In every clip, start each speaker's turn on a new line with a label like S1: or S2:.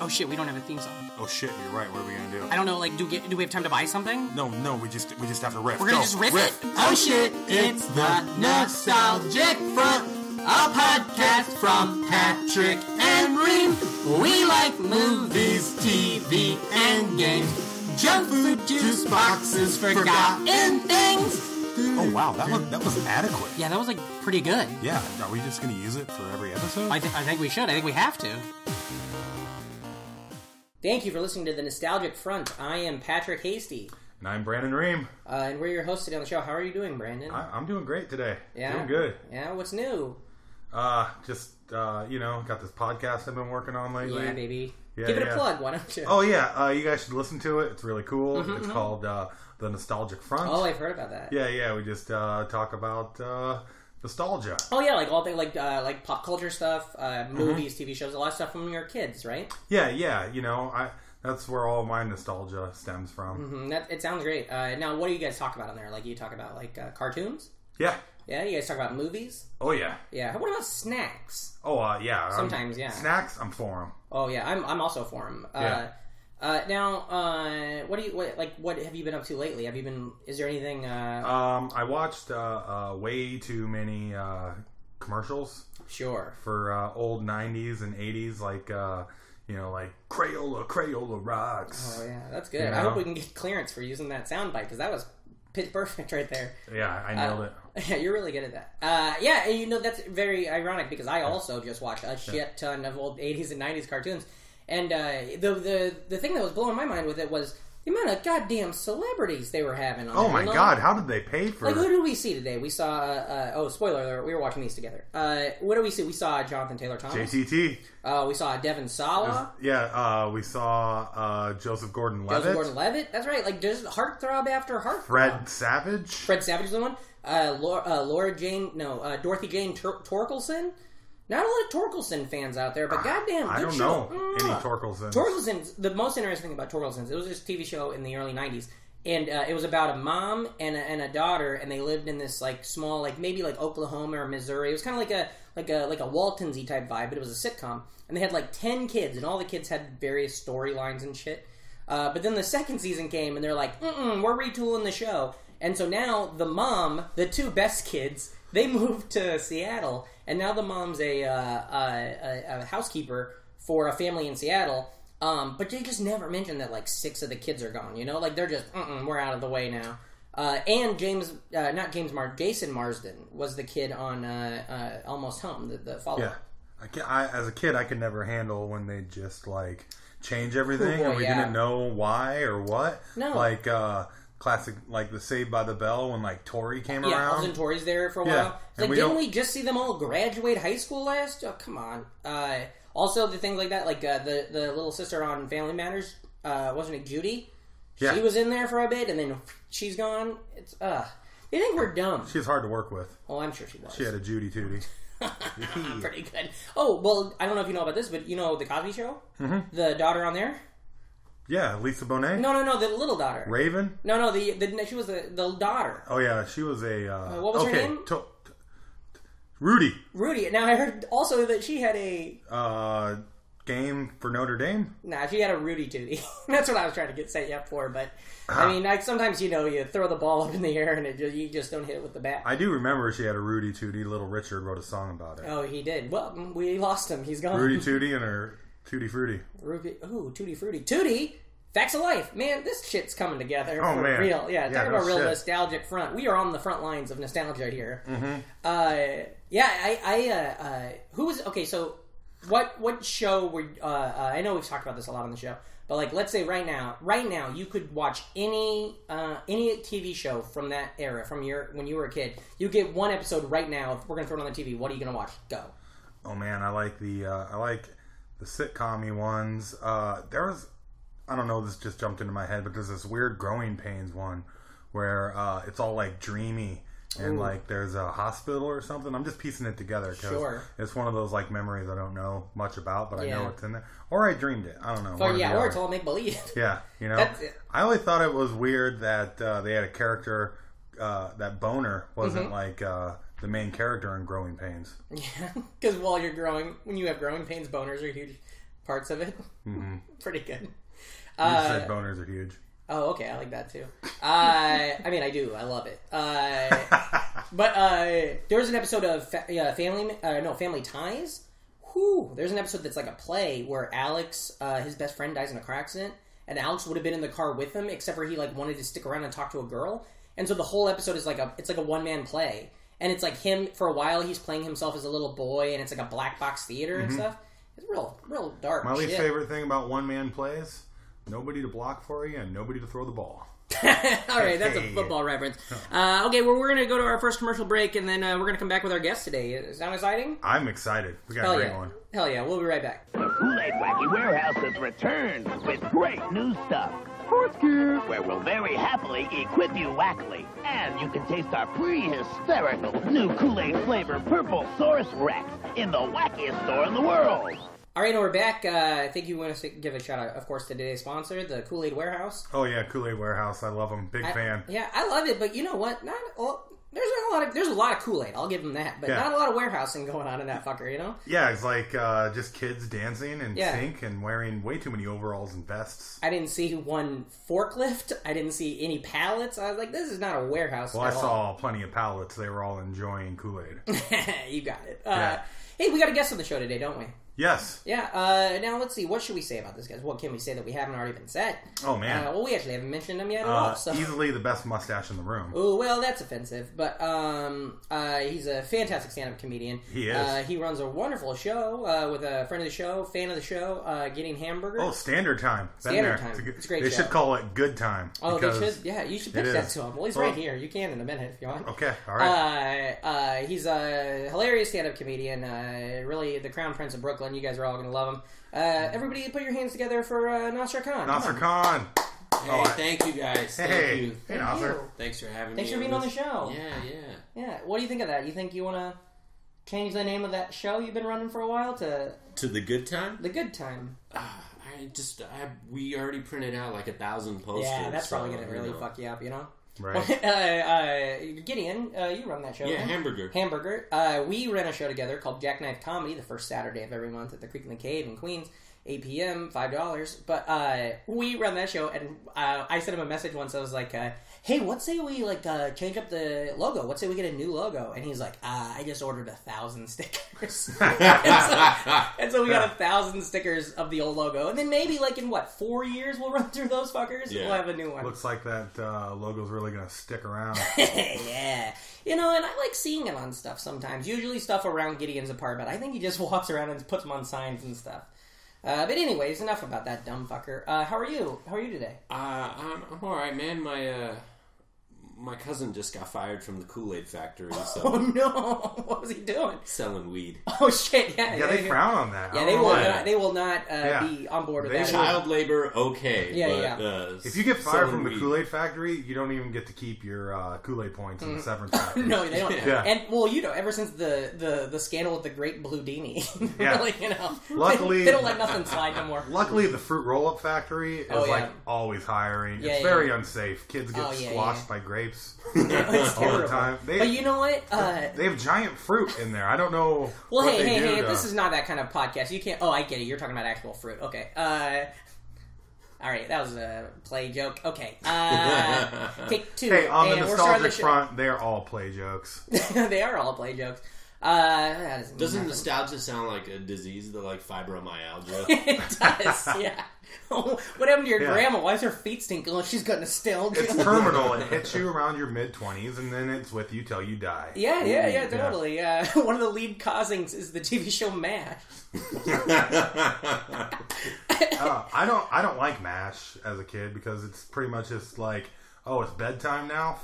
S1: oh shit, we don't have a theme song.
S2: Oh shit, you're right. What are we gonna do?
S1: I don't know. Like, do get, do we have time to buy something?
S2: No, no, we just we just have to riff.
S1: We're gonna
S2: Go,
S1: just riff, it.
S3: Oh shit, it's the Nostalgic Front, a podcast from Patrick and Reem. We like movies, TV, and games, junk food, juice boxes, forgotten things.
S2: Oh wow, that was that was adequate.
S1: Yeah, that was like pretty good.
S2: Yeah, are we just gonna use it for every episode?
S1: I, th- I think we should. I think we have to. Thank you for listening to the Nostalgic Front. I am Patrick Hasty,
S2: and I'm Brandon Ream.
S1: uh, and we're your hosts today on the show. How are you doing, Brandon?
S2: I, I'm doing great today.
S1: Yeah?
S2: doing good.
S1: Yeah, what's new?
S2: Uh, just uh, you know, got this podcast I've been working on lately.
S1: Yeah, baby.
S2: Yeah,
S1: Give it
S2: yeah.
S1: a plug. Why don't you?
S2: Oh yeah, uh, you guys should listen to it. It's really cool. it's called uh, the Nostalgic Front.
S1: Mm-hmm, Oh, I've heard about that.
S2: yeah, yeah. We just uh, talk about uh, nostalgia.
S1: Oh yeah, like all things like uh, like pop culture stuff, uh,
S2: Mm-hmm.
S1: movies, TV shows, a lot of stuff from your kids, right?
S2: Yeah, yeah. You know, I that's where all my nostalgia stems from.
S1: Mm, that it sounds great. Uh, now, what do you guys talk about on there? Like you talk about like uh, cartoons.
S2: Yeah.
S1: Yeah, you guys talk about movies.
S2: Oh yeah.
S1: Yeah. What about snacks?
S2: Oh uh, yeah. I'm-
S1: Sometimes, yeah.
S2: Snacks. I'm for them.
S1: Oh yeah, I'm I'm also for them. Uh,
S2: Yeah.
S1: Uh, now, uh, what do you what, like? What have you been up to lately? Have you been? Is there anything? Uh,
S2: Um, I watched uh, uh, way too many uh, commercials
S1: sure.
S2: for uh, old '90s and '80s, like uh, you know, like Crayola, Crayola rocks.
S1: Oh yeah, that's good.
S2: Yeah.
S1: I hope we can get clearance for using that soundbite because that was pitch perfect right there.
S2: Yeah, I nailed it.
S1: Yeah, you're really good at that. Uh, yeah, and you know that's very ironic because I also just watched a shit ton of old '80s and '90s cartoons, and uh, the the the thing that was blowing my mind with it was the amount of goddamn celebrities they were having. on
S2: Oh
S1: there,
S2: my
S1: you know?
S2: God, how did they pay for?
S1: Like who did we see today? We saw. Uh, uh, oh, spoiler alert! We were watching these together. Uh, what did we see? We saw Jonathan Taylor Thomas.
S2: JTT.
S1: Uh, we saw Devin Sawa.
S2: Yeah, uh, we saw uh, Joseph Gordon-Levitt,
S1: Joseph Gordon-Levitt. That's right. Like just heartthrob after heartthrob.
S2: Fred Savage.
S1: Fred Savage is the one. Uh, Laura, uh, Laura Jane, no, uh, Dorothy Jane Tur- Torkelson. Not a lot of Torkelson fans out there, but goddamn,
S2: Ah, I
S1: good
S2: don't
S1: show. Mm.
S2: know any
S1: Mwah.
S2: Torkelsons.
S1: Torkelson's the most interesting thing about Torkelson's. It was this TV show in the early '90s, and uh, it was about a mom and a, and a daughter, and they lived in this like small, like maybe like Oklahoma or Missouri. It was kind of like a like a like a Waltonsy type vibe, but it was a sitcom, and they had like ten kids, and all the kids had various storylines and shit. Uh, but then the second season came, and they're like, Mm-mm, "We're retooling the show," and so now the mom, the two best kids, they moved to Seattle, and now the mom's a uh, a, a, a housekeeper for a family in Seattle. Um, but they just never mentioned that like six of the kids are gone. You know, like they're just Mm-mm, we're out of the way now. Uh, and James, uh, not James Mar, Jason Marsden was the kid on uh, uh, Almost Home, the, the follow.
S2: Yeah, I, can, I as a kid I could never handle when they just like change everything
S1: boy,
S2: and we
S1: yeah.
S2: didn't know why or what.
S1: No.
S2: like uh, classic like the Saved by the Bell when like Tori came
S1: Yeah,
S2: around.
S1: Alton Tori's there for a while.
S2: Yeah,
S1: It's
S2: and
S1: like,
S2: we
S1: didn't
S2: don't-
S1: we just see them all graduate high school last? Oh, come on. Uh, also, the things like that, like uh, the the little sister on Family Matters, uh, wasn't it Judy?
S2: Yeah.
S1: She was in there for a bit, and then she's gone. It's uh, they think we're dumb.
S2: She's hard to work with.
S1: Oh, I'm sure she was.
S2: She had a Judy Tootie.
S1: Pretty good. Oh well, I don't know if you know about this, but you know the Cosby Show, mm-hmm. the daughter on there.
S2: Yeah, Lisa Bonet.
S1: No, no, no, the little daughter.
S2: Raven.
S1: No, no, the, the she was the, the daughter.
S2: Oh yeah, she was a. Uh,
S1: what was her
S2: okay,
S1: name?
S2: To- t- Rudy.
S1: Rudy. Now I heard also that she had a
S2: Uh, game for Notre Dame.
S1: Nah, she had a Rudy Tootie. That's what I was trying to get set you up for. But I mean, like sometimes you know you throw the ball up in the air and it just, you just don't hit it with the bat.
S2: I do remember she had a Rudy Tootie. Little Richard wrote a song about it.
S1: oh, he did. Well, mm, we lost him. He's gone.
S2: Rudy Tootie and her Tootie Fruity.
S1: Rudy. Ooh, Tootie Fruity. Tootie. Facts of life, man. This shit's coming together
S2: Oh,
S1: for
S2: man.
S1: real. Yeah,
S2: Yeah,
S1: talk
S2: no
S1: about real
S2: shit.
S1: nostalgic front. We are on the front lines of nostalgia here.
S2: Mm-hmm.
S1: Uh, yeah, I, I, uh, uh, who was okay? So, what, what show were? Uh, uh, I know we've talked about this a lot on the show, but like, let's say right now, right now, you could watch any, uh, any TV show from that era, from your when you were a kid. You get one episode right now. If we're gonna throw it on the TV, what are you gonna watch? Go.
S2: Oh man, I like the uh, I like the sitcomy ones. Uh, there was I don't know, this just jumped into my head, but there's this weird growing pains one where uh, it's all like dreamy and like there's a hospital or something. I'm just piecing it together because
S1: Sure.
S2: it's one of those like memories I don't know much about, but I
S1: Yeah.
S2: know it's in there. Or I dreamed it. I don't know. one
S1: Or
S2: or the
S1: yeah, or
S2: other.
S1: it's all make believe.
S2: Yeah, you know,
S1: That's it.
S2: I always thought it was weird that uh, they had a character uh, that Boner wasn't
S1: Mm-hmm.
S2: like uh, the main character in Growing Pains.
S1: Because while you're growing, when you have growing pains, boners are huge. parts of it. Pretty good.
S2: You
S1: Uh,
S2: just said boners are huge.
S1: Oh, okay. I like that too. Uh, I mean, I do. I love it. Uh, but uh, there was an episode of fa- yeah, Family uh, no Family Ties. Whew, there's an episode that's like a play where Alex, uh, his best friend, dies in a car accident, and Alex would have been in the car with him, except for he like wanted to stick around and talk to a girl, and so the whole episode is like a it's like a one man play, and it's like him for a while he's playing himself as a little boy, and it's like a black box theater and stuff. It's real, real dark.
S2: Mm-hmm. My least
S1: shit.
S2: favorite thing about one man plays nobody to block for you and nobody to throw the ball.
S1: All right, that's a
S2: Hey.
S1: football reference. Uh, okay, well, we're going to go to our first commercial break, and then uh, we're going to come back with our guest today. Sound exciting?
S2: I'm excited. We got
S1: Hell
S2: a great
S1: yeah.
S2: one.
S1: Hell yeah, we'll be right back.
S4: The Kool-Aid Wacky Warehouse has returned with great new stuff. Sports Gear. Where we'll very happily equip you wackily. And you can taste our pre-hysterical new Kool-Aid flavor Purple Source Rex in the wackiest store in the world.
S1: All right, and we're back. Uh, I think you want to give a shout out, of course, to today's sponsor, the Kool Aid Warehouse.
S2: Oh yeah, Kool Aid Warehouse. I love them. Big
S1: I-
S2: fan.
S1: yeah, I love it, but you know what? Not all, there's not a lot of there's a lot of Kool Aid. I'll give them that, but
S2: Yeah.
S1: not a lot of warehousing going on in that fucker. You know?
S2: Yeah, it's like uh, just kids dancing and
S1: Yeah.
S2: sync and wearing way too many overalls and vests.
S1: I didn't see one forklift. I didn't see any pallets. I was like, this is not a warehouse.
S2: Well, I
S1: at all.
S2: saw plenty of pallets. They were all enjoying Kool Aid.
S1: you got it. Uh,
S2: Yeah.
S1: Hey, we got a guest on the show today, don't we?
S2: yes.
S1: Yeah. Uh, now let's see. What should we say about this guy? What can we say that we haven't already been said?
S2: Oh man.
S1: Uh, well, we actually haven't mentioned him yet at
S2: Uh,
S1: all. Oh, So.
S2: easily the best mustache in the room.
S1: Ooh, well, that's offensive, but um, uh, he's a fantastic stand-up comedian.
S2: He is.
S1: Uh, he runs a wonderful show uh, with a friend of the show, fan of the show, uh, getting hamburger.
S2: Oh, standard time. Been
S1: Standard
S2: there.
S1: time.
S2: It's a, good-
S1: It's a great
S2: They
S1: show.
S2: should call it good time.
S1: Oh, they
S2: because-
S1: should. Yeah, you should
S2: it
S1: pitch that
S2: is.
S1: to him. Well, he's
S2: Well-
S1: right here. You can in a minute if you want.
S2: Okay. All right.
S1: Uh, uh, he's a hilarious stand-up comedian. Uh, really, the crown prince of Brooklyn. You guys are all going to love him. Uh, everybody, put your hands together for uh, Nasser Khan. Come
S2: Hmm. Nasser
S1: on.
S2: Khan.
S5: Hey,
S2: Oh, I-
S5: thank you guys. Thank
S2: Hey.
S5: you.
S2: Hey, Nasser.
S5: Thanks for having
S1: Thanks
S5: me.
S1: for being on the
S5: this-
S1: show.
S5: Yeah, yeah.
S1: Yeah. What do you think of that? You think you want to change the name of that show you've been running for a while to
S5: To the good time.
S1: The Good Time?
S5: Ah, I just, I we already printed out like a thousand posters.
S1: yeah, that's probably
S5: so,
S1: going to
S5: you
S1: really
S5: know.
S1: fuck you up, you know?
S2: Right.
S1: uh, uh, Gideon, uh, you run that show.
S5: Yeah,
S1: right?
S5: hamburger.
S1: Hamburger. Uh, we ran a show together called Jackknife Comedy the first Saturday of every month at the Creek in the Cave in Queens, 8 p.m., $5. But uh, we run that show, and uh, I sent him a message once. I was like, uh, hey, what say we like uh, change up the logo? What say we get a new logo? And he's like, uh, I just ordered a thousand stickers. and, so, and so we got a thousand stickers of the old logo. And then maybe, like, in what, four years, we'll run through those fuckers?
S5: Yeah.
S1: We'll have a new one.
S2: Looks like that uh, logo's really gonna stick around.
S1: yeah. You know, and I like seeing him on stuff sometimes. Usually stuff around Gideon's apartment. I think he just walks around and puts them on signs and stuff. Uh, but anyways, enough about that dumb fucker. Uh, how are you? How are you today?
S5: Uh, I'm, I'm all right, man. My uh, my cousin just got fired from the Kool Aid factory,
S1: Oh
S5: so
S1: no! What was he doing?
S5: selling weed.
S1: Oh shit! Yeah,
S2: yeah, they frown on
S1: Yeah,
S2: that. I don't
S1: they
S2: know
S1: will.
S2: why.
S1: Not, they will not uh,
S2: Yeah.
S1: be on board with
S2: They
S1: that.
S2: will-
S5: Child labor, okay.
S1: Yeah,
S5: but,
S1: yeah.
S5: Uh,
S2: If you get fired from the Kool
S5: Aid,
S2: Aid factory, you don't even get to keep your uh, Kool Aid points in the severance package.
S1: Mm. No, they don't.
S2: Yeah.
S1: And well, you know, ever since the the, the scandal with the Great Blue Dini,
S2: Yeah.
S1: really, you know, they-
S2: Luckily-
S1: they, don't let nothing slide no more.
S2: Luckily, the fruit roll up factory is
S1: Oh, yeah.
S2: like always hiring.
S1: Yeah,
S2: it's
S1: yeah,
S2: very
S1: yeah.
S2: unsafe. Kids get
S1: Oh, yeah,
S2: squashed by grapes
S1: it's
S2: all
S1: terrible.
S2: the time. They,
S1: But you know what? Uh,
S2: they have giant fruit in there. I don't know.
S1: Well,
S2: what
S1: hey,
S2: they
S1: hey,
S2: do
S1: hey!
S2: to-
S1: This is not that kind of podcast. You can't. Oh, I get it. You're talking about actual fruit. Okay. Uh, all right, that was a play joke. Okay. Uh, take two.
S2: Hey, on the
S1: and we're starting
S2: nostalgic front, they're all play jokes.
S1: show. they are all play jokes. Uh, that is
S5: doesn't
S1: nothing.
S5: nostalgia sound like a disease? The like fibromyalgia.
S1: it does? Yeah. Oh, what happened to your
S2: Yeah.
S1: grandma? Why is her feet stinking? Oh, she's got nostalgia.
S2: It's terminal. It hits you around your mid twenties, and then it's with you till you die.
S1: yeah, yeah, yeah,
S2: Yeah.
S1: totally. Uh, one of the lead causings is the TV show MASH.
S2: Uh, I don't. I don't like Mash as a kid because it's pretty much just like, oh, it's bedtime now.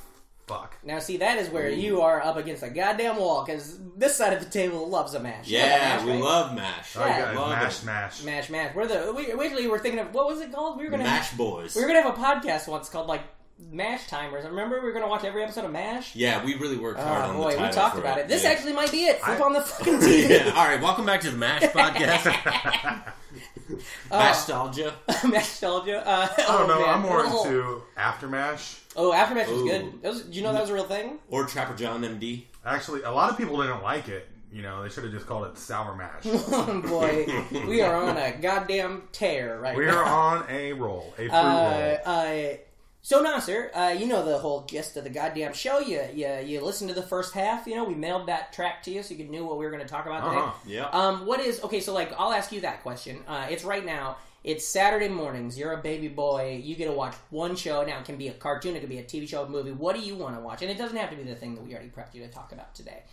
S2: Fuck.
S1: Now, see, that is where you are up against a goddamn wall because this side of the table loves a MASH. You love a
S5: yeah,
S1: MASH,
S5: we
S1: right?
S5: love mash.
S2: Oh, you
S1: Yeah.
S2: guys,
S5: Love
S2: mash,
S5: it.
S2: mash.
S1: Mash Mash. We're the we originally we're thinking of what was it called? We were gonna
S5: Mash boys.
S1: we were gonna have a podcast once called like Mash Timers. Remember we were gonna watch every episode of Mash.
S5: Yeah, we really worked hard
S1: Oh
S5: on
S1: boy,
S5: the
S1: we
S5: title
S1: talked
S5: for
S1: about it. This
S5: Yeah.
S1: actually might be it. Flip
S2: I-
S1: on the fucking TV.
S5: yeah. All right, welcome back to the Mash podcast.
S1: Oh.
S5: Nostalgia.
S1: uh, Nostalgia. Uh,
S2: I don't know.
S1: man.
S2: I'm more
S1: Oh.
S2: into after Mash.
S1: Oh, Aftermath was
S5: Ooh.
S1: good. That was, did you know that was a real thing?
S5: Or Trapper John MD.
S2: Actually, a lot of people didn't like it. You know, they should have just called it Sour Mash.
S1: Oh, Boy, we are on a goddamn tear right
S2: we
S1: now.
S2: are on a roll, a fruit
S1: Uh,
S2: roll.
S1: uh, so Nasser, uh, you know the whole gist of the goddamn show. You you you listened to the first half. You know we mailed that track to you so you knew what we were going to talk about
S2: Uh-huh,
S1: today.
S5: yeah.
S1: Um, what is okay? So like, I'll ask you that question. Uh, it's right now. It's Saturday mornings. You're a baby boy. You get to watch one show. Now it can be a cartoon. It can be a TV show, a movie. What do you want to watch? And it doesn't have to be the thing that we already prepped you to talk about today.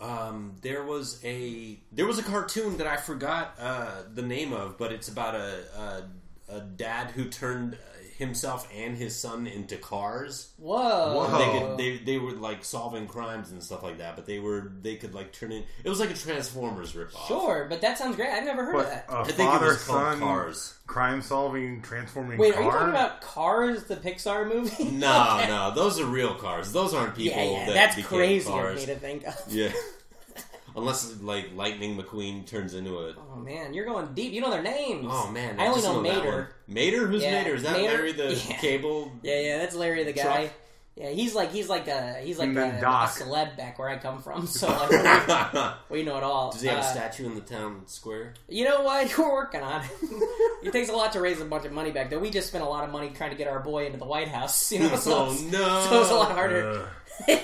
S5: Um, there was a there was a cartoon that I forgot uh, the name of, but it's about a, a a dad who turned himself and his son into cars.
S1: Whoa.
S2: Whoa.
S5: They, could, they they were like solving crimes and stuff like that, but they were they could like turn in. It was like a Transformers ripoff.
S1: Sure, but that sounds great. I've never heard of
S2: But
S1: that.
S2: a
S5: think it was
S2: father
S5: called
S2: son
S5: Cars.
S2: crime solving transforming
S1: Wait,
S2: car.
S1: are you talking about Cars, the Pixar movie?
S5: No, no, those are real cars. Those aren't people.
S1: Yeah, yeah,
S5: that
S1: that's
S5: became
S1: crazy of
S5: cars.
S1: me to think of.
S5: Yeah. Unless like Lightning McQueen turns into a
S1: Oh man, you're going deep. You know their names.
S5: Oh man,
S1: I only
S5: just
S1: know
S5: that
S1: Mater.
S5: one. Mater, who's
S1: Yeah,
S5: Mater? Is that
S1: Mater-
S5: Larry the
S1: yeah.
S5: cable?
S1: Yeah, yeah, that's Larry the
S5: Truck.
S1: guy. Yeah, he's like he's like a he's like
S2: And then
S1: a,
S2: Doc.
S1: a celeb back where I come from. So like, we know it all.
S5: Does he have
S1: Uh,
S5: a statue in the town square?
S1: You know what? We're working on it. it takes a lot to raise a bunch of money back though. We just spent a lot of money trying to get our boy into the White House. You know, so
S5: Oh,
S1: it's-
S5: no.
S1: so it's a lot harder.
S2: Ugh.
S1: Ugh.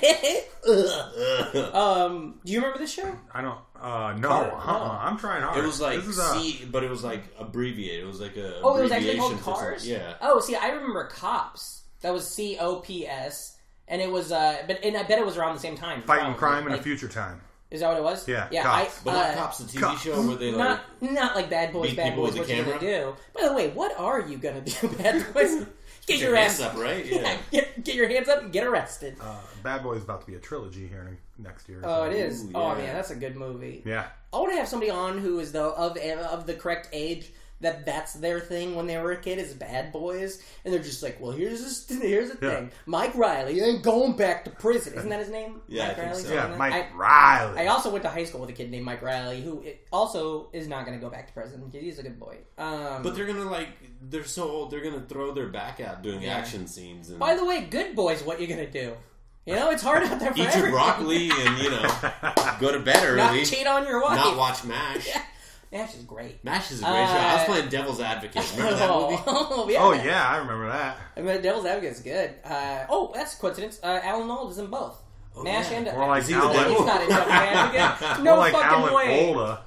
S2: Uh.
S1: um, do you remember this show?
S2: I don't. Uh, no,
S5: Car.
S2: uh-uh, I'm trying hard.
S5: It was like
S2: this is a,
S5: C, but it was like abbreviated. It was like a
S1: Oh, it was actually called
S5: abbreviation for some-
S1: Cars.
S5: Yeah.
S1: Oh, see, I remember Cops. That was C O P S, and it was. Uh, but and I bet it was around the same time.
S2: fighting
S1: probably.
S2: crime in
S1: Like,
S2: a future time.
S1: Is that what it was?
S2: Yeah,
S1: Yeah.
S2: Cops.
S1: I,
S5: But not
S1: uh,
S5: Cops, the TV
S2: Cops.
S5: show where they like.
S1: Not not like Bad Boys.
S5: Beat
S1: Bad
S5: people
S1: Boys.
S5: with
S1: What
S5: the
S1: you gonna do? By the way, what are you gonna do, Bad Boys? Get
S5: Your
S1: your
S5: hands
S1: ass
S5: up, Oh, right? Yeah.
S1: Get, get your hands up and get arrested.
S2: Uh, Bad Boy is about to be a trilogy here next year.
S1: oh, it is.
S5: Ooh,
S1: Oh
S5: yeah.
S1: man, that's a good movie.
S2: Yeah.
S1: I want to have somebody on who is though of of the correct age that that's their thing when they were a kid is bad boys, and they're just like, well, here's this, here's the
S2: Yeah.
S1: thing, Mike Riley ain't going back to prison. Isn't that his name?
S5: Yeah,
S1: Mike
S5: I think so.
S1: something
S2: Yeah,
S1: like
S2: Mike
S1: that?
S2: Riley.
S1: I, I also went to high school with a kid named Mike Riley who it- also is not going to go back to prison because he's a good boy. Um,
S5: But they're gonna like they're so old they're gonna throw their back out doing action scenes and
S1: by the way, good boys, what you going to do? You know, it's hard out there for
S5: eat your
S1: everyone.
S5: broccoli and you know go to bed early.
S1: Not cheat on your wife.
S5: Not watch Mash.
S1: That's just great.
S5: Mash is a great show. I was
S1: Uh,
S5: playing Devil's Advocate. Remember that movie?
S1: oh, yeah.
S2: Oh yeah, I remember that.
S1: I mean, Devil's Advocate is good. Uh, oh, that's a coincidence. Uh, Alan Old is in both. Mash
S5: Oh, yeah.
S1: and
S2: More like
S5: Is he the
S2: Alan,
S5: devil?
S1: he's not in Devil's Advocate. No
S2: more like
S1: fucking
S2: Alan
S1: way.
S2: Olda.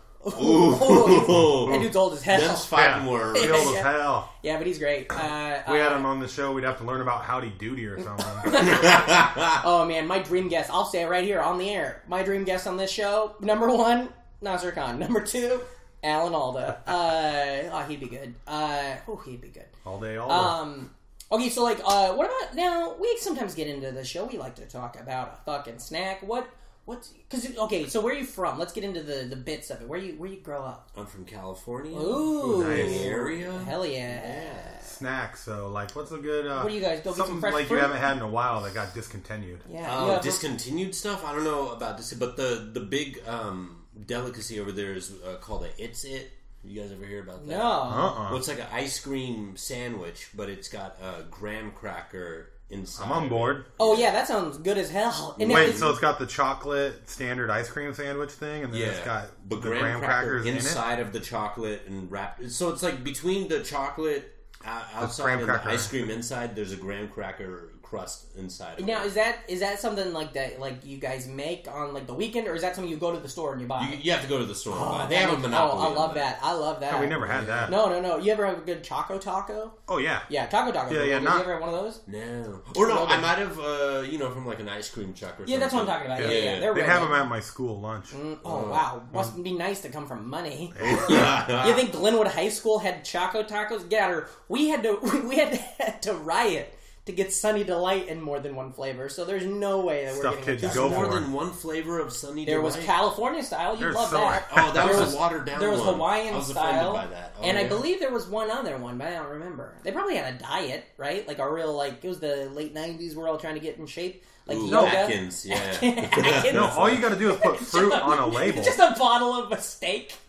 S1: Oh, that dude's old as hell.
S5: Them's fighting words.
S2: He old as
S1: Yeah.
S2: hell.
S1: Yeah, but he's great. Uh,
S2: We had
S1: uh,
S2: him on the show. We'd have to learn about Howdy Doody or something.
S1: Oh man, my dream guest. I'll say it right here on the air. My dream guest on this show. Number one, Nasir Khan. Number two, Alan Alda. Uh, oh, he'd be good. Uh, oh, he'd be good.
S2: all day, all day.
S1: Um. Okay, so like, uh, what about now? We sometimes get into the show. We like to talk about a fucking snack. What? What's? Because okay, so where are you from? Let's get into the the bits of it. Where you where you grow up?
S5: I'm from California.
S1: Ooh.
S5: From the
S2: Nice.
S5: area.
S1: Hell yeah!
S2: Snacks. So, like, what's a good? Uh,
S1: What do you guys- go get some
S2: something
S1: fresh
S2: like
S1: fruit?
S2: you haven't had in a while that got discontinued.
S1: Yeah.
S5: Uh,
S1: you have-
S5: discontinued stuff. I don't know about this, but the the big um, delicacy over there is uh, called a it's it. You guys ever hear about that?
S1: no.
S2: Uh-uh.
S5: Well, it's like an ice cream sandwich, but it's got a graham cracker inside.
S2: I'm on board.
S1: Oh yeah, that sounds good as hell. And now
S2: Wait,
S1: it's-
S2: so it's got the chocolate standard ice cream sandwich thing, and then
S5: Yeah,
S2: it's got
S5: but
S2: the
S5: graham, cracker
S2: crackers in it.
S5: inside of the chocolate and wrapped. So it's like between the chocolate uh, outside
S2: graham
S5: and the
S2: cracker.
S5: ice cream inside. There's a graham cracker crust inside. Of
S1: now
S5: it.
S1: is that is that something like that like you guys make on like the weekend, or is that something you go to the store and you buy?
S5: You, you have to go to the store. and buy it.
S1: That
S5: they have a
S1: makes-
S5: monopoly.
S1: Oh, I
S5: on
S1: love that. I love that.
S2: Yeah, we never had that.
S1: No, no, no. You ever have a good choco taco?
S2: Oh yeah.
S1: Yeah, taco taco.
S2: Yeah, yeah,
S1: Did
S2: not-
S1: you ever have one of those?
S5: No, or no,
S1: Love
S5: I
S1: it.
S5: might have. Uh, you know, from like an ice cream truck
S1: Yeah,
S5: or something.
S1: that's what I'm talking about. Yeah,
S2: Yeah.
S1: yeah, yeah. They're
S2: They'd
S1: really-
S2: have them at my school lunch.
S1: Oh wow, must be nice to come from money.
S5: about.
S1: You think Glenwood High School had Choco Tacos? Get out of here. We had to we had to, riot to get Sunny Delight in more than one flavor. So there's no way that we're
S2: Stuff
S1: getting
S2: kids
S1: a Choco
S2: go
S5: There's
S1: Taco.
S5: more
S2: for it.
S5: than one flavor of Sunny.
S1: There was
S5: Delight.
S1: California style. You
S2: There's
S1: love
S2: so
S1: that.
S5: Oh, that
S1: there
S5: was a watered down
S1: There was
S5: one.
S1: Hawaiian
S5: I was offended
S1: style,
S5: by that. Oh,
S1: and I
S5: yeah.
S1: believe there was one other one, but I don't remember. They probably had a diet, right? Like a real like it was the late '90s. We're all trying to get in shape, like
S5: Ooh,
S1: yoga.
S5: Atkins, yeah.
S1: Atkins.
S2: No, all you got to do is put fruit
S1: Just
S2: on a label.
S1: Just a bottle of a steak.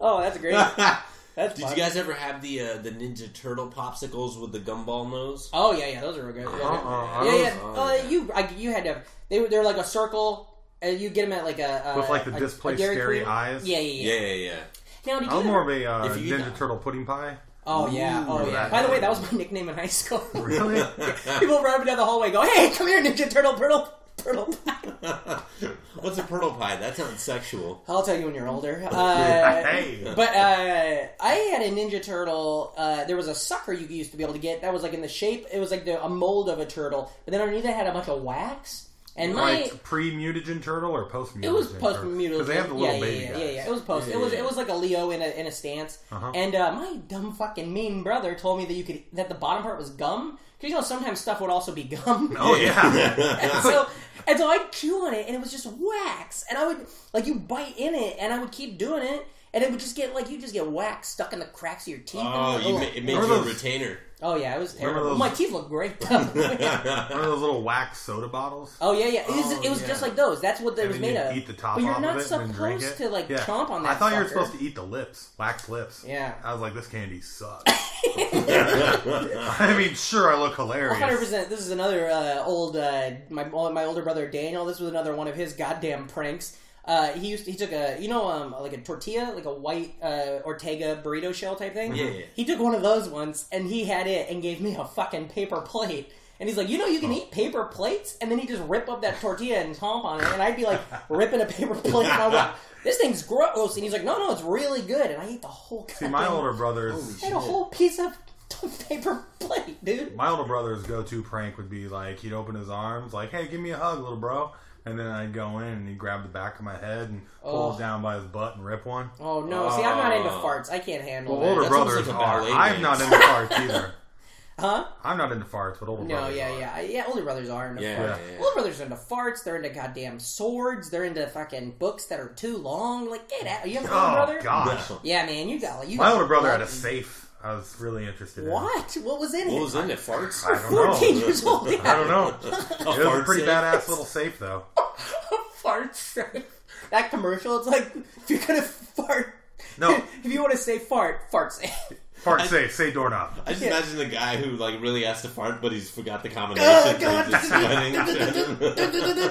S1: Oh, that's great. That's
S5: Did you
S1: fun.
S5: guys ever have the uh, the Ninja Turtle popsicles with the gumball nose?
S1: Oh yeah, yeah, Oh, those are real good. Yeah,
S2: Uh-uh,
S1: yeah,
S2: those-
S1: yeah.
S5: oh,
S1: Uh,
S5: yeah.
S1: you, I, you had to. Have, they were they're like a circle, Uh, you get him at like a uh,
S2: With, like, the
S1: a-
S2: display
S1: a Dairy
S2: stary
S1: Queen.
S2: eyes?
S1: Yeah, yeah,
S5: Yeah,
S1: yeah.
S5: yeah, yeah.
S1: Now, did you
S2: I'm more of a uh,
S5: If you eat
S2: Ninja
S5: that-
S2: Turtle pudding pie.
S1: Oh yeah, oh
S2: Remember
S1: yeah.
S2: that?
S1: By the way, that was my nickname in high school.
S2: Really?
S1: People would run me down the hallway, and go, "Hey, come here, Ninja Turtle, turtle, turtle."
S5: What's a turtle pie? That sounds sexual.
S1: I'll tell you when you're older. Uh,
S2: hey.
S1: But uh, I had a Ninja Turtle. Uh, there was a sucker you used to be able to get that was like in the shape. It was like the, a mold of a turtle, but then underneath it had a bunch of wax. And my
S2: like pre mutagen turtle or post mutagen?
S1: it was post mutilated.
S2: Because they have the little
S1: yeah,
S2: baby
S1: yeah,
S2: guys.
S1: yeah, yeah, yeah. It was post. it was it was like a Leo in a in a stance.
S2: Uh-huh.
S1: And uh, my dumb fucking mean brother told me that you could that the bottom part was gum. Because you know sometimes stuff would also be gum.
S2: Oh yeah.
S1: And so and so I'd chew on it and it was just wax. And I would like you bite in it and I would keep doing it and it would just get like you just get wax stuck in the cracks of your teeth.
S5: Oh,
S1: and,
S5: you
S1: ugh.
S5: ma- it made you
S2: Remember
S5: a
S2: those-
S5: retainer.
S1: oh yeah, it was terrible.
S2: those-
S1: My teeth look great though.
S2: One of those little wax soda bottles.
S1: Oh yeah, yeah. It was,
S5: Oh,
S1: it was
S5: yeah.
S1: just like those. That's what they
S2: And
S1: was
S2: then
S1: made
S2: you
S1: of.
S2: Eat the top
S1: but you're
S2: off
S1: not
S2: of it and then drink
S1: supposed
S2: it.
S1: to like
S2: yeah.
S1: chomp on that.
S2: I thought you were
S1: sucker.
S2: supposed to eat the lips, wax lips.
S1: Yeah.
S2: I was like, this candy sucks. I mean, sure, I look hilarious.
S1: Hundred percent. This is another uh, old uh, my my older brother Daniel. This was another one of his goddamn pranks. Uh, he used he took a you know um like a tortilla like a white uh, Ortega burrito shell type thing.
S5: Yeah, yeah.
S1: He took one of those once and he had it and gave me a fucking paper plate. And he's like, you know,
S2: Oh.
S1: you can eat paper plates, and then he just rip up that tortilla and chomp on it. And I'd be like ripping a paper plate, and I'm like, this thing's gross. And he's like, no, no, it's really good. And I ate the whole.
S2: See, my
S1: goddamn-
S2: older brother's
S1: I had a whole piece of paper plate, dude.
S2: my older brother's go-to prank would be like he'd open his arms, like, "Hey, give me a hug, little bro," and then I'd go in and he'd grab the back of my head and pull
S1: Oh.
S2: it down by his butt and rip one.
S1: Oh no! See, I'm not into
S5: Oh.
S1: farts. I can't handle
S2: Well, older
S1: that.
S5: that's almost
S2: brothers
S5: like a
S2: are.
S5: ballet
S2: I'm not
S5: dance.
S2: into farts either.
S1: Huh?
S2: I'm not into farts, but older
S1: No,
S2: brothers
S1: yeah,
S2: are.
S1: yeah, I- yeah. Older brothers are into
S5: Yeah,
S1: farts.
S5: yeah, yeah.
S1: Older brothers are into farts. They're into goddamn swords. They're into fucking books that are too long. Like, get out! You have an older
S2: Oh
S1: brother?
S2: gosh,
S1: Yeah, man, you got. You
S2: my
S1: got
S2: older brother had a
S1: lucky.
S2: safe. I was really interested. in
S1: What? What was in it?
S5: What was in it? Farts?
S2: I don't know.
S1: Fourteen years old. Yeah.
S2: I don't know. it was a
S5: fart
S2: pretty
S5: safe?
S2: badass little safe though.
S1: fart safe. That commercial. It's like if you're gonna fart.
S2: No.
S1: if you want to say fart, fart safe.
S2: Fart safe, say doorknob.
S5: I just
S1: Yeah.
S5: imagine the guy who like really has to fart, but he's forgot the combination. so
S2: Oh,
S5: he's
S1: God.
S5: just sweating.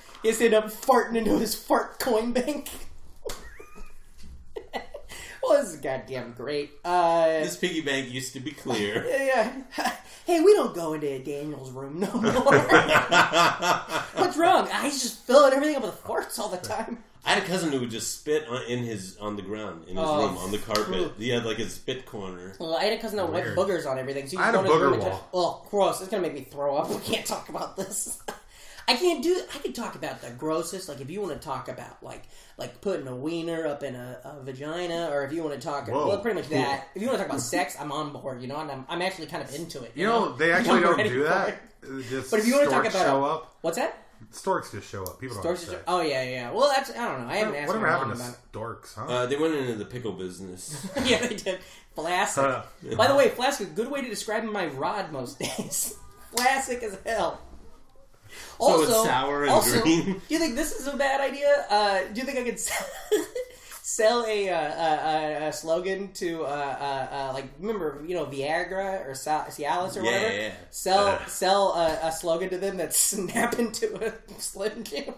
S1: He has to end up farting into his fart coin bank. well, this is goddamn great. Uh,
S5: this piggy bank used to be clear.
S1: yeah. Hey, we don't go into Daniel's room no more. What's wrong? Ah, He's just filling everything up with farts all the time.
S5: I had a cousin who would just spit on, in his on the ground in his
S1: Oh.
S5: room on the carpet. He had like his spit corner.
S1: Well, I had a cousin that wiped
S2: Weird.
S1: boogers on everything. So you
S2: I had
S1: just
S2: a
S1: go to his
S2: booger
S1: room and touch-
S2: wall.
S1: Oh, gross! It's gonna make me throw up. We can't talk about this. I can't do. I could talk about the grossest. Like if you want to talk about like like putting a wiener up in a, a vagina, or if you want to talk,
S2: Whoa,
S1: well, pretty much
S2: cool.
S1: that. If you want to talk about sex, I'm on board. You know, and I'm, I'm actually kind of into it.
S2: You know, they actually
S1: I'm
S2: don't
S1: ready
S2: do
S1: for
S2: that.
S1: it.
S2: It's Just
S1: But if you want to talk
S2: storks
S1: about
S2: show
S1: a-
S2: up,
S1: What's that?
S2: storks just show up. People
S1: Dorks
S2: don't.
S1: is-
S2: have sex.
S1: oh yeah, yeah. Well, that's I don't know. I haven't asked
S2: Whatever
S1: my
S2: happened
S1: mom
S2: to
S1: about it.
S2: storks? Huh?
S5: Uh, they went into the pickle business.
S1: yeah, they did. Flaccid.
S2: Uh,
S1: By the way, flaccid, good way to describe my rod most days. Flaccid as hell.
S5: So it's sour and
S1: also,
S5: green?
S1: Do you think this is a bad idea? Uh, do you think I could sell, sell a, uh, a, a, a slogan to uh, uh, uh, like remember you know Viagra or Cial- Cialis or
S5: Yeah,
S1: whatever?
S5: yeah.
S1: Sell
S5: Uh.
S1: sell a, a slogan to them that's snap into a Slim Jim.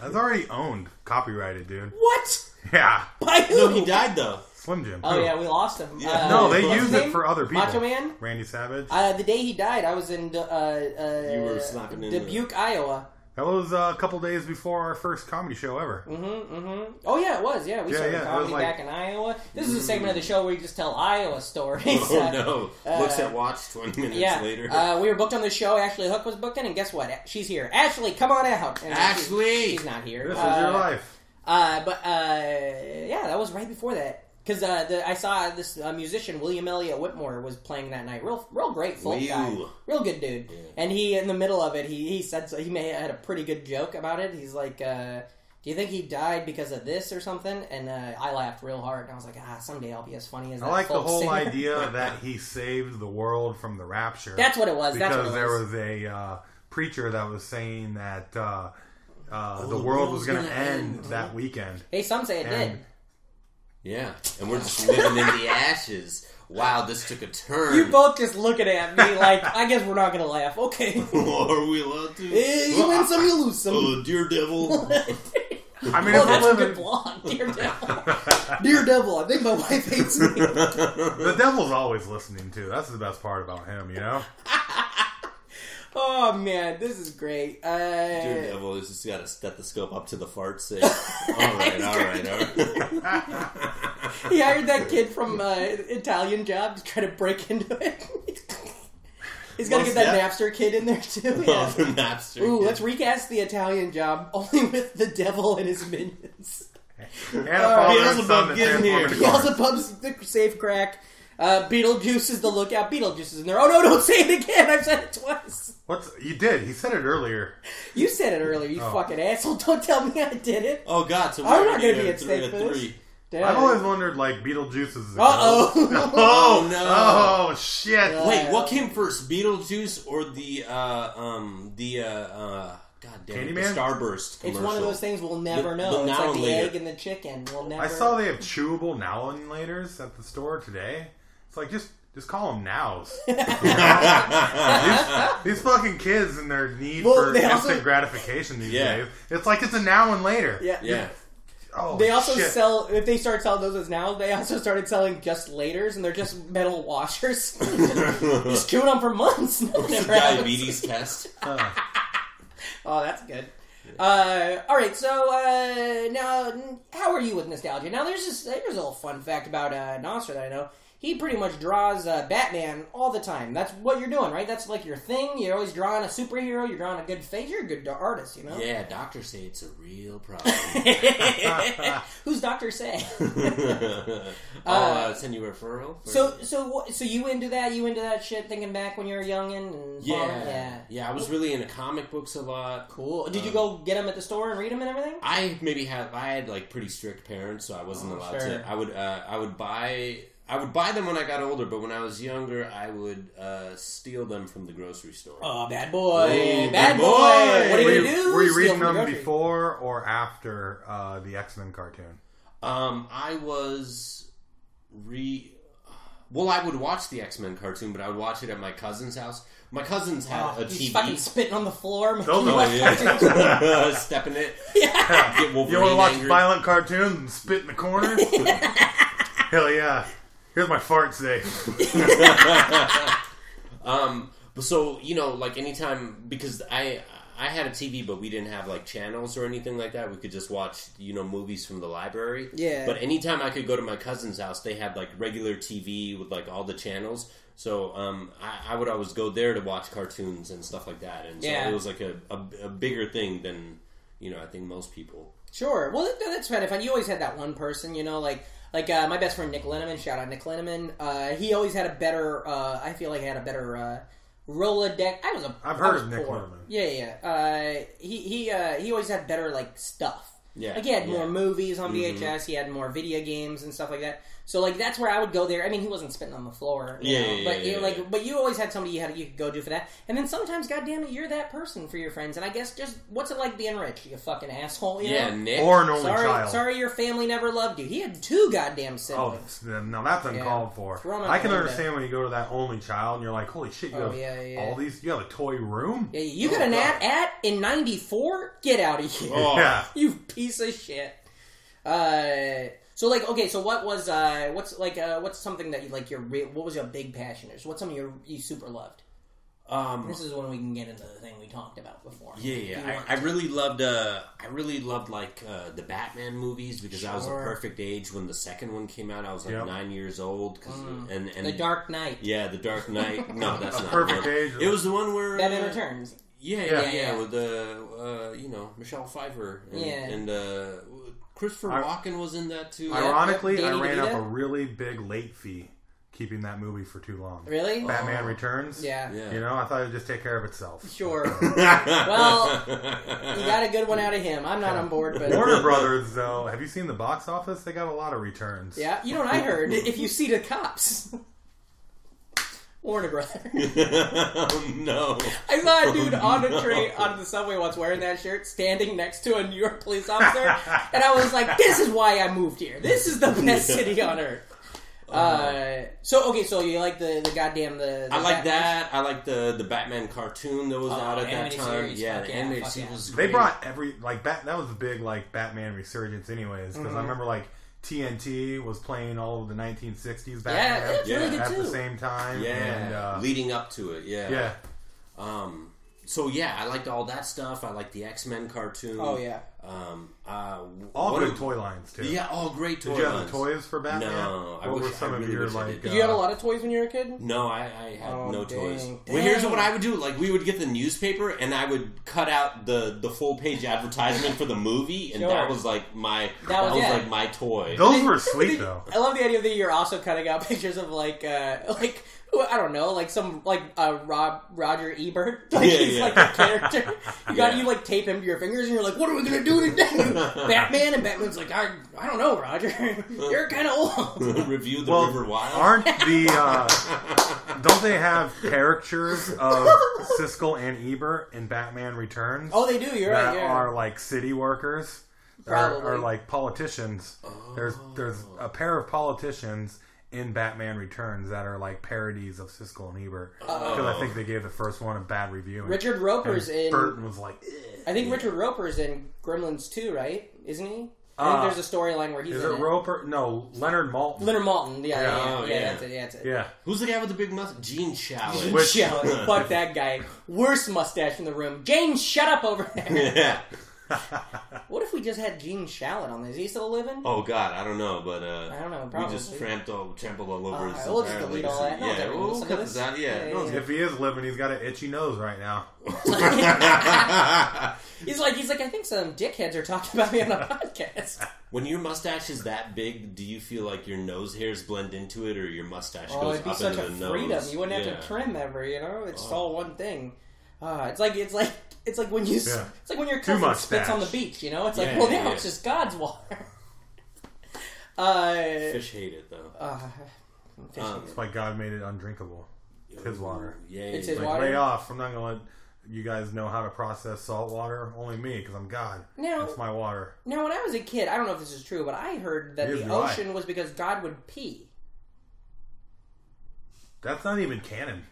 S2: That's already owned, copyrighted, dude.
S1: What?
S2: Yeah,
S1: By who?
S5: no, he died though.
S2: Slim Jim.
S1: Oh
S2: Who?
S1: yeah, we lost him.
S5: Yeah.
S1: Uh,
S2: No,
S5: what's
S2: they
S5: his
S2: use it
S1: name?
S2: for other people.
S1: Macho Man.
S2: Randy Savage.
S1: Uh, the day he died, I was in uh, uh,
S5: You were slapping into-
S1: Dubuque, Iowa.
S2: that was uh, a couple days before our first comedy show ever.
S1: Mm-hmm. Oh yeah, it was. Yeah, we
S2: Yeah,
S1: started
S2: yeah, it was
S1: comedy
S2: like-
S1: back in Iowa. This is a segment of the show where you just tell Iowa stories. Uh,
S5: Oh no! Looks at watch twenty minutes
S1: Yeah,
S5: later.
S1: Uh, we were booked on the show. Ashley Hook was booked in, and guess what? She's here. Ashley, come on out. And she-
S5: Ashley!
S1: she's not here.
S2: This
S1: Uh,
S2: is your life.
S1: Uh, but uh, yeah, that was right before that. Because uh, the- I saw this uh, musician William Elliott Whitmore was playing that night. Real, real great folk guy,
S5: Will.
S1: real good dude. And he, in the middle of it, he he said so, he may had a pretty good joke about it. He's like, uh, "Do you think he died because of this or something?" And uh, I laughed real hard, and I was like, "Ah, someday I'll be as funny as that."
S2: I like the
S1: folk
S2: whole
S1: singer."
S2: idea that he saved the world from the rapture.
S1: That's what it was.
S2: because
S1: That's what it
S2: there
S1: was.
S2: was a uh, preacher that was saying that uh, uh, the,
S5: the
S2: world
S5: world's
S2: was going to
S5: gonna
S2: end
S5: end.
S2: that weekend.
S1: Hey, some say it
S2: And
S1: did.
S5: Yeah, and we're just living in the ashes. Wow, this took a turn.
S1: You both just looking at me like I guess we're not gonna laugh. Okay,
S5: Are we allowed to?
S1: Eh, you win some, you lose some.
S5: Oh, dear devil.
S2: I
S1: Well,
S2: mean, if
S1: Oh, that's
S2: we're
S1: a good
S2: living,
S1: blog, dear devil. dear devil, I think my wife hates me.
S2: the devil's always listening too. That's the best part about him, you know.
S1: Oh man, this is great. Uh,
S5: Dear devil has just got a stethoscope up to the fart sake. All right, all right, all right.
S1: he hired that kid from uh, Italian Job to try to break into it. He's got to get
S5: What's
S1: that
S5: that?
S1: Napster kid in there too. Yeah.
S5: Oh, the Napster.
S1: Ooh, let's recast the Italian Job only with the devil and his minions.
S2: And a father and son that
S5: Beelzebub, get in
S2: transform
S5: here.
S2: into cars.
S1: Beelzebub's the safe crack. Uh, Beetlejuice is the lookout. Beetlejuice is in there. Oh no! Don't say it again. I've said it twice.
S2: What's you did? He said it earlier.
S1: You said it earlier. You
S2: Oh.
S1: fucking asshole! Don't tell me I did it.
S5: Oh, God, so
S1: I'm
S5: we're
S1: not
S5: going
S1: gonna be
S5: to
S1: at
S5: three
S1: stake
S5: to
S1: for this.
S5: three.
S2: I've always wondered, like Beetlejuice
S1: Uh
S2: is.
S1: oh.
S5: Oh, no.
S2: Oh shit!
S1: Uh,
S5: Wait, what came first, Beetlejuice or the uh, um, the uh, uh, God damn it, the
S2: Candyman?
S5: Starburst commercial?
S1: It's one of those things we'll never
S5: The-
S1: know.
S5: the
S1: it's like
S5: noun
S1: the
S5: later.
S1: egg and the chicken. We'll never.
S2: I saw they have chewable now and laters at the store today. It's like just just call them nows. these, these fucking kids and their need
S1: Well,
S2: for
S1: they
S2: instant
S1: also-
S2: gratification these
S5: Yeah.
S2: days. It's like it's a now and later.
S1: Yeah.
S5: Yeah.
S2: Oh,
S1: They also
S2: shit.
S1: sell if they start selling those as now. They also started selling just laters, and they're just metal washers. just chewing them for months. Nothing
S5: It's a
S1: ever happens.
S5: diabetes test.
S1: Oh, that's good. Uh, all right, so uh, now n- how are you with nostalgia? Now there's this there's a little fun fact about uh, Nostra that I know. He pretty much draws uh, Batman all the time. That's what you're doing, right? That's like your thing. You're always drawing a superhero. You're drawing a good face. You're a good artist, you know.
S5: Yeah, doctors say it's a real problem.
S1: Who's Doctor Say?
S5: I'll uh, send you a referral. for-
S1: So, oh, so, what- so you into that? You into that shit? Thinking back when you were youngin' and
S5: yeah,
S1: following-
S5: yeah, I was really into comic books a lot. Um,
S1: Cool. Did you go get them at the store and read them and everything?
S5: I maybe have I had like pretty strict parents, so I wasn't
S1: Oh,
S5: allowed
S1: sure.
S5: to. I would uh, I would buy I would buy them when I got older, but when I was younger, I would uh, steal them from the grocery store.
S1: Oh, bad boy,
S5: Ooh,
S1: bad,
S5: bad
S1: boy.
S5: boy.
S1: What did
S2: Were
S1: you
S2: you,
S1: do?
S2: were you
S1: Steal
S2: reading
S1: from the
S2: them
S1: grocery.
S2: before or after uh, the X Men cartoon?
S5: Um, I was re. Well, I would watch the X Men cartoon, but I would watch it at my cousin's house. My cousins had
S1: Oh,
S5: a
S1: he's fucking
S5: TV.
S1: spitting on the floor. making
S2: Those
S1: you
S2: are-
S1: watch
S5: Yeah.
S1: cartoons.
S5: Stepping it.
S1: Yeah.
S5: Get Wolverine
S2: You want to watch
S5: angry.
S2: violent cartoons and spit in the corner? Hell yeah! Here's my fart safe.
S5: Um, but so you know, like anytime because I I had a TV, but we didn't have like channels or anything like that. We could just watch you know movies from the library.
S1: Yeah.
S5: But anytime I could go to my cousin's house, they had like regular TV with like all the channels. So um, I, I would always go there to watch cartoons and stuff like that. And so
S1: Yeah.
S5: it was like a, a, a bigger thing than you know I think most people.
S1: Sure. Well, that, that's kind of fun. You always had that one person, you know, like like uh, my best friend Nick Lenneman. Shout out Nick Lenneman. Uh, he always had a better. Uh, I feel like I had a better uh, Rolodex. I was a.
S2: I've
S1: I
S2: heard
S1: was
S2: of Nick
S1: poor.
S2: Lenneman.
S1: Yeah, yeah. yeah. Uh, he he uh, he always had better like stuff.
S5: Yeah, Mm-hmm.
S1: Like he had
S5: yeah.
S1: more movies on VHS. He had more video games and stuff like that. So like that's where I would go there. I mean, he wasn't spitting on the floor. you
S5: Yeah,
S1: know,
S5: yeah, yeah,
S1: But you
S5: yeah,
S1: know, like
S5: yeah.
S1: but you always had somebody you had you could go to for that. And then sometimes, goddamn it, you're that person for your friends. And I guess just what's it like being rich? You fucking asshole. You
S5: Yeah,
S1: know?
S5: Nick.
S2: Or an only
S1: Sorry,
S2: child.
S1: sorry, your family never loved you. He had two goddamn
S2: Oh,
S1: siblings.
S2: no, that's uncalled for.
S1: Throw 'em out
S2: I can
S1: the window.
S2: understand when you go to that only child and you're like, holy shit, you
S1: Oh,
S2: have
S1: yeah, yeah.
S2: all these, you have a toy room?
S1: Yeah, you got an ad at in '94. Get out of here,
S5: Oh.
S2: Yeah.
S1: you piece of shit. Uh, so like, okay, so what was uh, what's like, uh, what's something that you like your real, what was your big passion? Or what's something you you super loved?
S5: Um,
S1: This is when we can get into the thing we talked about before.
S5: Yeah,
S1: If you
S5: yeah.
S1: want.
S5: I, I really loved. Uh, I really loved like uh, the Batman movies because I was the
S1: Sure.
S5: perfect age when the second one came out. I was like
S2: Yep. Mm.
S5: nine years old. 'cause- and and
S1: the Dark Knight,
S5: Yeah, the Dark Knight. No, that's not
S2: perfect
S5: it.
S2: age.
S5: It was the one where
S1: Batman
S5: uh,
S1: Returns.
S5: Yeah, yeah,
S2: Yeah.
S5: yeah.
S1: Yeah.
S5: with the uh, you know Michelle Pfeiffer. And,
S1: Yeah.
S5: and uh, Christopher
S2: I-
S5: Walken was in that too.
S2: Ironically, I
S1: Danny
S2: ran up
S1: DeVito?
S2: a really big late fee keeping that movie for too long.
S1: Really?
S2: Batman Returns?
S1: Yeah.
S5: Yeah.
S2: You know, I thought it would just take care of itself.
S1: Sure. well, you got a good one out of him. I'm not on board, but
S2: Warner Brothers, though, have you seen the box office? They got a lot of returns.
S1: Yeah, you know what I heard? if you see the cops. Warner Brother.
S5: oh no!
S1: I saw a dude on a train on the subway once wearing that shirt, standing next to a New York police officer, and I was like, "This is why I moved here. This is the best city on earth." Uh, so okay, so you like the the goddamn the, the
S5: I like
S1: Batman Oh,
S5: that. I like the the Batman cartoon that was out at that
S1: animated
S5: time.
S1: series,
S5: yeah,
S1: fuck
S5: the
S1: yeah,
S5: animated
S1: fuck
S5: series
S1: yeah.
S5: was
S2: They
S5: great.
S2: brought every like bat. That was a big like Batman resurgence, anyways.
S1: Mm-hmm.
S2: Because I remember like TNT was playing all of the 1960s
S1: Yeah,
S2: Batman
S1: it's really
S5: Yeah,
S1: good
S2: at
S1: too.
S2: the same time.
S5: yeah,
S2: and, uh,
S5: leading up to it. Yeah,
S2: yeah.
S5: Um, so yeah, I liked all that stuff. I liked the X Men cartoon.
S1: Oh yeah,
S5: Um, uh,
S2: All
S5: what
S2: good
S5: a-
S2: toy lines too.
S5: Yeah, all great toy
S2: Did you have
S5: lines.
S2: the toys for Batman?
S5: No, I
S2: What
S5: wish-
S2: were some
S5: I
S2: of
S5: really
S2: your
S5: wish I
S2: like?
S5: did.
S2: uh,
S1: did you have a lot of toys when you were a kid?
S5: No, I, I had
S1: Oh,
S5: no
S1: dang.
S5: toys.
S1: Damn.
S5: Well, here's what I would do: like we would get the newspaper, and I would cut out the the full page advertisement for the movie, and
S1: Sure.
S5: that was like my that,
S1: was
S5: was
S1: it.
S5: like my toy.
S2: Those were sweet though.
S1: I love the idea that you're also cutting out pictures of like, uh, like who- I don't know, like some like uh, Rob Roger Ebert, like
S5: Yeah,
S1: he's
S5: yeah.
S1: like a character. You got
S5: Yeah.
S1: you like tape him to your fingers, and you're like, what are we gonna do today? Batman and Batman's like, I I don't know, Roger, you're kind of old.
S5: Review the
S2: Well,
S5: River Wild.
S2: aren't the uh, don't they have caricatures of Siskel and Ebert in Batman Returns
S1: Oh, they do. You're
S2: that
S1: right. Yeah.
S2: are like city workers or, or
S1: Probably. Oh.
S2: like politicians? There's there's a pair of politicians in Batman Returns that are like parodies of Siskel and Ebert
S1: Oh.
S2: because I think they gave the first one a bad review. and-
S1: Richard
S2: and
S1: Roper's in.
S2: Burton was like, "Ugh."
S1: I think Richard Roper's in Gremlins too, right? Isn't he? I
S2: Uh,
S1: think there's a storyline where he's
S2: is
S1: in
S2: it Roper? No, Leonard Maltin.
S1: Leonard Maltin. Yeah, yeah, yeah,
S5: Oh,
S1: yeah,
S5: yeah.
S1: That's it. Yeah, that's it.
S2: yeah.
S5: Who's the guy with the big mustache? Gene Shaw.
S2: Which-
S1: Shut up. Fuck that guy. Worst mustache in the room. Gene, shut up over there.
S5: yeah.
S1: what if we just had Gene Shalit on this? Is he still living?
S5: Oh God, I don't know, but uh,
S1: I don't know,
S5: We just
S1: probably.
S5: trampled all, trampled all over
S1: Alright,
S5: his
S1: we'll just
S5: entire
S1: delete all that.
S5: legacy.
S1: No one's
S5: Yeah,
S1: ever
S5: we'll
S1: listened to
S5: cut this
S1: this.
S5: out. Yeah,
S1: Yeah,
S5: no one's
S1: yeah.
S2: If he is living, he's got an itchy nose right now.
S1: he's like, he's like, I think some dickheads are talking about me on a podcast.
S5: When your mustache is that big, do you feel like your nose hairs blend into it, or your mustache
S1: Oh,
S5: goes
S1: it'd be
S5: up
S1: such
S5: into
S1: a
S5: the
S1: freedom.
S5: nose?
S1: You wouldn't have
S5: Yeah. Oh.
S1: to trim ever. You know, it's all one thing. Uh, it's like it's like it's like when you s
S2: Yeah.
S1: it's like when your
S2: Too
S1: cousin
S2: much
S1: spits on the
S2: stash.
S1: beach. You know, it's like
S5: Yeah,
S1: well
S5: yeah,
S1: now
S5: yeah.
S1: it's just God's water. uh,
S5: Fish hate it though.
S1: uh, fish-
S5: Um,
S2: That's why God made it undrinkable. It's his water.
S5: yeah,
S1: It's
S5: yeah,
S1: his
S5: yeah.
S1: water.
S2: Lay off. I'm not gonna let you guys know how to process salt water. Only me, because I'm God.
S1: No.
S2: it's my water.
S1: Now, when I was a kid, I don't know if this is true, but I heard that
S2: Here's
S1: the
S2: why.
S1: ocean was because God would pee.
S2: That's not even canon.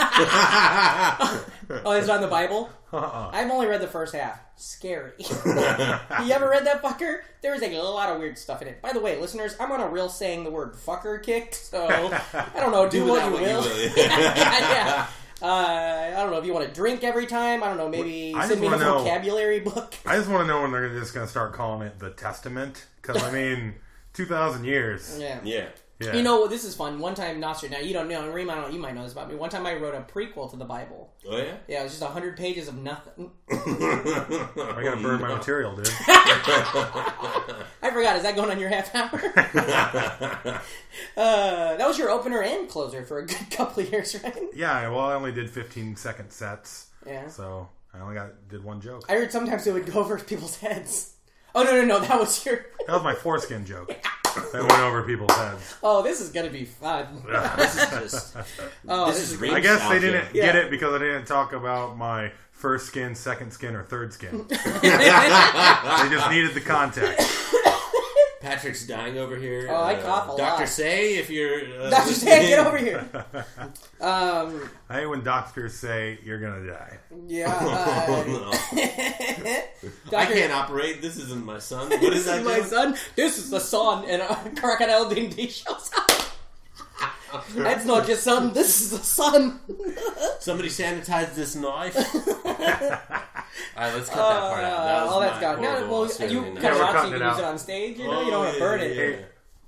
S1: Oh, it's not in the Bible?
S2: Uh-uh.
S1: I've only read the first half. Scary. you ever read that fucker? There is a lot of weird stuff in it. By the way, listeners, I'm on a real saying the word fucker kick, so I don't know. Do,
S5: Do
S1: what
S5: without
S1: you
S5: what
S1: will.
S5: you will.
S1: yeah, yeah. Uh, I don't know if you want to drink every time. I don't know. Maybe
S2: I
S1: send
S2: just
S1: me a
S2: wanna know-
S1: vocabulary book.
S2: I just want to know when they're just gonna start calling it the Testament. Because I mean, two thousand years.
S1: Yeah.
S5: Yeah.
S2: Yeah.
S1: You know what? This is fun. One time, Nostra. Now you don't know. Reem, I don't. You might know this about me. One time, I wrote a prequel to the Bible.
S5: Oh yeah.
S1: Yeah, it was just hundred pages of nothing.
S2: I gotta burn my material, dude.
S1: I forgot. Is that going on your half hour? uh, that was your opener and closer for a good couple of years, right?
S2: yeah. Well, I only did 15 second sets,
S1: Yeah.
S2: so I only got did one joke.
S1: I heard sometimes it would go over people's heads. Oh no no no! That was your.
S2: That was my foreskin joke. that went over people's heads.
S1: Oh, this is gonna be fun.
S5: This is just.
S1: Oh,
S5: this is real
S2: I guess they didn't
S1: Yeah.
S2: get it because I didn't talk about my first skin, second skin, or third skin. they just needed the context.
S5: Patrick's dying over here. Uh,
S1: Oh, I cough a
S5: Doctor
S1: lot.
S5: Say, if you're uh,
S1: Doctor Stan, get over here. Um,
S2: I hate when doctors say you're gonna die.
S1: yeah. Uh,
S5: Oh, No, I
S1: Doctor,
S5: can't operate. This isn't my son. What
S1: this
S5: is that?
S1: is my
S5: dude?
S1: son. This is the son, and uh, Crocodile Dundee shows up. That's not your son. This is the son.
S5: Somebody sanitize this knife. all right, let's cut that part out. That
S1: Uh,
S5: was
S1: all that's
S5: my
S1: gone. No,
S5: horrible
S1: well, you
S5: Australian
S1: cut it
S2: We're
S1: out so you
S2: cutting
S1: can
S2: it
S1: use
S2: out.
S1: it on stage. You know, you don't want to
S5: Oh,
S1: burn
S5: yeah,
S1: it.
S5: yeah,
S2: Hey,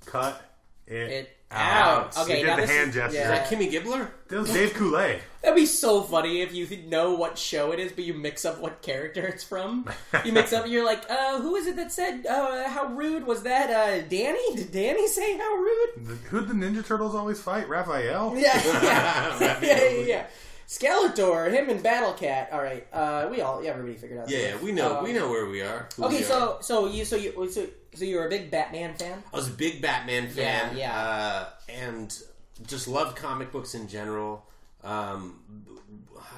S2: cut it.
S1: It out.
S5: Out.
S1: Okay,
S2: You did
S1: now
S2: the
S1: this
S2: hand
S1: is,
S2: gesture.
S1: yeah.
S5: Is that Kimmy Gibbler?
S2: That was Dave Coulet.
S1: That'd be so funny if you th- know what show it is, but you mix up what character it's from. You mix up, you're like, uh, who is it that said, uh, how rude was that? Uh, Danny? Did Danny say how rude?
S2: The- Who'd the Ninja Turtles always fight? Raphael?
S1: Yeah, yeah, yeah, yeah, yeah. Skeletor, him and Battle Cat. All right, uh, we all, yeah, everybody figured out. Um,
S5: Yeah, yeah, we know, we know where we are. who
S1: Okay,
S5: we
S1: so
S5: are.
S1: so you so you so, so you were a big Batman fan.
S5: I was a big Batman
S1: Yeah,
S5: fan.
S1: yeah.
S5: Uh, and just loved comic books in general. Um,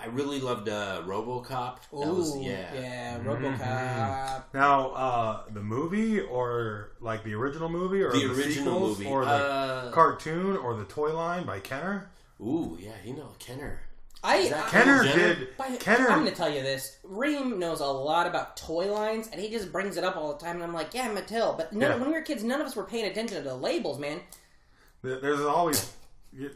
S5: I really loved uh, RoboCop. That was
S1: Ooh,
S5: yeah.
S1: yeah,
S2: Mm-hmm.
S1: RoboCop.
S2: Now, uh, the movie or like the original movie or
S5: The
S2: the,
S5: original
S2: sequels,
S5: movie.
S2: or the
S5: Uh,
S2: cartoon or the toy line by Kenner?
S5: Ooh, yeah, you know Kenner.
S1: I,
S5: that
S1: I-
S2: Kenner
S5: Jenner?
S2: did.
S1: By-
S2: Kenner.
S1: I'm going to tell you this. Reem knows a lot about toy lines, and he just brings it up all the time. And I'm like, yeah, Mattel. But none,
S2: Yeah.
S1: when we were kids, none of us were paying attention to the labels, man.
S2: th- There's always. you-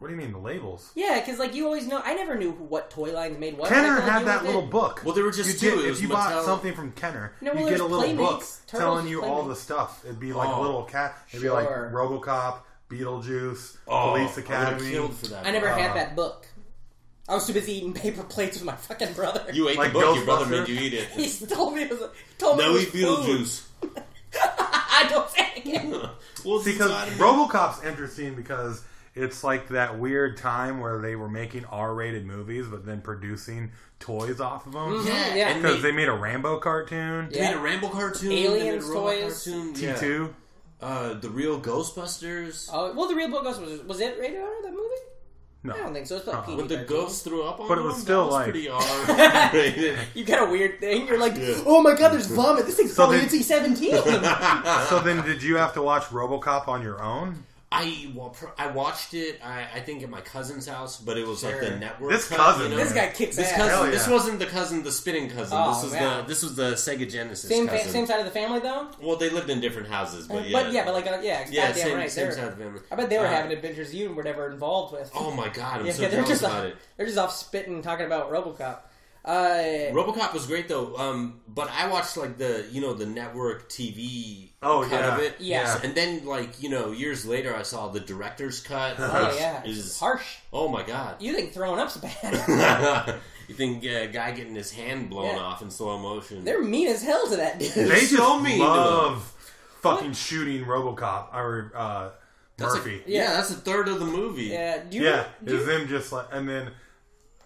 S2: What do you mean the labels?
S1: Yeah, because like you always know. I never knew what toy lines made what. I
S2: Kenner
S1: thought
S2: had
S1: you
S2: that
S1: did.
S2: little book.
S5: Well, there were just
S2: you
S5: two. It
S2: Get,
S5: was
S2: if you
S5: Mattel-
S2: bought something from Kenner,
S1: No, well,
S2: you
S1: there's
S2: get a little book
S1: Playmates, Turtles,
S2: telling you all the
S1: Playmates.
S2: stuff. It'd be like
S5: Oh.
S2: little cat. It'd be like
S1: Sure.
S2: RoboCop, Beetlejuice, Police
S5: Oh, I would've
S2: Academy.
S5: killed for that.
S1: I never
S5: book.
S2: Uh.
S1: had that book. I was too busy eating paper plates with my fucking brother.
S5: You ate
S2: Like
S5: the book. Your brother
S2: Ghostbusters?
S5: made you eat
S1: he
S5: it.
S1: told me it was. A, told me
S5: no,
S1: it was
S5: eat Beetlejuice.
S1: I don't say it again.
S5: Well, it's
S2: because
S5: not-
S2: RoboCop's interesting because it's like that weird time where they were making R-rated movies, but then producing toys off of
S5: Mm-hmm.
S2: them.
S1: Yeah, yeah.
S5: and
S2: Because they made a Rambo cartoon,
S5: They made
S1: Yeah.
S5: a Rambo cartoon,
S1: Aliens
S5: they made a Robot
S1: toys.
S5: cartoon,
S2: T
S5: yeah.
S2: two.
S5: uh, the real Ghostbusters.
S1: Oh well, the real book was was it rated R? That movie?
S2: No,
S1: I don't think so. It's like
S2: Uh-uh.
S1: PG.
S5: When the ghost threw up on
S2: But it was
S5: them,
S2: still
S5: that was
S2: like-
S5: pretty R-rated.
S1: You got a weird thing. You're like,
S5: Yeah.
S1: oh my god, there's vomit. This thing's
S2: So
S1: probably
S2: they-
S1: NC seventeen.
S2: So then, did you have to watch RoboCop on your own?
S5: I wa- pro- I watched it. I, I think at my cousin's house, but it was like the
S1: Sure.
S5: network.
S2: This
S5: cut,
S2: cousin,
S5: you know?
S1: this guy kicks
S5: This
S1: ass.
S5: cousin.
S2: Hell
S5: This
S2: yeah.
S5: wasn't the cousin, the spinning cousin.
S1: Oh,
S5: this was
S1: wow.
S5: the this was the Sega Genesis
S1: Same fa-
S5: cousin.
S1: same side of the family though.
S5: Well, they lived in different houses, but yeah,
S1: But yeah, but like uh, yeah,
S5: yeah,
S1: goddamn
S5: same,
S1: right.
S5: same
S1: they're-
S5: side of the family.
S1: I bet they were
S5: Uh,
S1: having adventures you were never involved with.
S5: Oh my god, I'm
S1: yeah,
S5: so
S1: yeah, they're
S5: jealous
S1: just
S5: about
S1: off,
S5: it.
S1: they're just off spitting talking about RoboCop. Uh,
S5: RoboCop was great though, um, but I watched like the you know the network TV
S2: Oh,
S5: cut
S2: yeah.
S5: of it,
S1: Yeah.
S5: and then like you know years later I saw the director's cut.
S1: oh
S5: which
S1: yeah,
S5: is
S1: harsh.
S5: oh my god.
S1: You think throwing up's bad?
S5: you think uh, guy getting his hand blown
S1: Yeah.
S5: off in slow motion?
S1: they're mean as hell to that dude.
S2: They
S5: So
S2: just
S5: mean to
S2: love fucking shooting RoboCop or uh,
S5: That's a-
S2: Murphy.
S5: yeah, that's a third of the movie.
S1: Yeah, do you,
S2: Yeah,
S1: do
S2: is
S1: you,
S2: them just like, and then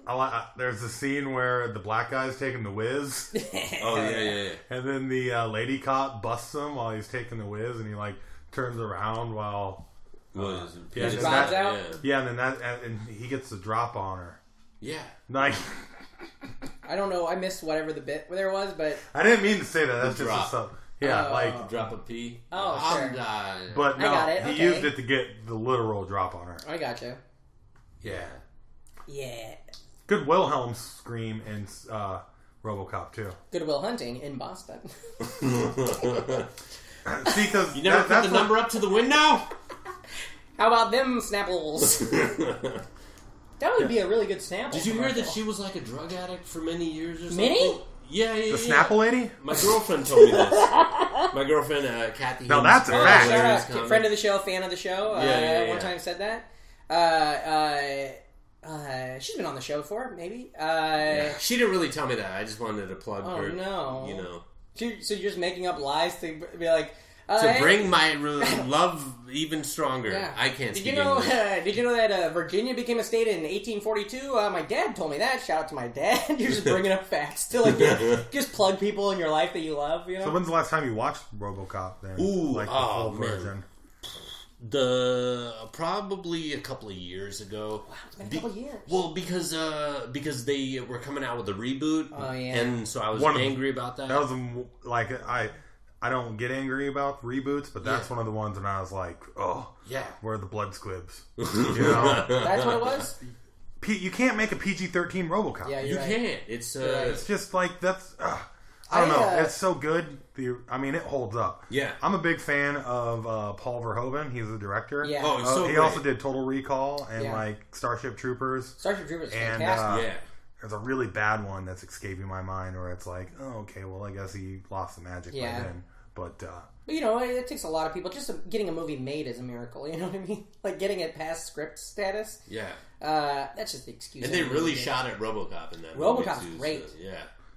S2: I li- I- there's a scene where the black guy's taking the whiz,
S5: Oh yeah, yeah, yeah.
S2: and then the uh, lady cop busts him while he's taking the whiz, and he like turns around while
S5: Well, it's-
S2: Uh, yeah,
S5: it's-
S2: just
S1: Bob's
S2: that-
S1: out.
S2: yeah, and then that and, and he gets the drop on her.
S5: Yeah. yeah.
S2: Like
S1: I don't know. I missed whatever the bit there was, but
S2: I didn't mean to say that. That's just a
S5: The drop.
S2: sub. Yeah,
S1: Oh.
S2: like
S5: Drop a pee.
S1: Oh,
S5: I'm
S1: sure.
S5: dying.
S2: but
S1: I
S2: no,
S1: got it,
S2: he
S1: okay.
S2: used it to get the literal drop on her.
S1: I gotcha.
S5: yeah.
S1: Yeah,
S2: Good Wilhelm scream in uh, RoboCop too.
S1: Goodwill Hunting in Boston.
S2: See, because
S5: You never put the number up to the window.
S1: How about them Snapples? that would be a really good Snapple.
S5: Did you hear that
S1: commercial.
S5: she was like a drug addict for many years or something?
S1: Many?
S5: Yeah, yeah,
S2: the
S5: yeah.
S2: Snapple lady.
S5: My girlfriend told me this. My girlfriend, uh, Kathy.
S2: Now that's
S5: Hibbs,
S2: a
S5: uh,
S2: fact.
S5: hilarious
S1: Shout out,
S5: comic.
S1: friend of the show, fan of the show. uh,
S5: Yeah, yeah, yeah.
S1: One time said that. Uh, uh, uh, she's been on the show before, maybe. Uh,
S5: She didn't really tell me that. I just wanted to plug
S1: Oh,
S5: her.
S1: no.
S5: You know,
S1: she- so you're just making up lies to be like. Uh,
S5: to
S1: hey-
S5: bring my re- love even stronger.
S1: Yeah.
S5: I can't.
S1: Did
S5: Speak
S1: you know?
S5: English.
S1: Uh, did you know that uh, Virginia became a state in 1842? Uh, my dad told me that. Shout out to my dad. You're just bringing up facts to like you- just plug people in your life that you love. You know.
S2: So when's the last time you watched RoboCop? Then,
S5: Ooh,
S2: like the
S5: oh,
S2: full
S5: man.
S2: version.
S5: the probably a couple of years ago. Wow,
S1: it's been a couple years.
S5: Well, because uh, because they were coming out with a reboot.
S1: Oh, yeah.
S5: and so I was
S2: One of-
S5: angry about that.
S2: That was um, like I, I don't get angry about reboots, but that's
S5: Yeah.
S2: one of the ones, and I was like, oh,
S5: yeah.
S2: where are the blood squibs? You know,
S1: That's what it was.
S2: P- you can't make a PG thirteen RoboCop.
S1: Yeah,
S5: You
S1: you're right.
S5: can't. It's uh,
S1: right.
S2: It's just like that's. Uh, I don't
S1: I,
S2: know.
S1: uh,
S2: it's so good. The I mean, it holds up.
S5: Yeah.
S2: I'm a big fan of uh, Paul Verhoeven. He's the director.
S1: Yeah.
S5: oh, it's
S2: Uh,
S5: so
S2: he
S5: great.
S2: also did Total Recall and
S1: Yeah.
S2: like Starship Troopers.
S1: Starship Troopers is
S2: And,
S1: fantastic.
S2: uh,
S5: Yeah.
S2: There's a really bad one that's escaping my mind where it's like, oh, okay, well, I guess he lost the magic
S1: Yeah.
S2: by then. But uh,
S1: But you know, it, it takes a lot of people. Just uh, getting a movie made is a miracle. You know what I mean? Like getting it past script status.
S5: Yeah.
S1: Uh, that's just the excuse.
S5: And they
S1: everybody
S5: really
S1: gives.
S5: shot at RoboCop in that.
S1: RoboCop's
S5: movie too, so,
S1: great.
S5: yeah.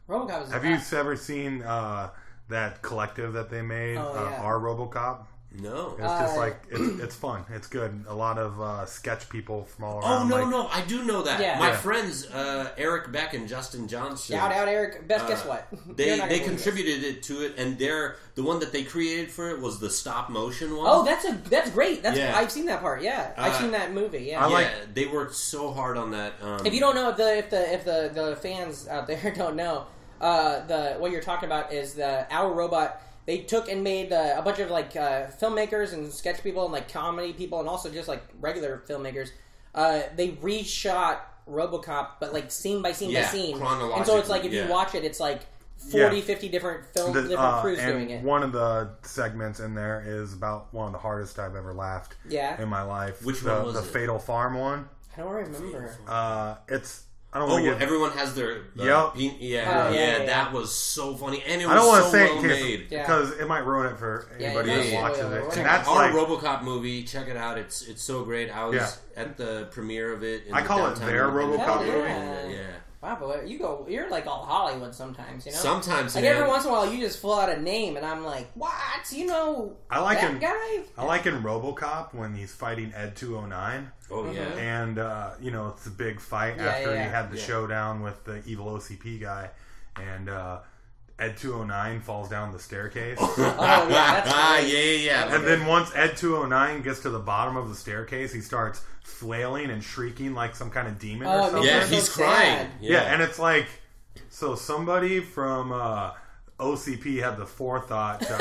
S1: RoboCop was.
S2: have you ever seen uh, that collective that they made,
S1: Oh,
S2: uh,
S1: yeah. Uh,
S2: Our RoboCop?
S5: No.
S2: It's just like it's, it's fun. It's good. A lot of uh, sketch people from all
S5: oh
S2: around.
S5: no,
S2: Um, like,
S5: no, I do know that.
S1: Yeah.
S5: My
S1: Yeah.
S5: friends uh, Eric Beck and Justin Johnson.
S1: Shout out, Eric. Best
S5: uh,
S1: guess what? You're
S5: They
S1: not
S5: they
S1: gonna believe this.
S5: contributed it to it, and they're the one that they created for it was the stop motion one.
S1: Oh, that's a that's great. That's
S5: Yeah.
S1: I've seen that part. Yeah, I've
S5: Uh,
S1: seen that movie. Yeah.
S2: I
S5: yeah,
S2: like-
S5: they worked so hard on that. Um,
S1: if you don't know if the if the if the, the fans out there don't know, uh, the what you're talking about is the Our Robot. They took and made uh, a bunch of like uh, filmmakers and sketch people and like comedy people and also just like regular filmmakers. Uh, they reshot RoboCop, but like scene by scene by
S5: Yeah,
S1: scene. And so
S5: chronologically,
S1: it's like if
S5: yeah.
S1: you watch it, it's like 40,
S2: Yeah.
S1: 50 different film
S2: The-
S1: different
S2: uh,
S1: crews
S2: and
S1: doing it.
S2: One of the segments in there is about one of the hardest I've ever laughed.
S1: Yeah.
S2: In my life.
S5: Which
S2: the,
S5: one was
S2: the
S5: it?
S2: Fatal Farm one?
S1: I don't remember.
S2: Uh, it's I don't
S5: Oh,
S2: want to give.
S5: everyone has their uh,
S2: Yup.
S5: pe- yeah,
S1: Oh, yeah,
S5: yeah,
S1: yeah, yeah.
S5: That was so funny, and it was
S2: I don't want to
S5: so
S2: say
S5: well
S2: it
S5: made.
S1: Yeah.
S2: because it might ruin it for
S1: Yeah,
S2: anybody
S5: yeah,
S2: that
S5: yeah,
S2: watches
S1: yeah, yeah,
S2: it.
S1: yeah.
S2: And that's
S5: Our
S2: like
S5: RoboCop movie, check it out. It's it's so great. I was
S2: Yeah.
S5: at the premiere of it. In
S2: I
S5: the
S2: call it
S5: downtown
S2: their
S5: Independence
S2: RoboCop
S5: Theater.
S1: movie.
S5: Yeah.
S1: Oh, Yeah. Wow, boy, you go. You're like all Hollywood sometimes. You know.
S5: Sometimes
S1: Like
S5: man,
S1: every once in a while, you just pull out a name, and I'm like, "What? You know
S2: I like
S1: that
S2: him.
S1: guy?"
S2: I like in RoboCop when he's fighting Ed 209.
S5: Oh yeah.
S2: and uh, you know it's a big fight
S1: Yeah,
S2: after
S1: yeah,
S2: he
S1: yeah.
S2: had the
S5: Yeah.
S2: showdown with the evil OCP guy, and uh, Ed 209 falls down the staircase.
S1: Oh yeah, that's
S5: ah,
S1: great.
S5: yeah, yeah, yeah.
S2: And then once Ed 209 gets to the bottom of the staircase, he starts flailing and shrieking like some kind of demon
S1: Oh,
S2: or something.
S1: yeah,
S5: yeah,
S1: so
S5: he's
S1: sad.
S5: crying.
S2: Yeah, and it's like so somebody from uh, OCP had the forethought to,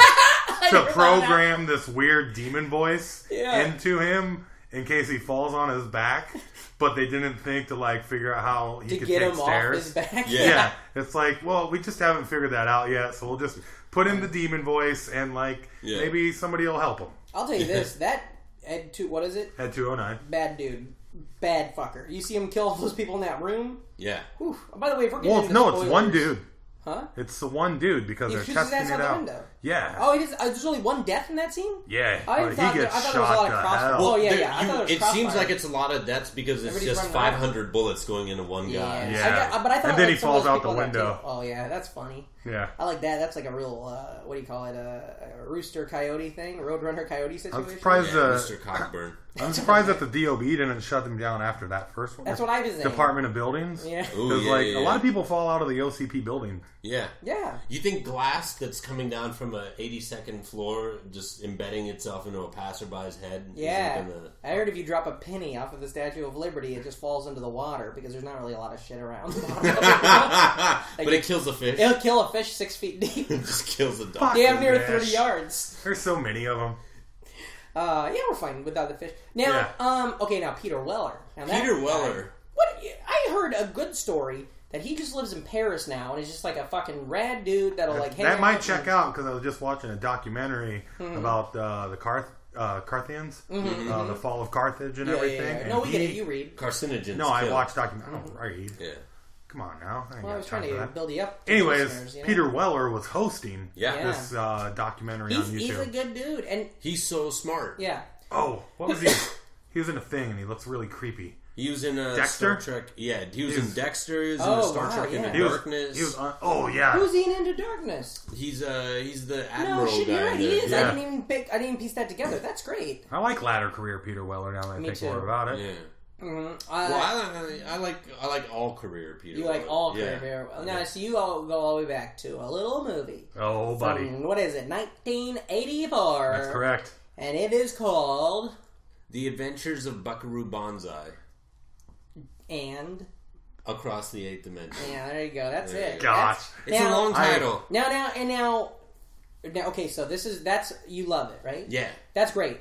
S2: to program this weird demon voice
S1: Yeah.
S2: into him in case he falls on his back, but they didn't think to like figure out how he
S1: to
S2: could
S1: get
S2: take
S1: him
S2: stairs.
S1: off his back.
S5: Yeah.
S2: yeah. it's like well, we just haven't figured that out yet, so we'll just put in the demon voice and like
S5: Yeah.
S2: maybe somebody will help him. oh
S1: I'll tell you this: that Ed two, what is it?
S2: Ed 209.
S1: Bad dude, bad fucker. You see him kill all those people in that room.
S5: yeah.
S1: Whew. By the way, if we're getting
S2: Well,
S1: into
S2: no, it's one
S1: spoilers-
S2: dude.
S1: huh?
S2: It's the one dude because
S1: He
S2: they're
S1: shoots his
S2: testing
S1: ass out
S2: it
S1: the
S2: out.
S1: window.
S2: Yeah.
S1: Oh, it is. Uh, there's only one death in that scene.
S2: Yeah,
S1: I
S2: but
S1: thought
S2: he
S1: there-
S2: gets
S1: I thought there was a
S2: shot
S1: lot of
S2: to
S1: cross-
S2: hell.
S1: Oh,
S5: Well,
S1: yeah,
S5: there-
S1: yeah, I
S5: you-
S1: thought it was
S5: it seems
S1: crossfire.
S5: like it's a lot of deaths because it's
S1: Everybody's
S5: just
S1: running around.
S5: 500 bullets going into one guy.
S2: Yeah.
S1: I got- but I thought
S2: And then
S1: like,
S2: he
S1: some of
S2: falls
S1: those
S2: out
S1: people
S2: the
S1: that
S2: window.
S1: take- oh yeah, that's funny.
S2: Yeah.
S1: I like that. That's like a real uh, what do you call it? Uh, A, a rooster coyote thing, roadrunner coyote situation.
S2: I'm surprised.
S5: Yeah,
S2: uh,
S5: Mr. Cockburn.
S2: I'm surprised that the DOB didn't shut them down after that first one.
S1: That's what I was thinking.
S2: Department of Buildings.
S1: Yeah.
S5: Ooh,
S2: Because
S5: yeah,
S2: like
S5: yeah,
S2: a lot of
S5: yeah.
S2: people fall out of the OCP building.
S5: Yeah.
S1: Yeah.
S5: You think glass that's coming down from a 82nd floor, just embedding itself into a passerby's head? isn't
S1: Yeah,
S5: gonna-
S1: I heard if you drop a penny off of the Statue of Liberty, it just falls into the water because there's not really a lot of shit around.
S5: but it kills a fish.
S1: It'll kill a fish six feet deep,
S5: It just kills a dog.
S2: Fuck.
S1: damn near
S2: Yes.
S1: thirty yards.
S2: There's so many of them.
S1: Uh, yeah, we're fine without the fish. Now,
S2: Yeah.
S1: um, okay, now Peter Weller. Now that
S5: Peter
S1: guy-
S5: Weller.
S1: What I heard a good story that he just lives in Paris now and is just like a fucking rad dude that'll like um, hang
S2: that
S1: out
S2: might
S1: and-
S2: check out because I was just watching a documentary
S1: Mm-hmm.
S2: about uh, the Carth- uh, Carthians, uh,
S5: Mm-hmm.
S2: the fall of Carthage, and
S1: Yeah, yeah, yeah.
S2: everything. and
S1: No, we get
S2: he-
S1: it. You read.
S5: Carcinogens.
S2: No, I
S5: kill.
S2: watched documentary. Oh, right.
S5: Yeah.
S2: Come on now. I ain't
S1: Well, I
S2: got
S1: was
S2: time
S1: trying
S2: for
S1: to
S2: that.
S1: build you up. to
S2: Anyways,
S1: listeners, you know?
S2: Peter Weller was hosting
S5: Yeah.
S1: Yeah.
S2: this uh, documentary
S1: He's,
S2: on YouTube.
S1: he's a good dude, and
S5: He's so smart.
S1: yeah,
S2: Oh, what was he? he was in a thing, and he looks really creepy.
S5: He was in a
S2: Dexter?
S5: Star Trek. Yeah, he was
S2: He
S5: in
S2: was-
S5: Dexter. He was in
S1: Oh,
S5: a Star
S1: wow,
S5: Trek
S1: yeah.
S5: Into
S2: He was.
S5: Darkness.
S2: He was. On, oh yeah.
S1: who's he in Into Darkness?
S5: he's uh he's the
S1: No
S5: admiral
S1: shit,
S5: guy.
S1: you're right. He
S5: there.
S1: is. I
S2: Yeah.
S1: didn't even pick. I didn't even piece that together. That's great.
S2: I like latter career Peter Weller. Now that I
S1: Me
S2: think
S1: too.
S2: more about it,
S5: Yeah.
S1: Uh,
S5: Well, I, I like I like all career Peter.
S1: you like
S5: Weller.
S1: all
S5: Yeah.
S1: career very well. Now, so you all go all the way back to a little movie.
S2: oh buddy,
S1: From, what is it? 1984.
S2: that's correct.
S1: And it is called
S5: The Adventures of Buckaroo Banzai
S1: and
S5: across the eighth dimension.
S1: yeah. There you go. That's it.
S2: Gosh.
S1: That's-
S5: It's
S1: now-
S5: a long
S2: I-
S5: title.
S1: Now, now, and now, now. Okay, so this is that's you love it, right?
S5: yeah.
S1: That's great.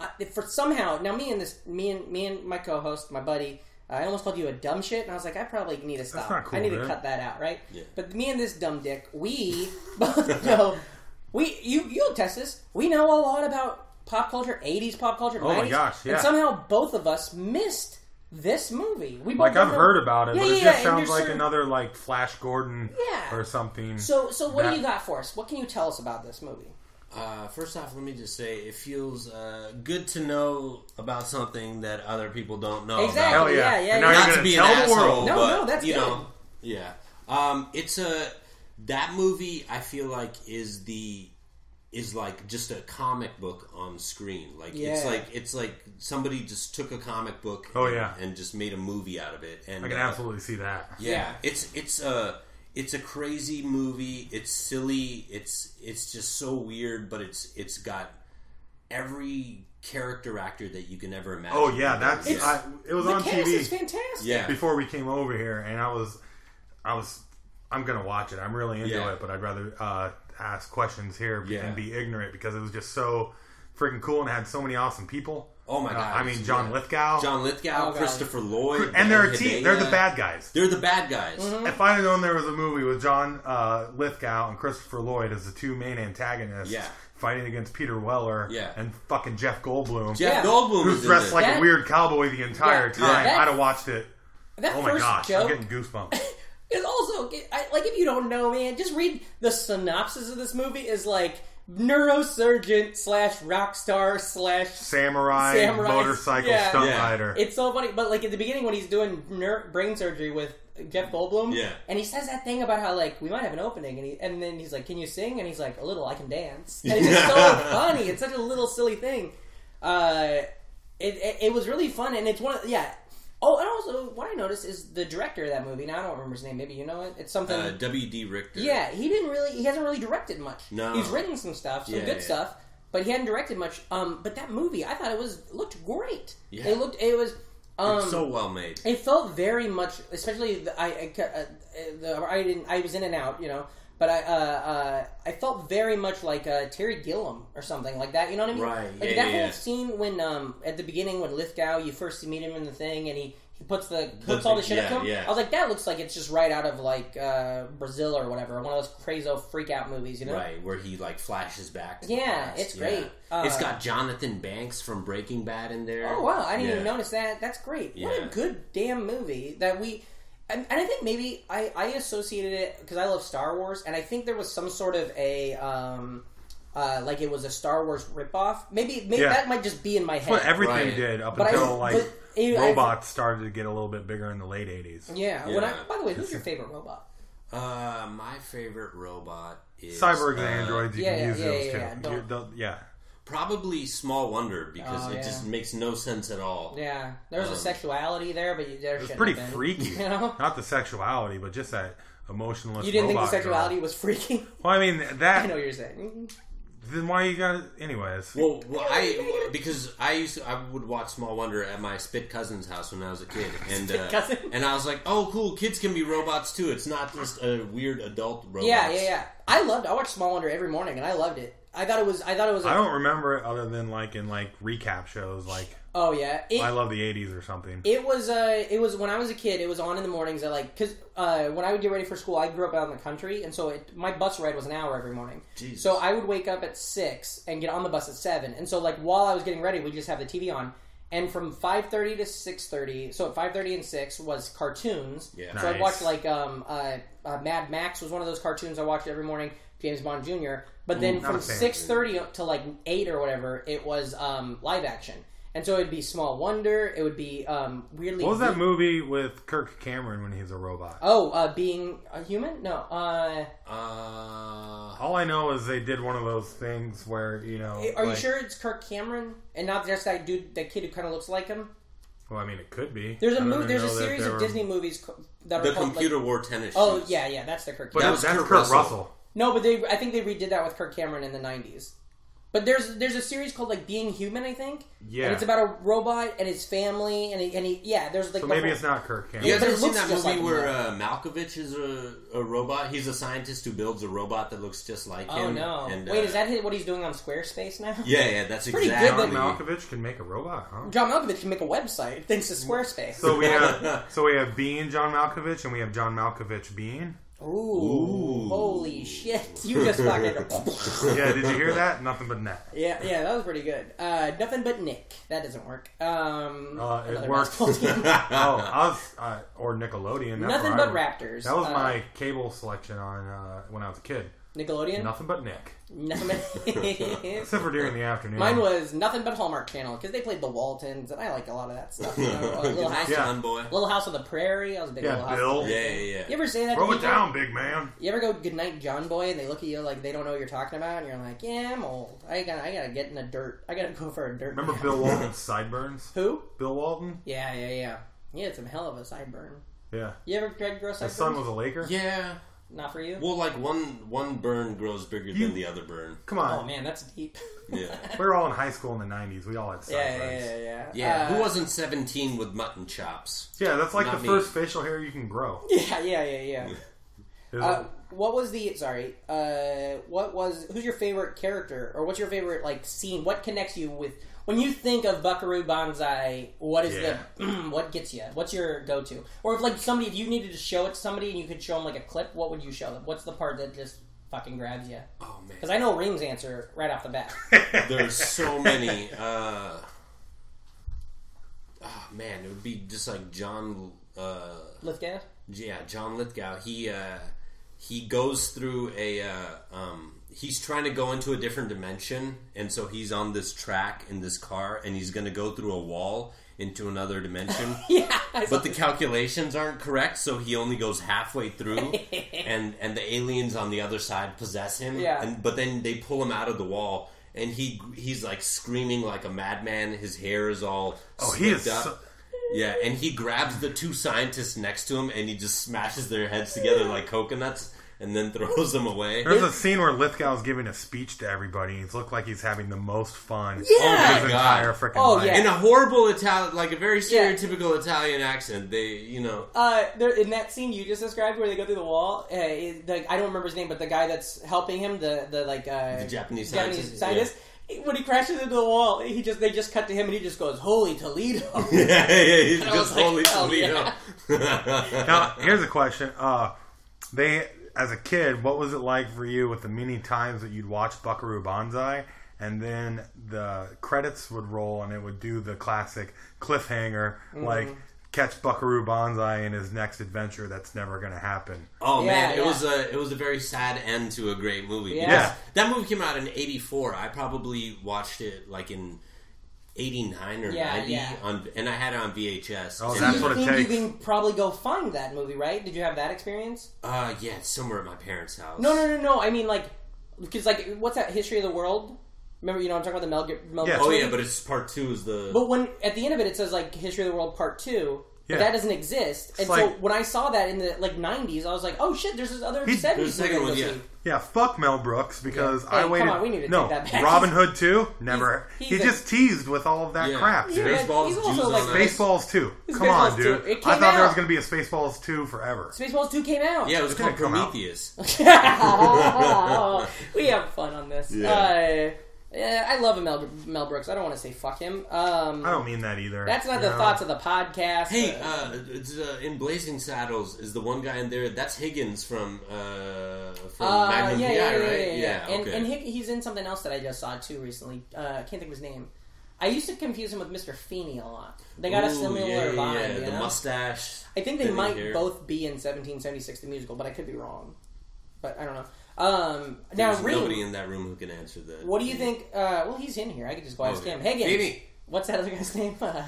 S1: I, for somehow now, me and this, me and me and my co-host, my buddy, uh, I almost called you a dumb shit, and I was like, I probably need to stop.
S2: not cool,
S1: I need to
S2: man.
S1: cut that out, right?
S5: Yeah.
S1: But me and this dumb dick, we both know. We you you'll test this. We know a lot about pop culture, eighties pop culture.
S2: Oh my
S1: 90s,
S2: gosh, yeah.
S1: And somehow both of us missed this movie. We both
S2: Like I've
S1: don't know-
S2: heard about it,
S1: Yeah,
S2: but
S1: yeah,
S2: it
S1: yeah,
S2: just
S1: and
S2: sounds
S1: there's
S2: like
S1: certain-
S2: another like Flash Gordon
S1: Yeah.
S2: or something.
S1: So so what
S2: That-
S1: do you got for us? What can you tell us about this movie?
S5: Uh, first off, let me just say it feels uh, good to know about something that other people don't know.
S1: Exactly.
S5: About.
S2: hell yeah!
S1: Yeah, yeah,
S2: and now
S1: yeah.
S2: you're
S5: Not
S2: gonna
S5: to be an
S2: tell the
S5: asshole.
S2: world.
S1: No,
S5: but,
S1: no, that's
S5: you
S1: good.
S5: know, yeah. Um, it's a that movie. I feel like is the is like just a comic book on screen. Like it's
S1: Yeah.
S5: like it's like somebody just took a comic book.
S2: Oh,
S5: and,
S2: yeah.
S5: and just made a movie out of it. And
S2: I can
S5: uh,
S2: absolutely see that.
S5: yeah,
S1: Yeah.
S5: it's it's a it's a crazy movie. It's silly. It's it's just so weird, but it's it's got every character actor that you can ever imagine.
S2: Oh yeah, that's
S5: It's-
S2: I, it was
S1: The
S2: on
S1: cast
S2: TV.
S1: is fantastic.
S5: yeah.
S2: before we came over here, and I was, I was, I'm gonna watch it. I'm really into
S5: Yeah.
S2: it, but I'd rather uh, ask questions here be-
S5: Yeah.
S2: and be ignorant because it was just so freaking cool and had so many awesome people.
S5: Oh my
S2: Uh,
S5: god!
S2: I mean, John
S5: yeah.
S2: Lithgow,
S5: John
S1: Oh,
S5: Lithgow,
S1: God.
S5: Christopher Lloyd,
S2: and they're
S5: Ben
S2: a team.
S5: Hedaya.
S2: They're the bad guys.
S5: They're the bad guys.
S1: Mm-hmm.
S2: If I had known there was a movie with John uh, Lithgow and Christopher Lloyd as the two main antagonists,
S5: Yeah.
S2: fighting against Peter Weller
S5: Yeah.
S2: and fucking Jeff Goldblum,
S1: Yeah.
S5: Jeff Goldblum
S2: who's
S5: is in
S2: dressed
S5: it.
S2: like a
S1: That-
S2: weird cowboy the entire
S1: Yeah.
S2: time,
S1: Yeah.
S2: I'd have watched it.
S1: That
S2: Oh my
S1: first
S2: gosh,
S1: joke
S2: I'm getting goosebumps.
S1: is also I, like if you don't know, man, just read the synopsis of this movie. Is like neurosurgeon slash rock star slash
S2: samurai,
S1: Samurai,
S2: motorcycle
S1: yeah.
S2: stunt
S5: Yeah.
S2: rider.
S1: It's so funny, but like at the beginning when he's doing ner- brain surgery with Jeff Goldblum,
S5: Yeah.
S1: and he says that thing about how like we might have an opening, and he, and then he's like, "Can you sing?" and he's like, "A little, I can dance." And it's just so funny. It's such a little silly thing. Uh, it, it it was really fun, and it's one of yeah. Oh, and also what I noticed is the director of that movie. Now I don't remember his name. Maybe you know it. It's something.
S5: uh, W.D. Richter.
S1: yeah, he didn't really. He hasn't really directed much.
S5: No.
S1: he's written some stuff, some
S5: Yeah,
S1: good
S5: yeah.
S1: stuff, but he hadn't directed much. Um, but that movie, I thought it was looked great.
S5: Yeah.
S1: it looked. It was. Um,
S5: so well made.
S1: it felt very much, especially the, I, I, ca- uh, the, I didn't, I was in and out, you know, but I, uh, uh, I felt very much like uh, Terry Gilliam or something like that. You know what I mean?
S5: Right,
S1: Like
S5: yeah,
S1: that
S5: yeah,
S1: whole
S5: yeah.
S1: scene when, um, at the beginning when Lithgow, you first meet him in the thing, and he. He puts the puts
S5: The-
S1: all the shit up
S5: yeah,
S1: to him.
S5: yeah.
S1: I was like, that looks like it's just right out of like uh, Brazil or whatever, one of those crazo freak out movies, you know?
S5: Right, where he like flashes back. To the
S1: Yeah,
S5: past.
S1: it's great. Uh,
S5: it's got Jonathan Banks from Breaking Bad in there.
S1: Oh wow, I didn't
S5: Yeah.
S1: even notice that. That's great. What
S5: Yeah.
S1: a good damn movie that we. And, and I think maybe I, I associated it because I love Star Wars, and I think there was some sort of a um, uh, like it was a Star Wars ripoff. Maybe maybe
S2: Yeah.
S1: that might just be in my head.
S2: But everything
S5: Right.
S2: did up
S1: But I-
S2: until like
S1: but it- I-
S2: robots started to get a little bit bigger in the late eighties.
S1: yeah. When I,
S5: Yeah.
S1: by the way, who's your favorite robot?
S5: Uh, my favorite robot is
S2: Cyborgs
S5: uh,
S2: and androids, you
S1: yeah,
S2: can
S1: yeah,
S2: use
S1: yeah,
S2: those
S1: yeah,
S2: too.
S1: yeah,
S2: You-
S1: don't-
S2: don't- yeah.
S5: Probably Small Wonder because
S1: Oh,
S5: it
S1: yeah.
S5: just makes no sense at all.
S1: Yeah, there's a
S5: Um,
S1: sexuality there, but you, there
S2: It's
S1: shouldn't
S2: pretty
S1: have been.
S2: freaky.
S1: You know,
S2: Not the sexuality, but just that emotionless.
S1: you didn't think the
S2: robot girl.
S1: sexuality was freaky.
S2: Well, I mean
S1: I know
S2: that.
S1: what you're saying.
S2: Then why you got? Anyways,
S5: Well, well, I because I used to, I would watch Small Wonder at my spit cousin's house when I was a kid, and uh,
S1: cousin?
S5: and I was like, oh, cool, kids can be robots too. It's not just a weird adult robot.
S1: Yeah, yeah, yeah. I loved. I watched Small Wonder every morning, and I loved it. I thought it was. I thought it was. a-
S2: I don't remember it other than like in like recap shows, like
S1: Oh yeah, it,
S2: I love the eighties or something.
S1: it was. Uh, it was when I was a kid. It was on in the mornings. I like because uh, when I would get ready for school, I grew up out in the country, and so it, my bus ride was an hour every morning.
S5: Jesus.
S1: So I would wake up at six and get on the bus at seven, and so like while I was getting ready, we just have the TV on. And from five thirty to six thirty, so at five thirty and six was cartoons.
S5: Yeah.
S1: So I'd
S2: Nice.
S1: watch like um, uh, uh, Mad Max was one of those cartoons I watched every morning. James Bond Jr. But then
S2: not
S1: from
S2: a fan.
S1: six thirty to like eight or whatever, it was um, live action, and so it'd be Small Wonder. It would be um, weirdly.
S2: What was that movie with Kirk Cameron when he's a robot?
S1: Oh, uh, being a human? No, uh,
S5: Uh,
S2: All I know is they did one of those things where you know.
S1: are you
S2: like-
S1: sure it's Kirk Cameron and not just that dude, that kid who kind of looks like him?
S2: Well, I mean, it could be.
S1: There's
S2: I
S1: a
S2: don't
S1: movie. There's a
S2: even know that
S1: series
S2: there
S1: of
S2: were-
S1: Disney movies co- that
S5: the
S1: are called, like-
S5: computer wore tennis.
S1: oh
S5: shoes.
S1: yeah, yeah, that's the Kirk.
S2: But
S1: Cameron.
S5: was
S2: that's
S5: Kurt
S2: Kurt,
S5: Russell.
S2: Russell.
S1: No, but they. I think they redid that with Kirk Cameron in the '90s. But there's there's a series called like Being Human, I think.
S2: Yeah.
S1: And it's about a robot and his family and he, and he yeah. There's like
S2: So
S1: the
S2: maybe
S1: whole-
S2: it's not Kirk Cameron.
S5: You guys
S1: but it
S5: ever seen
S1: looks
S5: that movie
S1: just like
S5: where
S1: him,
S5: uh, Malkovich is a, a robot? He's a scientist who builds a robot that looks just like
S1: Oh
S5: him.
S1: no!
S5: And, uh,
S1: Wait, is that his, what he's doing on Squarespace now?
S5: Yeah, yeah, that's
S1: Pretty good
S5: exactly.
S2: John Malkovich can make a robot, huh?
S1: John Malkovich can make a website thanks to Squarespace.
S2: So we have so we have Bean John Malkovich, and we have John Malkovich Bean.
S1: Ooh, holy shit! You just fucking
S2: Yeah, did you hear that? Nothing but net.
S1: yeah, yeah. That was pretty good. Uh, nothing but Nick. That doesn't work. Um,
S2: Uh, it
S1: another
S2: works.
S1: basketball team.
S2: Oh, I was uh, or Nickelodeon. that's
S1: nothing
S2: where I
S1: but
S2: was-
S1: Raptors.
S2: That was
S1: Uh,
S2: my cable selection on uh, when I was a kid.
S1: Nickelodeon.
S6: Nothing but Nick.
S1: Nothing.
S2: Except for during the afternoon.
S1: Mine was nothing but Hallmark Channel because they played the Waltons, and I like a lot of that stuff. You know, like Little House,
S5: Nice
S2: Yeah.
S5: on boy.
S1: Little House on the Prairie. I was a big Little
S2: Yeah,
S1: House.
S2: Bill.
S5: Yeah, yeah,
S1: You
S5: yeah.
S1: ever say that? to
S2: Throw it
S1: people?
S2: down, big man.
S1: You ever go goodnight John Boy and they look at you like they don't know what you're talking about, and you're like, yeah, I'm old. I gotta, I gotta get in the dirt. I gotta go for a dirt.
S2: Remember
S1: nap."
S2: Bill Walton's sideburns?
S1: Who?
S2: Bill Walton?
S1: Yeah, yeah, yeah. He had some hell of a sideburn.
S2: Yeah.
S1: You ever tried gross
S2: His
S1: sideburns?
S2: son was a Laker?
S5: Yeah.
S1: Not for you.
S5: Well, like one one burn grows bigger
S2: You-
S5: than the other burn.
S2: Come
S1: oh
S2: on.
S1: man, that's deep.
S5: Yeah.
S2: We were all in high school in the 90s. We all had
S1: yeah,
S2: sideburns.
S1: yeah, yeah, yeah.
S5: Yeah.
S1: Uh,
S5: Who wasn't 17 with mutton chops?
S2: Yeah, that's like
S5: Not
S2: the
S5: me.
S2: first facial hair you can grow.
S1: Yeah, yeah, yeah, yeah.
S2: There's
S1: Uh,
S2: a-
S1: what was the sorry? Uh, what was who's your favorite character or what's your favorite like scene? What connects you with when you think of Buckaroo Banzai? What is the what gets you? What's your go to? Or if like somebody if you needed to show it to somebody and you could show them like a clip, what would you show them? What's the part that just fucking grabs you?
S5: Oh
S1: Because
S5: man,
S1: I know Reem's answer right off the bat.
S5: there's so many. Uh, oh man, it would be just like John. Uh,
S1: Lithgow.
S5: yeah, John Lithgow. He uh, he goes through a. Uh, um, he's trying to go into a different dimension, and so he's on this track in this car, and he's going to go through a wall into another dimension.
S1: Yeah, I saw-
S5: But the calculations aren't correct, so he only goes halfway through, and and the aliens on the other side possess him.
S1: Yeah.
S5: And but then they pull him out of the wall, and he he's like screaming like a madman. His hair is all
S2: oh, he is.
S5: slicked up.
S2: so-
S5: yeah, and he grabs the two scientists next to him, and he just smashes their heads together like coconuts, and then throws them away.
S2: There's a scene where Lithgow's giving a speech to everybody. He's looked like he's having the most fun
S1: Yeah.
S2: of his
S5: Oh my God.
S2: entire freaking
S1: Oh,
S2: life.
S1: yeah.
S5: In a horrible Italian, like a very stereotypical Italian accent, they, you know,
S1: Uh, there, in that scene you just described where they go through the wall, uh, it- the, I don't remember his name, but the guy that's helping him, the the like uh,
S5: The
S1: Japanese
S5: Japanese scientist,
S1: scientist, when he crashes into the wall, he just they just cut to him and he just goes, "Holy Toledo!"
S5: yeah, yeah, he's
S1: I was
S5: just
S1: like,
S5: holy
S1: hell
S5: Toledo.
S2: Now, here's a question. Uh, they, as a kid, what was it like for you with the many times that you'd watch Buckaroo Banzai, and then the credits would roll and it would do the classic cliffhanger, like
S1: Mm-hmm.
S2: catch Buckaroo Banzai in his next adventure that's never going to happen.
S5: Oh
S1: Yeah,
S5: man, it
S1: yeah.
S5: was a it was a very sad end to a great movie.
S1: Yeah.
S5: because
S2: Yeah.
S5: that movie came out in '84. I probably watched it like in '89 or
S1: Yeah,
S5: '90,
S1: yeah.
S5: on, and I had it on VHS.
S2: Oh,
S5: And,
S2: that's what
S1: you
S2: it
S1: think
S2: takes.
S1: you can probably go find that movie, right? Did you have that experience?
S5: uh, yeah, it's somewhere at my parents' house.
S1: No, no, no, no. I mean, like, because like, what's that History of the World? Remember, you know, I'm talking about the Mel. Gib- Mel
S2: Yeah.
S1: Gibson
S5: Oh yeah,
S1: movie?
S5: but it's part two is the
S1: But when at the end of it, it says like History of the World Part Two. But
S2: Yeah.
S1: that doesn't exist, and so
S2: like-
S1: when I saw that in the like '90s, I was like, "Oh shit, there's this other
S2: He-
S1: '70s
S5: there's a
S1: movie."
S5: second
S1: I
S5: one,
S1: go
S5: yeah.
S1: see.
S2: Yeah, fuck Mel Brooks because
S1: Hey,
S2: I
S1: come
S2: waited.
S1: on, we need to
S2: no,
S1: take that back.
S2: Robin Hood too. Never.
S1: he's
S2: he
S1: a-
S2: just teased with all of that
S5: Yeah.
S2: crap,
S5: Yeah.
S2: dude.
S1: Yeah,
S5: Spaceballs,
S1: he's
S5: Jews
S1: also
S5: on
S1: like
S5: Ice.
S2: Baseballs two.
S1: It's
S2: Come on,
S1: Spaceballs
S2: dude.
S1: 2. It
S2: I
S1: came
S2: thought there was
S1: out.
S2: going to be a Spaceballs two forever.
S1: Spaceballs 2 came out.
S5: yeah, it was
S2: gonna
S5: called
S2: come out.
S5: Prometheus.
S1: we have fun on this.
S5: Yeah.
S1: Uh, yeah, I love Mel, Mel Brooks. I don't want to say fuck him. Um,
S2: I don't mean that either.
S1: that's not
S2: you
S1: the
S2: know?
S1: thoughts of the podcast.
S5: Hey, uh, it's, uh, in Blazing Saddles is the one guy in there. That's Higgins from uh, from
S1: Uh,
S5: Magnum
S1: yeah,
S5: PI,
S1: yeah, yeah,
S5: right?
S1: yeah, yeah. And,
S5: okay.
S1: and he, he's in something else that I just saw too recently. Uh, I can't think of his name. I used to confuse him with Mr. Feeney a lot. They got a
S5: Ooh,
S1: similar
S5: yeah,
S1: vibe.
S5: yeah,
S1: you
S5: the
S1: know?
S5: mustache.
S1: I think they
S5: thinning
S1: might
S5: hair.
S1: both be in 1776 the musical, but I could be wrong. But I don't know. Um, now,
S5: There's
S1: Reem,
S5: nobody in that room who can answer that.
S1: what do you think? Uh, well, he's in here. I could just go ask
S5: Okay.
S1: him. Higgins.
S5: Feeney.
S1: What's that other guy's name? Uh,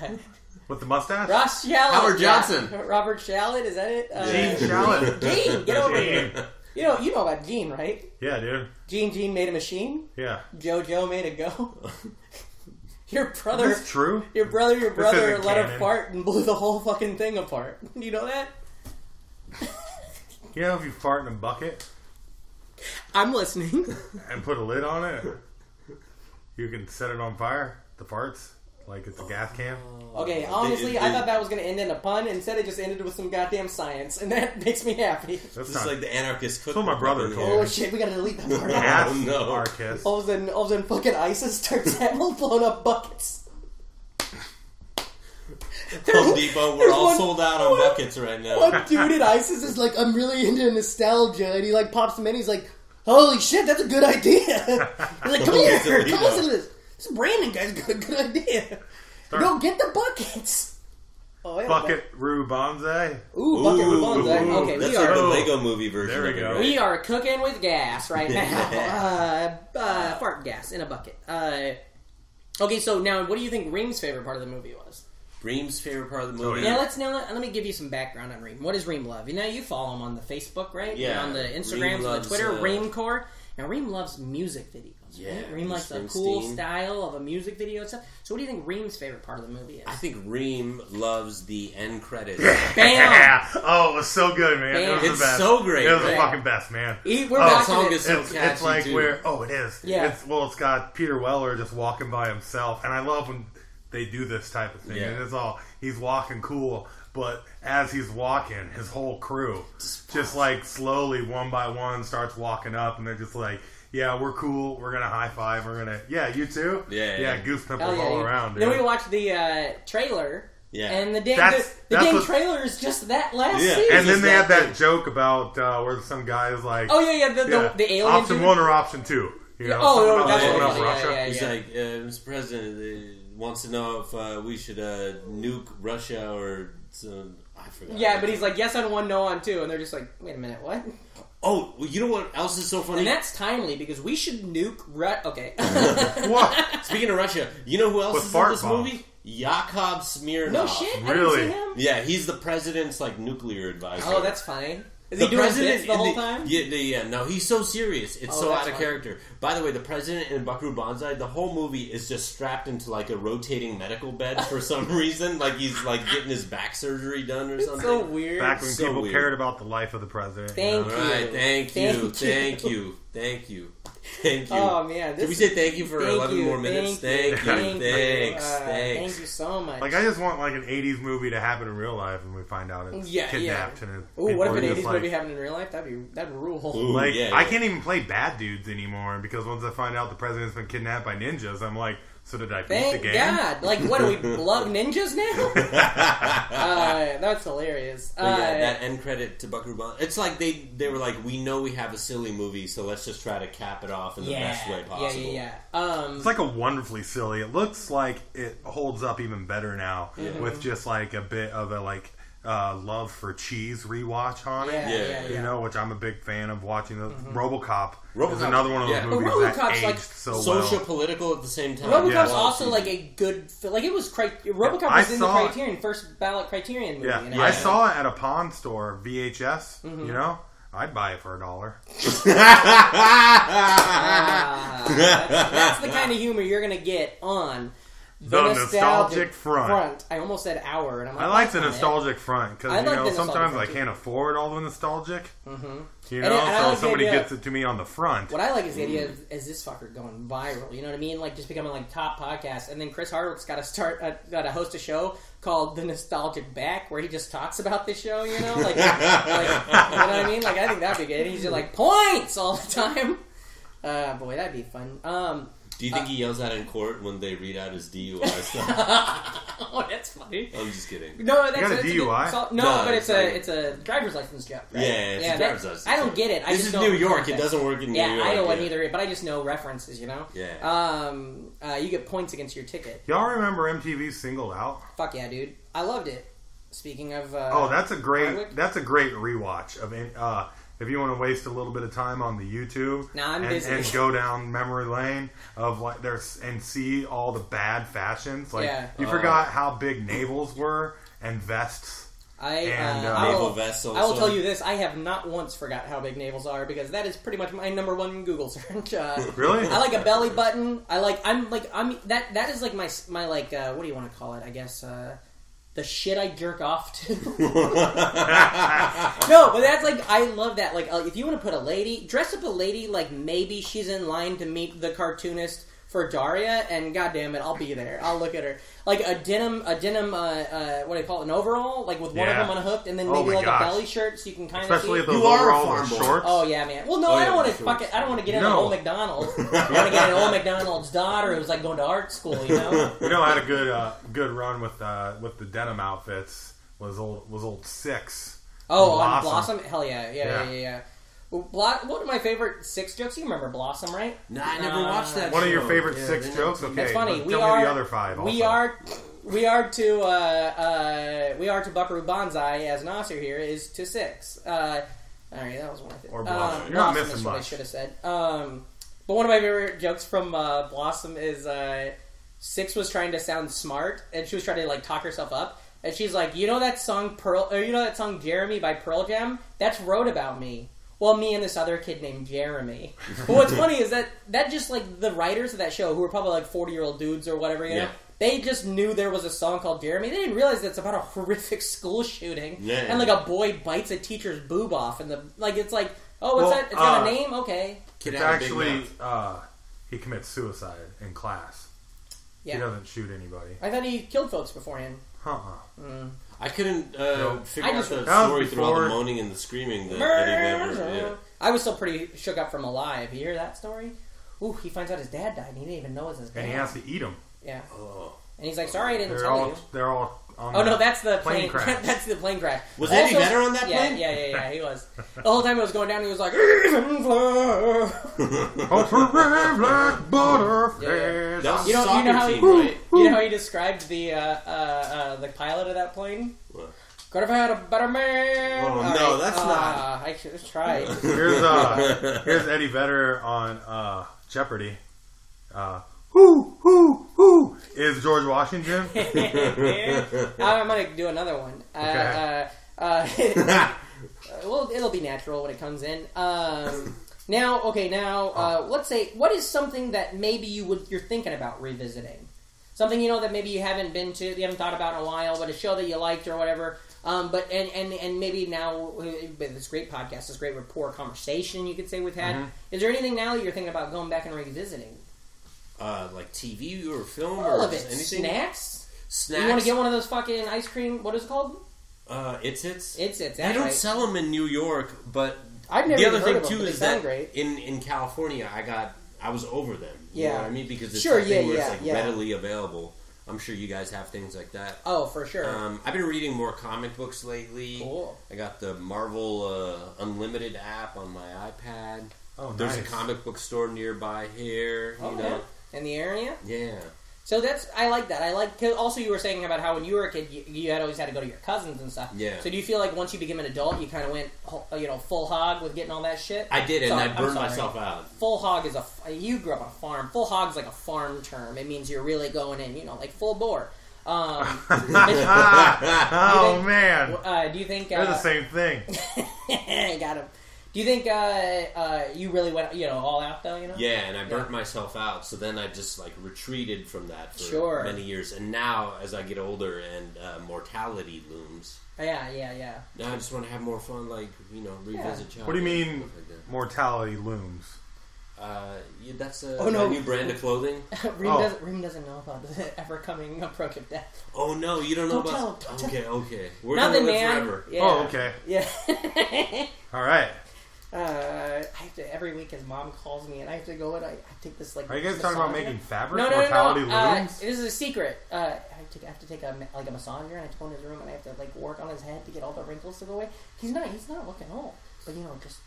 S2: with the mustache.
S1: Ross Shallot.
S5: Howard
S1: Yeah.
S5: Johnson.
S1: Robert Shallot, is that it? Uh,
S2: Gene Shalit.
S1: Gene, get over here.
S2: Gene.
S1: You know, you know about Gene, right?
S2: Yeah, dude.
S1: Gene Gene made a machine.
S2: Yeah.
S1: JoJo made a go. your brother,
S2: Is this true?
S1: your brother, your brother
S2: isn't
S1: let a
S2: canon.
S1: fart and blew the whole fucking thing apart. You know that?
S2: You know, if you fart in a bucket
S1: I'm listening.
S2: and put a lid on it, you can set it on fire. The farts, like it's a gas can.
S5: Oh.
S1: Okay, honestly,
S5: They-
S1: I
S5: they-
S1: thought that was gonna end in a pun. Instead, it just ended with some goddamn science, and that makes me happy.
S2: That's
S5: This is
S2: not
S5: like the anarchist cookbook.
S2: what my brother told
S1: Oh
S2: me.
S1: shit, we gotta delete that part. out.
S2: gas
S5: Oh, no.
S2: artist.
S1: all of a sudden, all of a sudden, fucking ISIS starts having blown up buckets.
S5: Home Depot, we're
S1: There's
S5: all
S1: one-
S5: sold out on
S1: one-
S5: buckets right now.
S1: One dude in ISIS is like, I'm really into nostalgia, and he like pops him in. He's like, Holy shit, that's a good idea. he's like, Come here,
S5: Toledo.
S1: come listen to this. This Brandon guy's got a good idea. No, get the buckets. Oh, yeah,
S2: Bucket Rue Bonze.
S1: Ooh, bucket
S5: Ooh,
S1: Rubonza.
S5: ooh,
S1: okay,
S5: that's
S1: we
S5: like
S1: are
S5: the
S2: Oh.
S5: Lego movie version.
S2: There we
S5: of it,
S2: go.
S5: right?
S1: we are cooking with gas right now. uh, uh, fart gas in a bucket. Uh, okay, so now what do you think Reem's favorite part of the movie was?
S5: Reem's favorite part of the
S2: Oh,
S5: movie.
S1: Now let's now let, let me give you some background on Reem. What is Reem love? You know you follow him on the Facebook, right?
S5: Yeah.
S1: And on the Instagrams,
S5: Reem
S1: on the
S5: loves,
S1: Twitter,
S5: uh,
S1: Reem Core. Now Reem loves music videos. right?
S5: Yeah,
S1: Reem likes the
S5: Springsteen.
S1: cool style of a music video and stuff. So what do you think Reem's favorite part of the movie is?
S5: I think Reem loves the end credits.
S1: Bam!
S2: oh, it was so good, man.
S1: Bam.
S2: It was
S5: It's
S2: the best.
S5: so great,
S2: It was the
S5: man.
S2: fucking best, man.
S1: E- We're
S2: Oh,
S1: back
S5: that
S1: to
S5: song
S1: the-
S5: is so
S2: It's,
S5: catchy.
S2: it's like
S5: too.
S2: where oh it is
S1: Yeah.
S2: It's, well, it's got Peter Weller just walking by himself, and I love when they do this type of thing.
S5: Yeah.
S2: And it's all he's walking cool, but as he's walking, his whole crew just like slowly one by one starts walking up, and they're just like, "Yeah, we're cool. We're gonna high five. We're gonna yeah, you too.
S5: Yeah,
S2: yeah,
S5: yeah.
S2: goose
S1: Hell
S2: pimples
S1: yeah,
S2: all
S1: dude.
S2: around.
S1: Then
S2: dude.
S1: we watched the uh, trailer.
S5: Yeah.
S1: And the dang
S2: That's-
S1: the, the
S2: that's
S1: dang
S2: what-
S1: trailer is just that last
S5: Yeah.
S1: scene.
S2: and
S5: Just
S2: then they
S5: that
S2: had that
S5: good.
S2: joke about uh, where some guy is like,
S1: oh yeah, yeah, the the, the alien.
S2: option
S1: dude.
S2: one or option two. You know,
S1: oh, no,
S2: something about
S1: that's
S2: blowing
S5: what
S2: up
S5: it
S1: was, yeah,
S2: Russia.
S1: yeah,
S5: He's like, uh, Mr. President uh, wants to know if uh, we should uh, nuke Russia or some. I forgot.
S1: Yeah, but he's like yes on one, no on two, and they're just like, wait a minute, what?
S5: oh, well, you know what else is so funny?
S1: And that's timely because we should nuke Rut. Okay,
S2: What?
S5: Speaking of Russia, you know who else
S2: With
S5: is in
S2: fart
S5: this
S2: bombs.
S5: movie? Yakov Smirnov.
S1: no shit, I
S2: Really?
S1: didn't see him.
S5: Yeah, he's the president's like nuclear advisor.
S1: Oh, that's funny. Is
S5: the
S1: he doing
S5: president
S1: this the
S5: and
S1: whole time?
S5: Yeah, the- yeah. No, he's so serious. It's
S1: Oh,
S5: so
S1: that's
S5: out of
S1: funny.
S5: character. By the way, the president in Buckaroo Banzai, the whole movie is just strapped into like a rotating medical bed for some reason. Like he's like getting his back surgery done or something.
S1: so weird.
S2: Back when
S5: So
S2: people
S5: weird.
S2: cared about the life of the president. you
S1: Thank
S2: know?
S5: All right, thank you,
S1: Thank
S5: thank
S1: you.
S5: you, thank you, thank you.
S1: Oh, man, this
S5: Can we
S1: is-
S5: say thank you for
S1: Thank
S5: eleven
S1: you,
S5: more minutes?
S1: Thank,
S5: Thank,
S1: you.
S5: you, thanks,
S1: uh,
S5: thanks.
S1: Thank you so much.
S2: Like I just want like an '80s movie to happen in real life, and we find out it's
S1: Yeah, yeah.
S2: kidnapped. And
S1: Ooh,
S2: people
S1: what if
S2: are
S1: an
S2: just
S1: '80s
S2: like,
S1: movie happened in real life? That'd be that'd rule.
S5: Ooh,
S2: Like
S5: yeah,
S2: I
S5: yeah.
S2: can't even play bad dudes anymore because once I find out the president's been kidnapped by ninjas, I'm like, so did I beat
S1: Thank
S2: the game?
S1: God! Like, what do we love ninjas now? uh, that's hilarious. Uh,
S5: But yeah, that end credit to Buckaroo Banzai. It's like they they were like, we know we have a silly movie, so let's just try to cap it off in the
S1: yeah,
S5: best way possible.
S1: yeah, yeah, yeah. Um,
S2: It's like a wonderfully silly. It looks like it holds up even better now with just like a bit of a like uh, love for cheese rewatch on it.
S1: yeah, yeah,
S5: yeah,
S1: yeah. Mm-hmm.
S2: you know, which I'm a big fan of watching. Those. RoboCop, is
S5: RoboCop,
S2: another one of those
S5: yeah. But
S2: movies that
S1: RoboCop's
S2: aged
S1: like
S2: so
S5: Social
S2: well.
S5: political at the same time.
S1: RoboCop's
S2: Yeah.
S1: also like a good, fi- like it was. Cri- RoboCop
S2: I
S1: was in the
S2: saw it.
S1: Criterion first ballot Criterion movie.
S2: Yeah,
S1: and
S2: I
S1: everything.
S2: saw it at a pawn store, VHS.
S1: Mm-hmm.
S2: You know, I'd buy it for a dollar.
S1: Ah, that's, that's the kind of humor you're gonna get on
S2: The nostalgic front.
S1: I almost said hour, and I'm like,
S2: I like the
S1: "Fuck it."
S2: nostalgic front because
S1: I
S2: you
S1: like
S2: know
S1: the nostalgic
S2: sometimes I
S1: front, too. Mm-hmm.
S2: can't afford all the nostalgic. You know,
S1: And I- I
S2: so
S1: like the
S2: somebody
S1: idea-
S2: gets it to me on the front.
S1: What I like is the idea of is this fucker going viral. You know what I mean? Like just becoming like top podcast, and then Chris Hardwick's got to start uh, got to host a show called The Nostalgic Back, where he just talks about this show. You know, like, like you know what I mean? Like I think that'd be good. He's just like points all the time. Uh, boy, that'd be fun. Um,
S5: Do you think he yells out in court when they read out his DUI stuff?
S1: oh, that's funny.
S5: I'm just kidding.
S1: No, that's,
S2: got a
S1: that's good
S2: DUI?
S1: sol- no,
S5: No,
S1: but it's
S5: it's
S1: a
S5: like-
S1: it's a driver's license joke. Right?
S5: Yeah, it's a
S1: that-
S5: driver's license
S1: I don't
S5: joke.
S1: get it. I
S5: This
S1: just
S5: is
S1: don't
S5: New York. It
S1: context.
S5: doesn't work in New
S1: Yeah,
S5: York.
S1: I don't want
S5: yeah.
S1: either, but I just know references. You know.
S5: Yeah.
S1: Um, uh, you get points against your ticket.
S2: Y'all remember MTV Singled Out?
S1: Fuck yeah, dude. I loved it. Speaking of, uh,
S2: Oh, that's a great
S1: Hardwick?
S2: that's a great rewatch of it. Uh, if you want to waste a little bit of time on the YouTube
S1: Nah, I'm
S2: and,
S1: busy.
S2: and go down memory lane of like there's and see all the bad fashions. Like
S1: Yeah.
S2: you forgot how big navels were and vests.
S1: I,
S2: and,
S1: uh,
S2: uh,
S1: I
S5: Naval
S1: will,
S5: vests
S1: I will
S5: also.
S1: tell you this: I have not once forgot how big navels are because that is pretty much my number one Google search. Uh,
S2: Really?
S1: I like a belly button. I like. I'm like. I'm that. That is like my my like. Uh, what do you want to call it? I guess uh, the shit I jerk off to. no, but that's like. I love that. Like, uh, if you want to put a lady, dress up a lady. Like maybe she's in line to meet the cartoonist for Daria, and goddamn it, I'll be there. I'll look at her. Like a denim, a denim. Uh, uh, what do you call it? An overall, like with one
S2: Yeah.
S1: of them unhooked, and then
S2: Oh
S1: maybe
S2: my
S1: like
S2: gosh.
S1: a belly shirt, so you can kind of see.
S2: Especially if those
S5: You are a
S2: overalls
S5: farm
S2: were
S5: boy.
S2: shorts.
S1: Oh yeah, man. Well, no,
S5: Oh,
S1: I
S5: yeah,
S1: don't want
S5: for
S1: to
S5: sure.
S1: fuck it. I don't want to get into
S2: No.
S1: old McDonald's. I want to get into old McDonald's daughter who's like going to art school. You know?
S2: You know, I had a good uh, good run with uh, with the denim outfits. Was old was old six.
S1: Oh, on
S2: Blossom.
S1: Blossom. Hell yeah, yeah, yeah,
S2: Yeah.
S1: yeah. yeah. Well, Blo- one of my favorite six jokes. You remember Blossom, right?
S5: Nah, I never watched that.
S2: One of your
S5: show.
S2: favorite
S5: Yeah,
S2: six
S5: they-
S2: jokes. Okay,
S1: That's funny.
S2: but
S1: we
S2: tell
S1: are
S2: me the other five.
S1: We
S2: also.
S1: are we are to uh, uh, we are to Buckaroo Banzai as Nasser here is to six. Uh, all right, that was one. I did.
S2: Or
S1: Um,
S2: Blossom. You're
S1: Blossom
S2: not missing
S1: is what I
S2: much.
S1: should have said. Um, but one of my favorite jokes from uh, Blossom is uh, six was trying to sound smart and she was trying to like talk herself up. And she's like, you know that song Pearl, or you know that song Jeremy by Pearl Jam? That's wrote about me. Well, me and this other kid named Jeremy. but what's funny is that that just like the writers of that show, who were probably like forty year old dudes or whatever, you know,
S5: Yeah.
S1: they just knew there was a song called Jeremy. They didn't realize it's about a horrific school shooting.
S5: Yeah.
S1: And like a boy bites a teacher's boob off, and the like it's like, oh, what's
S2: Well,
S1: that? It's got
S2: uh,
S1: a name. Okay.
S5: Kid
S2: It's
S5: had a big
S2: actually,
S5: mouth.
S2: uh, he commits suicide in class. He
S1: Yeah.
S2: doesn't shoot anybody.
S1: I thought he killed folks beforehand.
S2: Huh?
S5: I couldn't uh, figure
S1: I just-
S5: out
S2: That
S5: the
S2: was
S5: story through all
S2: before-
S5: the moaning and the screaming that, that he never. Yeah.
S1: I was still pretty shook up from alive. You hear that story? Ooh, he finds out his dad died, and he didn't even know it was his dad.
S2: And he has to eat them.
S1: yeah.
S5: Oh.
S1: And he's like, sorry, I didn't
S2: They're
S1: tell
S2: all
S1: you.
S2: they're all. On
S1: Oh no, that's the plane,
S2: Plane crash.
S1: that's the plane crash.
S5: Was Eddie Vedder on that
S1: yeah,
S5: plane?
S1: Yeah, yeah, yeah. He was. The whole time it was going down, he was like, you
S2: Oh, for red, black butterflies.
S1: Yeah,
S5: That was
S1: You
S5: you
S1: know- you
S5: know, soccer
S1: know how
S5: team,
S1: he-
S5: right?
S1: know how he described the uh, uh, uh, the pilot of that plane?
S5: What?
S1: Could have had a better man.
S5: Oh,
S1: All
S5: no, that's
S1: Ah, I should try.
S2: Here's uh, here's Eddie Vedder on uh, Jeopardy. Uh, who who who is George Washington?
S1: I'm gonna do another one. Uh,
S2: Okay.
S1: uh, uh, well, it'll be natural when it comes in. Um, now, okay, now uh, let's say what is something that maybe you would you're thinking about revisiting, something you know that maybe you haven't been to, you haven't thought about in a while, but a show that you liked or whatever. Um, but and, and and maybe now uh, with this great podcast, this great rapport conversation you could say we've had. Is there anything now that you're thinking about going back and revisiting?
S5: Uh, like TV or film
S1: All
S5: or
S1: of it,
S5: just anything?
S1: snacks.
S5: Snacks.
S1: You want to get one of those fucking ice cream? What is it called?
S5: Uh, it's it's.
S1: It's it's.
S5: They
S1: That's
S5: don't
S1: right.
S5: 'em sell them in New York, but
S1: I've never
S5: the other
S1: even heard
S5: thing
S1: of 'em,
S5: too
S1: but they
S5: is
S1: sound
S5: that
S1: great.
S5: in in California, I got I was over them. You
S1: Yeah.
S5: know what I mean because it's
S1: Sure,
S5: something
S1: yeah,
S5: where it's
S1: yeah,
S5: like
S1: yeah.
S5: readily available. I'm sure you guys have things like that.
S1: Oh, for sure.
S5: Um, I've been reading more comic books lately.
S1: Cool.
S5: I got the Marvel uh, Unlimited app on my iPad.
S2: Oh,
S5: There's a
S2: nice.
S5: comic book store nearby here. You
S1: Oh,
S5: know,
S1: yeah. In the area,
S5: yeah.
S1: so that's I like that. I like. Cause also, you were saying about how when you were a kid, you, you had always had to go to your cousins and stuff.
S5: Yeah.
S1: So do you feel like once you became an adult, you kind of went, ho- uh, you know, full hog with getting all that shit?
S5: I did, and
S1: So,
S5: I
S1: I'm
S5: burned
S1: sorry.
S5: myself out.
S1: Full hog is a. f- You grew up on a farm. Full hog's like a farm term. It means you're really going in, you know, like full bore. Um,
S2: oh
S1: think-
S2: man,
S1: uh, do you think uh,
S2: they're the same thing.
S1: got him? Do you think uh, uh, you really went, you know, all out though? You know.
S5: Yeah, and I burnt myself out. So then I just like retreated from that for
S1: Sure.
S5: many years. And now, as I get older and uh, mortality looms,
S1: Yeah, yeah, yeah.
S5: now I just want to have more fun. Like you know, revisit childhood.
S2: What do you mean
S5: stuff like that.
S2: mortality looms?
S5: Uh, yeah, that's a,
S1: Oh, no.
S5: a new brand of clothing.
S1: Reem,
S2: Oh.
S1: doesn't, Reem doesn't know about the ever coming approach of death.
S5: Oh no, you don't know
S1: Don't
S5: about.
S1: tell, don't
S5: okay, okay, we're
S1: Nothing,
S5: gonna live
S1: man.
S5: forever.
S1: Yeah.
S2: Oh, okay.
S1: Yeah.
S2: All right.
S1: uh, I have to every week. His mom calls me, and I have to go and I, I take this like.
S2: Are you guys talking about
S1: massager.
S2: making fabric
S1: No, no, no,
S2: mortality
S1: no. Uh,
S2: looms?
S1: this is a secret. Uh, I, have to, I have to take a ma- like a massager, and I have to go in his room, and I have to like work on his head to get all the wrinkles to go away. He's not. He's not looking old, but you know, just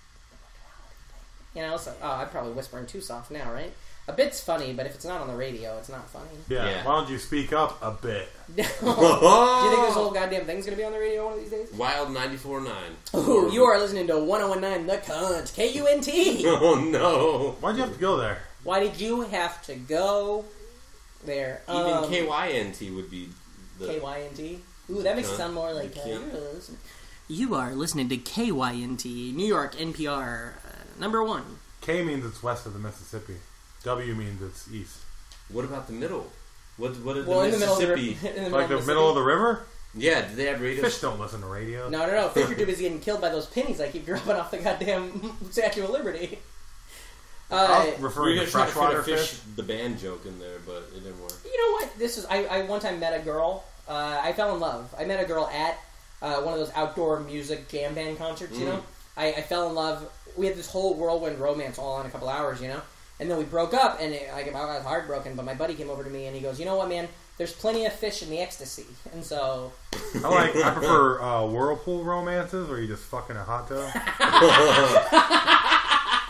S1: you know. So oh, I'm probably whispering too soft now, right? A bit's funny, but if it's not on the radio, it's not funny.
S2: yeah.
S5: yeah.
S2: Why don't you speak up a bit?
S1: Do you think this whole goddamn thing's gonna be on the radio one of these days?
S5: Wild ninety four nine.
S1: Ooh, you are listening to 1019 The Cunt. K U N T.
S5: Oh no!
S2: Why'd you have to go there?
S1: Why did you have to go there?
S5: Even
S1: Um,
S5: KYNT would be the.
S1: KYNT. Ooh, that makes it sound more like. Uh,
S5: Yeah.
S1: you're listening- you are listening to KYNT, New York NPR, uh, number one.
S2: K means it's west of the Mississippi. W means it's east.
S5: What about the middle? What what did
S1: Well,
S5: the
S1: in the middle of the,
S5: Mississippi?
S1: in the middle
S2: Like the middle of the river?
S5: yeah, did they have radio?
S2: Fish don't listen to radio.
S1: No, no, no. Fish are too busy getting killed by those pennies I keep dropping off the goddamn Statue of Liberty. Uh,
S2: I was
S5: We
S2: referring
S5: were
S2: to
S5: gonna try to fit
S2: freshwater
S5: a
S2: fish.
S5: fish the band joke in there, but it didn't work.
S1: You know what? This is I, I one time met a girl. Uh, I fell in love. I met a girl at uh, one of those outdoor music jam band concerts. You know, I, I fell in love. We had this whole whirlwind romance all in a couple hours. You know, and then we broke up, and it, like I got heartbroken. But my buddy came over to me and he goes, "You know what, man? There's plenty of fish in the ecstasy." And so,
S2: I like. I prefer uh, whirlpool romances where you just fucking a hot dog.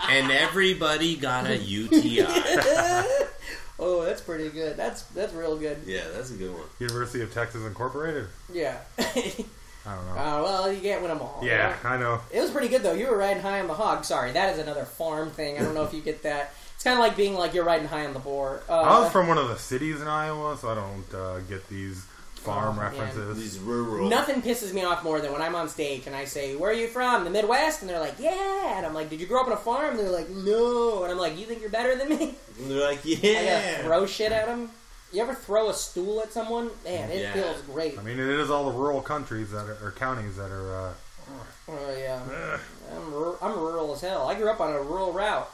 S5: And everybody got a UTI.
S1: oh, oh, that's pretty good. That's that's real good.
S5: Yeah, that's a good one.
S2: University of Texas Incorporated.
S1: Yeah.
S2: I don't know.
S1: Uh, well, you can't win them all.
S2: yeah, I know.
S1: It was pretty good though. You were riding high on the hog. Sorry, that is another farm thing. I don't know if you get that. It's kind of like being like you're riding high on the boar. Uh,
S2: I was from one of the cities in Iowa, so I don't uh, get these farm
S1: Oh, man.
S2: references.
S5: These rural.
S1: Nothing pisses me off more than when I'm on stage and I say, "Where are you from? The Midwest?" And they're like, "Yeah." And I'm like, "Did you grow up on a farm?" And they're like, "No." And I'm like, "You think you're better than me?"
S5: And they're like,
S1: I gotta
S5: yeah.
S1: throw shit at them. You ever throw a stool at someone? Man, it
S5: Yeah.
S1: feels great.
S2: I mean, it is all the rural countries that are, or counties that are. Uh,
S1: Oh yeah, I'm, rur- I'm rural as hell. I grew up on a rural route.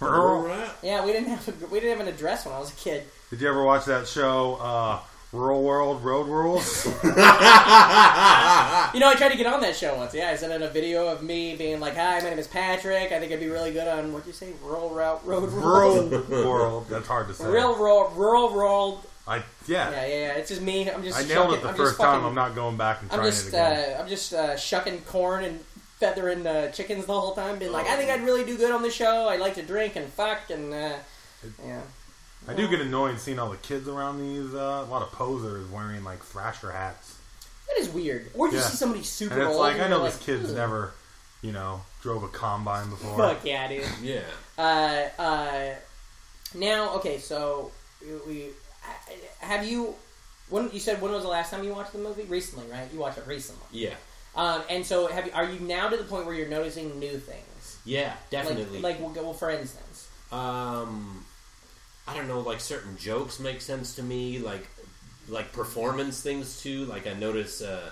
S2: rural.
S5: Right.
S1: Yeah, we didn't have a, we didn't have an address when I was a kid.
S2: Did you ever watch that show, uh, Rural World Road Rules?
S1: You know, I tried to get on that show once. Yeah, I sent in a video of me being like, "Hi, my name is Patrick. I think I'd be really good on what you say, rural route, road,
S2: rural World. That's hard to say.
S1: real, rural, rural, rural."
S2: I yeah.
S1: Yeah, yeah, yeah. It's just me. I'm just.
S2: I nailed
S1: shucking-
S2: it the
S1: I'm just
S2: first time.
S1: fucking-
S2: I'm not going back and
S1: I'm
S2: trying
S1: just.
S2: it again.
S1: Uh, I'm just uh, shucking corn and feathering uh, chickens the whole time, being like, "I think
S2: Oh.
S1: I'd really do good on the show. I like to drink and fuck and." Uh, yeah. uh,
S2: I do get annoyed seeing all the kids around these. Uh, a lot of posers wearing like thrasher hats,
S1: That is weird. Or you
S2: Yeah.
S1: see somebody super
S2: and it's
S1: old.
S2: like I
S1: and
S2: know
S1: you're
S2: this kid's
S1: "Ugh,
S2: never, you know, drove a combine before.
S1: Fuck yeah, dude.
S5: Yeah.
S1: uh, uh, now, okay, so we- we uh, have you. When you said when was the last time you watched the movie? Recently, right? You watched it recently.
S5: Yeah.
S1: Um, and so have you, are you now to the point where you're noticing new things?
S5: Yeah,
S1: Like,
S5: definitely.
S1: like well, go- well, for instance,
S5: um I don't know, like certain jokes make sense to me, like like performance things too. Like I notice uh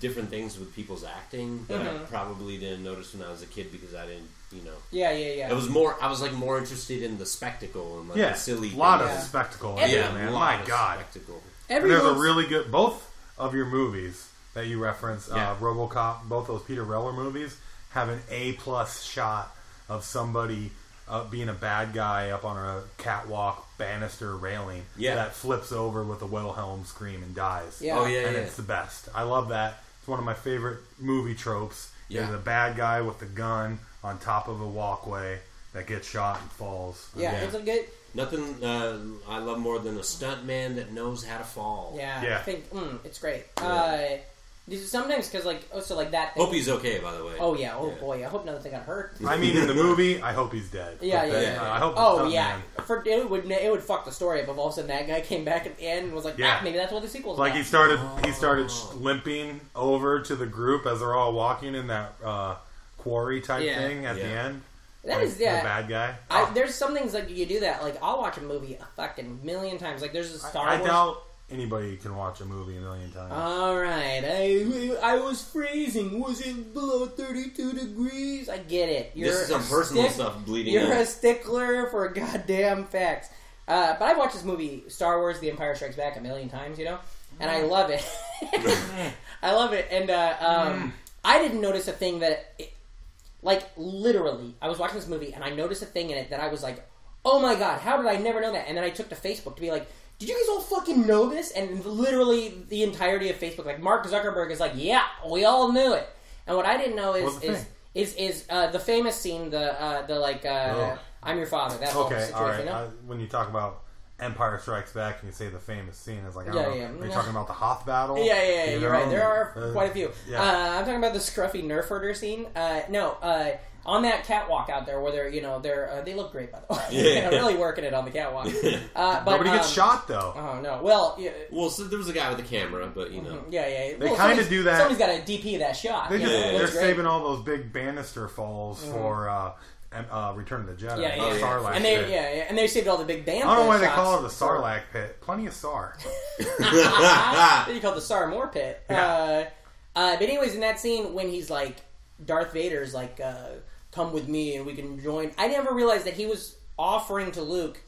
S5: different things with people's acting that I
S1: Mhm.
S5: probably didn't notice when I was a kid because I didn't you know
S1: yeah, yeah, yeah.
S5: I was more I was like more interested in the spectacle and like
S2: Yeah,
S5: the silly
S2: a lot of
S5: things.
S1: Yeah.
S2: spectacle.
S1: Yeah,
S2: in there, man.
S5: lot
S2: My
S5: of
S2: God,
S5: spectacle.
S2: And there's a
S1: Everyone's-
S2: really good both of your movies that you reference,
S5: Yeah.
S2: uh, RoboCop, both those Peter Weller movies have an A plus shot of somebody uh, being a bad guy up on a catwalk banister railing
S5: Yeah.
S2: that flips over with a Wilhelm scream and dies.
S1: Yeah.
S5: Oh yeah,
S2: and
S5: yeah.
S2: it's the best. I love that. It's one of my favorite movie tropes.
S5: Yeah.
S2: Is a bad guy with a gun on top of a walkway that gets shot and falls.
S1: yeah,
S5: yeah.
S1: it's a good
S5: Nothing uh, I love more than a stuntman that knows how to fall.
S1: yeah. I
S2: Yeah.
S1: think mm, it's great. Uh, this is sometimes because like oh, so like that. Thing,
S5: Hope he's okay, by the way.
S1: oh yeah, oh
S5: Yeah.
S1: boy, I hope nothing got hurt.
S2: I mean, in the movie, I hope he's dead.
S1: Yeah,
S2: But
S1: yeah,
S2: then,
S5: yeah,
S2: uh,
S5: yeah.
S2: I hope. the
S1: Oh
S2: stuntman-
S1: yeah, for it would it would fuck the story up if all of a sudden that guy came back at the end and was like,
S2: Yeah.
S1: ah, maybe that's what the sequel's
S2: Like
S1: about.
S2: he started, he started sh- limping over to the group as they're all walking in that uh, quarry type
S1: Yeah.
S2: thing at the
S5: Yeah.
S2: end.
S1: That
S2: Like,
S1: is yeah.
S2: the bad guy.
S1: I, there's some things like you do that. Like I'll watch a movie a fucking million times. Like there's a Star
S2: I
S1: Wars. Uh,
S2: doubt anybody can watch a movie a million times.
S1: All right, I I was freezing. Was it below 32 degrees? I get it. You're
S5: this is
S1: a
S5: some personal
S1: stick-
S5: stuff bleeding
S1: You're
S5: out.
S1: a stickler for goddamn facts. Uh, but I've watched this movie, Star Wars: The Empire Strikes Back, a million times, you know, and
S2: Mm.
S1: I love it. I love it, and uh,
S2: Mm.
S1: um, I didn't notice a thing that, it, like, literally, I was watching this movie and I noticed a thing in it that I was like, "Oh my god, how did I never know that?" And then I took to Facebook to be like. Did you guys all fucking know this? And literally the entirety of Facebook, like Mark Zuckerberg is like, yeah, we all knew it. And what I didn't know is
S2: What's the
S1: is
S2: thing?
S1: is is uh, the famous scene the uh, the like uh,
S2: Oh.
S1: I'm your father that whole
S2: okay,
S1: situation.
S2: all right.
S1: no?
S2: I, when you talk about Empire Strikes Back and you say the famous scene, it's like I don't
S1: Yeah,
S2: know.
S1: yeah.
S2: Are you talking about the Hoth battle?
S1: yeah, yeah, yeah
S2: You
S1: you're
S2: know?
S1: right. There are
S2: Uh,
S1: quite a few.
S2: Yeah.
S1: Uh, I'm talking about the scruffy nerf herder scene. Uh, no, uh, on that catwalk out there where they're you know they're uh, they look great by the way.
S5: Yeah.
S1: they're really working it on the catwalk. Uh, but,
S2: Nobody gets
S1: um,
S2: shot though.
S1: Oh no. Well, yeah,
S5: Well, so there was a guy with a camera, but you know,
S1: yeah, yeah. They
S2: kinda do that-
S1: Somebody's got to DP that shot.
S2: they
S1: you
S2: just,
S1: know, it
S2: they're
S1: looks great. Mm-hmm.
S2: saving all those big banister falls for uh, em- uh, Return of the Jedi.
S1: Yeah, yeah,
S2: the
S1: yeah.
S2: Sarlacc
S1: and they
S2: pit.
S1: yeah, yeah, and they saved all the big band.
S2: I don't know why they
S1: shots.
S2: call it the Sarlacc pit. Plenty of Sar. Ah.
S1: that you call the Saramore pit. Uh, uh, but anyways, in that scene when he's like Darth Vader's like, uh, "Come with me and we can join." I never realized that he was offering to Luke,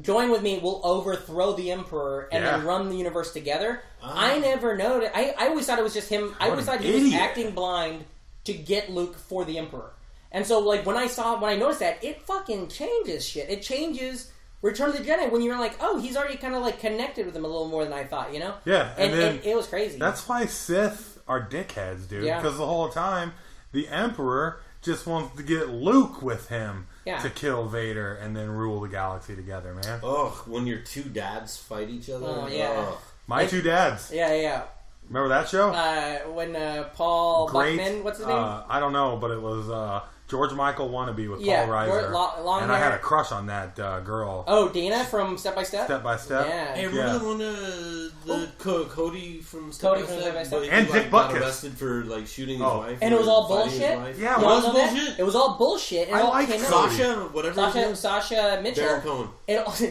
S1: "Join with me. We'll overthrow the Emperor and then
S2: Yeah. Ah.
S1: run the universe together." I never noticed. I, I always thought it was just him. I always
S2: an
S1: thought he was
S2: idiot.
S1: acting blind to get Luke for the Emperor. And so, like when I saw when I noticed that, it fucking changes shit. It changes. Return of the Jedi when you're like, oh, he's already kind of like connected with him a little more than I thought, you know?
S2: Yeah,
S1: and,
S2: and then-
S1: it, it was crazy.
S2: That's why Sith are dickheads, dude.
S1: Yeah.
S2: Because the whole time, the Emperor just wants to get Luke with him.
S1: Yeah.
S2: to kill Vader and then rule the galaxy together, man.
S5: Ugh, when your two dads fight each other.
S1: Oh, yeah.
S5: Ugh.
S2: My two dads.
S1: Yeah, yeah.
S2: Remember that show?
S1: yeah. Uh, when uh, Paul
S2: Great.
S1: Buckman, what's his name?
S2: Uh, I don't know, but it was uh, George Michael wannabe with
S1: Yeah,
S2: Paul Reiser,
S1: George- lo- long
S2: and I
S1: hair.
S2: had a crush on that uh, girl.
S1: oh, Dana from Step by Step.
S2: Step by step.
S1: Yeah.
S5: Hey, remember the one, uh, the Co- Cody from Step
S1: Oh. Cody
S5: by
S1: from
S5: Step?
S1: Step by Step.
S5: But he,
S2: And
S5: like,
S2: Dick
S5: got
S2: Butkus.
S5: arrested for like shooting
S2: Oh.
S5: his wife,
S1: And it
S5: or
S1: was all
S5: fighting his
S1: bullshit?
S5: wife.
S2: Yeah,
S5: it
S2: it
S1: Y'all
S5: was
S1: know that?
S5: bullshit.
S1: It was all bullshit. It
S2: I
S1: all
S2: like
S1: came out.
S2: Cody.
S5: Sasha, whatever his name
S1: Sasha,
S5: is.
S1: Sasha Mitchell.
S5: Baron Cohen.
S1: It all,
S2: Sasha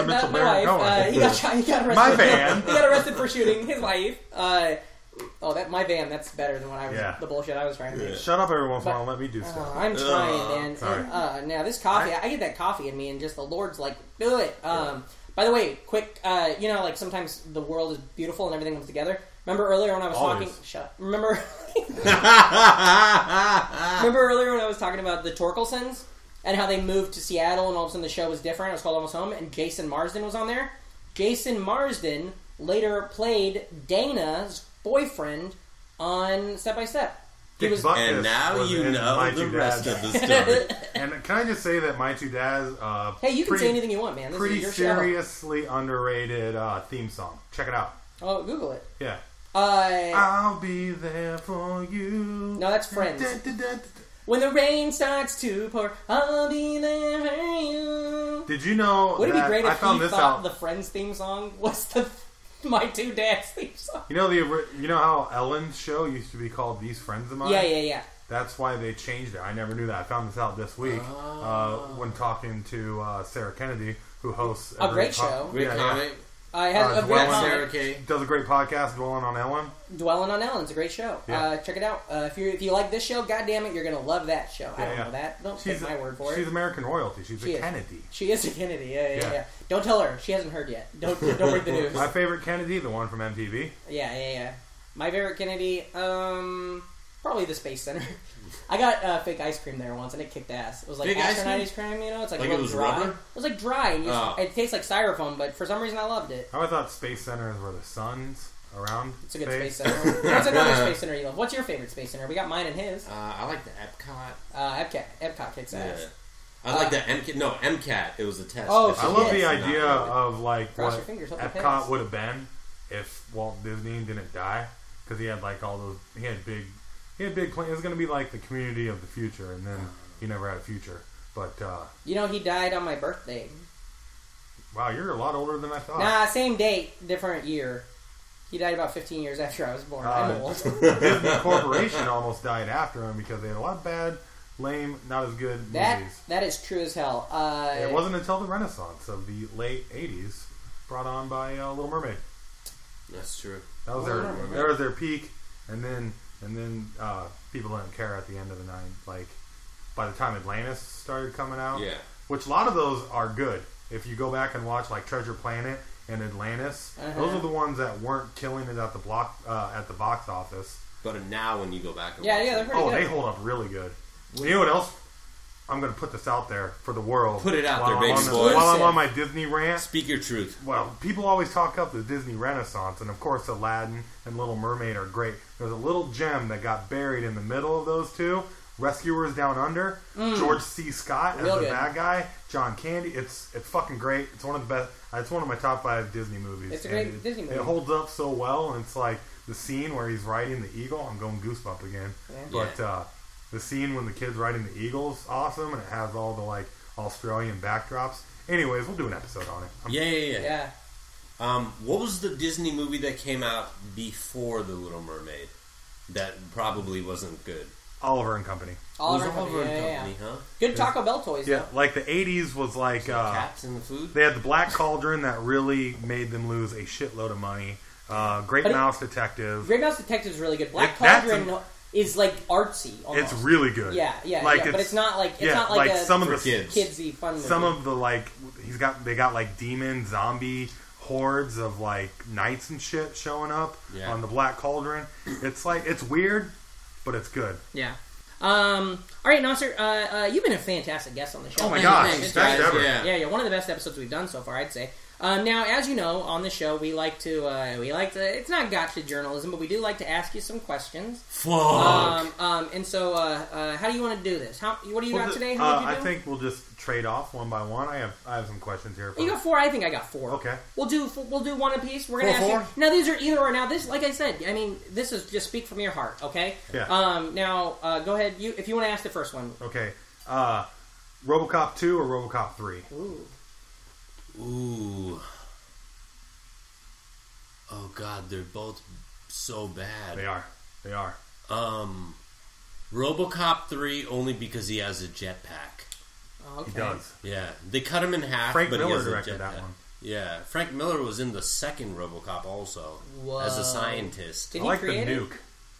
S1: it-
S2: Mitchell
S1: my
S2: Baron
S1: wife,
S2: Cohen.
S1: Uh, he, got, shot- he got arrested.
S2: My van.
S1: he got arrested for shooting his wife. Uh, oh, that my van. That's better than what I was.
S2: Yeah.
S1: The bullshit I was trying to do.
S2: Shut up every once in a while and let me do stuff.
S1: Oh, I'm trying, man.
S2: sorry.
S1: And, uh, now this coffee, I, get that coffee in me, and just the Lord's like, do it. Um, By the way, quick, uh, you know, like sometimes the world is beautiful and everything comes together. Remember earlier when I was
S2: Always.
S1: talking? Shut up. Remember? remember earlier when I was talking about the Torkelsons and how they moved to Seattle, and all of a sudden the show was different. It was called Almost Home, and Jason Marsden was on there. Jason Marsden later played Dana's boyfriend on Step by Step. He
S2: Dick
S1: was.
S2: Butkus
S5: And now
S2: was
S5: you
S2: in
S5: know
S2: My
S5: the
S2: Two
S5: rest
S2: Dads.
S5: of the story.
S2: And can I just say that My Two Dads? Uh,
S1: Hey, you can
S2: pretty,
S1: say anything you want, man. This
S2: Pretty
S1: is your show.
S2: seriously underrated uh, theme song. Check it out.
S1: Oh, Google it.
S2: Yeah.
S1: Uh,
S2: I'll be there for you.
S1: no, that's Friends. When the rain starts to pour, I'll be there for you.
S2: Did you know?
S1: Would it be
S2: that
S1: great
S2: I
S1: if
S2: found
S1: he
S2: this
S1: thought
S2: out.
S1: the Friends theme song was the My Two Dads theme song?
S2: you know the ori- you know how Ellen's show used to be called These Friends of Mine.
S1: Yeah, yeah, yeah.
S2: That's why they changed it. I never knew that. I found this out this week
S5: Ah.
S2: uh, when talking to uh, Sarah Kennedy, who hosts
S1: A
S2: every
S1: great
S2: po-
S1: show.
S5: Great
S2: Yeah, yeah.
S5: comic.
S1: I had
S2: Uh,
S1: a
S2: Dwelling
S1: great
S2: on
S1: song,
S5: Sarah Kay.
S2: Does a great podcast, Dwelling on Ellen.
S1: Dwelling on Ellen's a great show.
S2: Yeah.
S1: Uh, check it out. Uh, if you if you like this show, goddamn it, you're gonna love that show. I don't
S2: Yeah, yeah.
S1: know that. Don't
S2: She's
S1: take
S2: a-
S1: my word for it.
S2: She's American royalty. She's
S1: She
S2: a
S1: is.
S2: Kennedy.
S1: She is a Kennedy. Yeah, yeah,
S2: Yeah.
S1: yeah, Don't tell her. She hasn't heard yet. Don't don't break the news.
S2: My favorite Kennedy, the one from MTV.
S1: Yeah, yeah, yeah. My favorite Kennedy, um, probably the Space Center. I got uh, fake ice cream there once, and it kicked ass. It was like
S5: Fake ice
S1: astronaut
S5: cream?
S1: ice cream, you know? It's like,
S5: Like it
S1: real
S5: was
S1: dry.
S5: rubber?
S1: It was like dry, and you just,
S5: Oh.
S1: it tastes like styrofoam, but for some reason I loved it.
S2: I always thought space centers were the suns around.
S1: It's a good Space Center. What's another Space Center you love? What's your favorite Space Center? We got mine and his.
S5: Uh, I like the Epcot.
S1: Uh, Epcot, Epcot kicks ass.
S5: Yeah. I like the MCAT. No, MCAT. It was a test.
S1: Oh,
S5: It's
S2: I
S5: a
S2: love
S5: test,
S2: the
S5: not
S2: idea
S5: really.
S2: of like
S1: Cross
S2: what
S1: your fingers, hope it
S2: Epcot
S1: pays.
S2: would have been if Walt Disney didn't die because he had like all those he had big he had big plans. It was going to be like the community of the future, and then he never had a future. But uh,
S1: You know, he died on my birthday.
S2: wow, you're a lot older than I thought.
S1: Nah, same date, different year. He died about 15 years after I was born. I'm
S2: Uh,
S1: old.
S2: Disney Corporation almost died after him because they had a lot of bad, lame, not as good
S1: that,
S2: movies.
S1: that is true as hell. Uh,
S2: It wasn't until the Renaissance of the late '80s, brought on by uh, Little Mermaid.
S5: That's true.
S2: That was their that was their peak, and then and then uh, people didn't care at the end of the night. Like by the time Atlantis started coming out,
S5: Yeah.
S2: which a lot of those are good. If you go back and watch like Treasure Planet and Atlantis,
S5: Uh-huh.
S2: those are the ones that weren't killing it at the block uh, at the box office.
S5: But now when you go back and
S1: Yeah,
S5: watch
S1: yeah,
S5: it,
S1: they're pretty
S2: Oh,
S1: good.
S2: they hold up really good. You know what else? I'm gonna put this out there for the world.
S5: Put it out
S2: while
S5: there,
S2: I'm
S5: baby
S2: on this-
S5: boy.
S2: While I'm on my Disney rant,
S5: Speak your truth.
S2: well, people always talk up the Disney Renaissance, and of course, Aladdin and Little Mermaid are great. There's a little gem that got buried in the middle of those two. Rescuers Down Under, George C. Scott as
S1: Mm. Real
S2: the
S1: good.
S2: bad guy, John Candy. It's it's fucking great. It's one of the best. It's one of my top five Disney movies.
S1: It's a
S2: and
S1: great
S2: it-
S1: Disney movie.
S2: It holds up so well, and it's like the scene where he's riding the eagle. I'm going goosebump again, but uh, the scene when the kid's riding the eagle's awesome, and it has all the like Australian backdrops. Anyways, we'll do an episode on it. I'm
S5: Yeah, yeah, yeah.
S1: Yeah.
S5: Um, what was the Disney movie that came out before The Little Mermaid that probably wasn't good?
S2: Oliver and Company.
S1: Oliver,
S5: it was
S1: Company, yeah, yeah, yeah.
S5: Company, huh?
S1: Good Taco Bell toys.
S2: Yeah, like the '80s was like uh,
S5: Cats in the food.
S2: they had the Black Cauldron that really made them lose a shitload of money. Uh, Great
S1: But it-
S2: Mouse Detective,
S1: Grey Mouse Detective is really good. Black
S2: Like, that's
S1: Cauldron is like artsy. Almost.
S2: it's really good.
S1: yeah, yeah,
S2: like
S1: yeah. but it's not like it's
S2: yeah,
S1: not like, a
S2: some of
S5: for
S2: the
S5: kids.
S1: kidsy fun. Movie.
S2: some of the like he's got they got like demon zombie hordes of like knights and shit showing up
S5: Yeah.
S2: on the Black Cauldron. It's like it's weird, but it's good.
S1: yeah. Um. All right, Nasser. Uh, uh, you've been a fantastic guest on the show.
S2: Oh my
S1: Thank you,
S2: gosh,
S1: thanks,
S2: best
S1: guys.
S2: ever.
S5: Yeah.
S1: Yeah, yeah. One of the best episodes we've done so far, I'd say. Um, now, as you know, on the show we like to uh, we like to it's not gotcha journalism, but we do like to ask you some questions.
S5: Fuck.
S1: Um, um, and so, uh, uh, how do you want to do this? How what do you got
S2: Well,
S1: today?
S2: th-
S1: How
S2: uh,
S1: did you
S2: I
S1: do?
S2: think we'll just trade off one by one. I have I have some questions here.
S1: You got four. I think I got four.
S2: Okay.
S1: We'll do we'll do one apiece. We're gonna
S2: Four,
S1: ask you now. These are either or now. This, like I said, I mean, this is just speak from your heart. Okay.
S2: Yeah.
S1: Um. Now, uh, go ahead. You if you want to ask the first one.
S2: okay. Uh, RoboCop two or RoboCop three?
S1: Ooh.
S5: Ooh. Oh god, they're both so bad.
S2: They are. They are.
S5: Um, RoboCop three only because he has a jetpack.
S1: Okay.
S2: He does.
S5: Yeah, they cut him in half.
S2: Frank
S5: but he
S2: Miller
S5: has a
S2: directed that
S5: jetpack.
S2: one.
S5: Yeah, Frank Miller was in the second RoboCop also
S1: Whoa.
S5: as a scientist.
S1: Did
S2: I like the
S1: create it?
S2: nuke.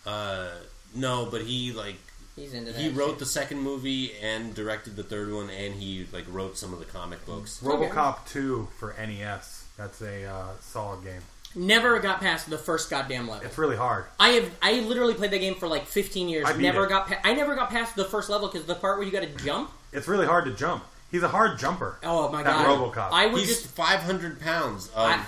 S5: Uh, no, but he like
S1: He's into that.
S5: he wrote
S1: shit.
S5: the second movie and directed the third one, and he like wrote some of the comic books.
S2: RoboCop two for NES. That's a uh, solid game.
S1: Never got past the first goddamn level.
S2: It's really hard.
S1: I have I literally played that game for like 15 years.
S2: I beat
S1: never
S2: it.
S1: got pa- I never got past the first level because the part where you got to jump.
S2: It's really hard to jump. He's a hard jumper.
S1: Oh my god!
S2: that RoboCop.
S1: I would
S5: He's
S1: just
S5: five hundred pounds of
S1: I-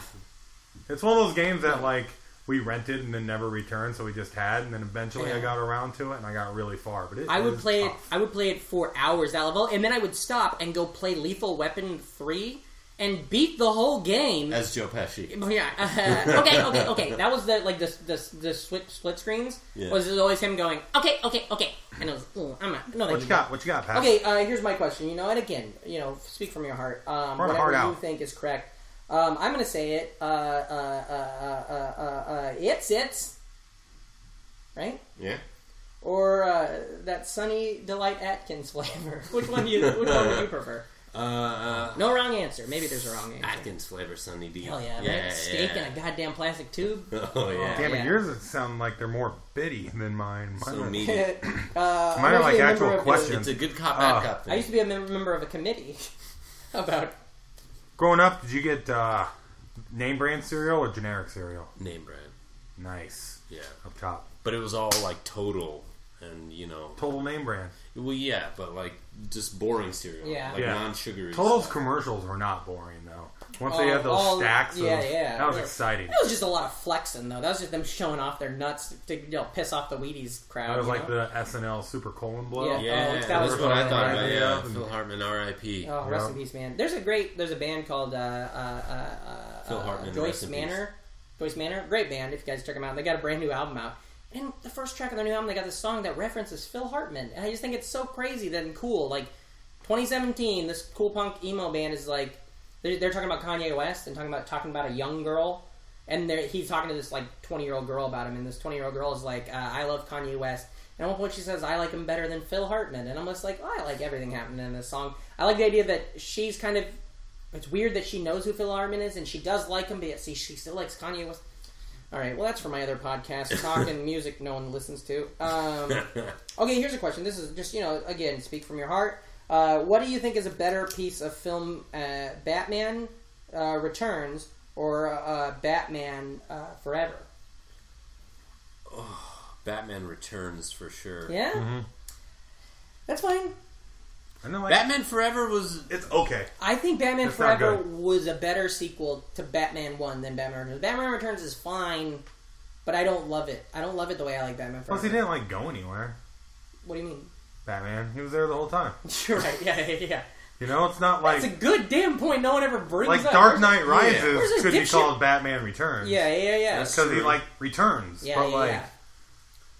S2: It's one of those games that like we rented and then never returned, so we just had, and then eventually I
S1: Yeah.
S2: got around to it and I got really far. But it,
S1: I would
S2: is
S1: play it.
S2: tough.
S1: I would play it for hours that level, and then I would stop and go play Lethal Weapon three and beat the whole game.
S5: as Joe Pesci.
S1: yeah. uh, okay. Okay. Okay. That was the like the the, the split, split screens
S5: Yeah.
S1: was it always him going okay okay okay and it was "Ooh, I'm not no
S2: What
S1: thank
S2: you
S1: you.
S2: got? What you got, Pat?
S1: Okay, uh, here's my question. You know, and again, you know, speak from your heart. Um,
S2: Heart
S1: whatever
S2: out.
S1: you think is correct. Um, I'm going to say it. Uh, uh, uh, uh, uh, uh, it's it's right
S5: Yeah,
S1: or uh, that Sunny Delight Atkins flavor. which one do you? Which one would you prefer?
S5: uh, uh,
S1: No wrong answer. Maybe there's a wrong answer.
S5: Atkins flavor, Sunny D.
S1: Hell yeah!
S5: yeah,
S1: right? Steak
S5: yeah.
S1: in a goddamn plastic tube.
S5: Oh yeah,
S2: Damn
S1: yeah.
S2: it, yours sound like they're more bitty than mine. Mine,
S5: so
S2: are,
S5: meaty.
S1: uh, I'm
S2: mine
S1: actually
S2: are like
S1: a member
S2: actual
S1: of the-
S2: questions.
S5: It's a good cop, bad
S2: Uh,
S5: cop
S1: I
S5: thing.
S1: used to be a mem- member of a committee about
S2: Growing up, did you get uh, name brand cereal or generic cereal?
S5: Name brand,
S2: Nice.
S5: yeah,
S2: Up top.
S5: but it was all like total, and you know,
S2: Total name brand.
S5: well, yeah, but like just boring cereal,
S1: Yeah.
S5: like
S2: Yeah.
S5: non-sugary.
S2: Total's
S5: stuff.
S2: commercials were not boring though. Once they
S1: Oh,
S2: had those
S1: oh,
S2: stacks, of,
S1: yeah, yeah.
S2: that was
S1: Yeah.
S2: exciting.
S1: That was just a lot of flexing, though. That was just them showing off their nuts to you know, piss off the Wheaties crowd.
S2: That was
S1: you
S2: like
S1: know?
S2: the SNL Super Colon Blow.
S1: Yeah.
S5: Yeah,
S1: Oh, that
S5: that
S1: was
S5: was what I
S1: Phil
S5: thought
S2: Hartman.
S5: about. Yeah,
S2: Yeah.
S5: Phil Hartman, R.I.P.
S1: Oh, rest
S2: Yeah.
S1: in peace, man. There's a great. There's a band called uh, uh, uh, uh,
S5: Phil
S1: uh,
S5: Hartman,
S1: Joyce
S5: rest in peace.
S1: Manor. Joyce Manor, great band. If you guys check them out, they got a brand new album out. And the first track of their new album, they got this song that references Phil Hartman, and I just think it's so crazy that and cool. Like 2017, this cool punk emo band is like they're, they're talking about Kanye West and talking about talking about a young girl, and they're, he's talking to this like 20 year old girl about him, and this 20 year old girl is like, uh, I love Kanye West. And at one point she says, I like him better than Phil Hartman, and I'm just like, oh, I like everything happening in this song. I like the idea that she's kind of it's weird that she knows who Phil Hartman is and she does like him, but yet see, she still likes Kanye West. All right, well, that's for my other podcast, talking music no one listens to. Um, okay, here's a question. This is just you know, again, speak from your heart. Uh, what do you think is a better piece of film, uh, Batman uh, Returns or uh, Batman uh, Forever?
S5: Batman Returns for sure.
S1: Yeah, that's fine.
S2: I know. Like,
S5: Batman Forever was
S2: it's okay.
S1: I think Batman
S2: That's not
S1: Forever
S2: good.
S1: was a better sequel to Batman One than Batman Returns. Batman Returns is fine, but I don't love it. I don't love it the way I like Batman
S2: Plus, he
S1: Forever.
S2: didn't like go anywhere.
S1: What do you mean?
S2: Batman. He was there the whole time.
S1: You're right. Yeah, yeah, yeah.
S2: You know, it's not like
S1: It's a good damn point. No one ever brings
S2: like
S1: up.
S2: Dark Knight
S1: Where's
S2: Rises
S1: this
S2: could be
S1: dipshit?
S2: called Batman Returns.
S1: Yeah, yeah, yeah.
S5: That's-
S2: because he
S5: true.
S2: like returns.
S1: Yeah,
S2: but
S1: yeah,
S2: like,
S1: yeah.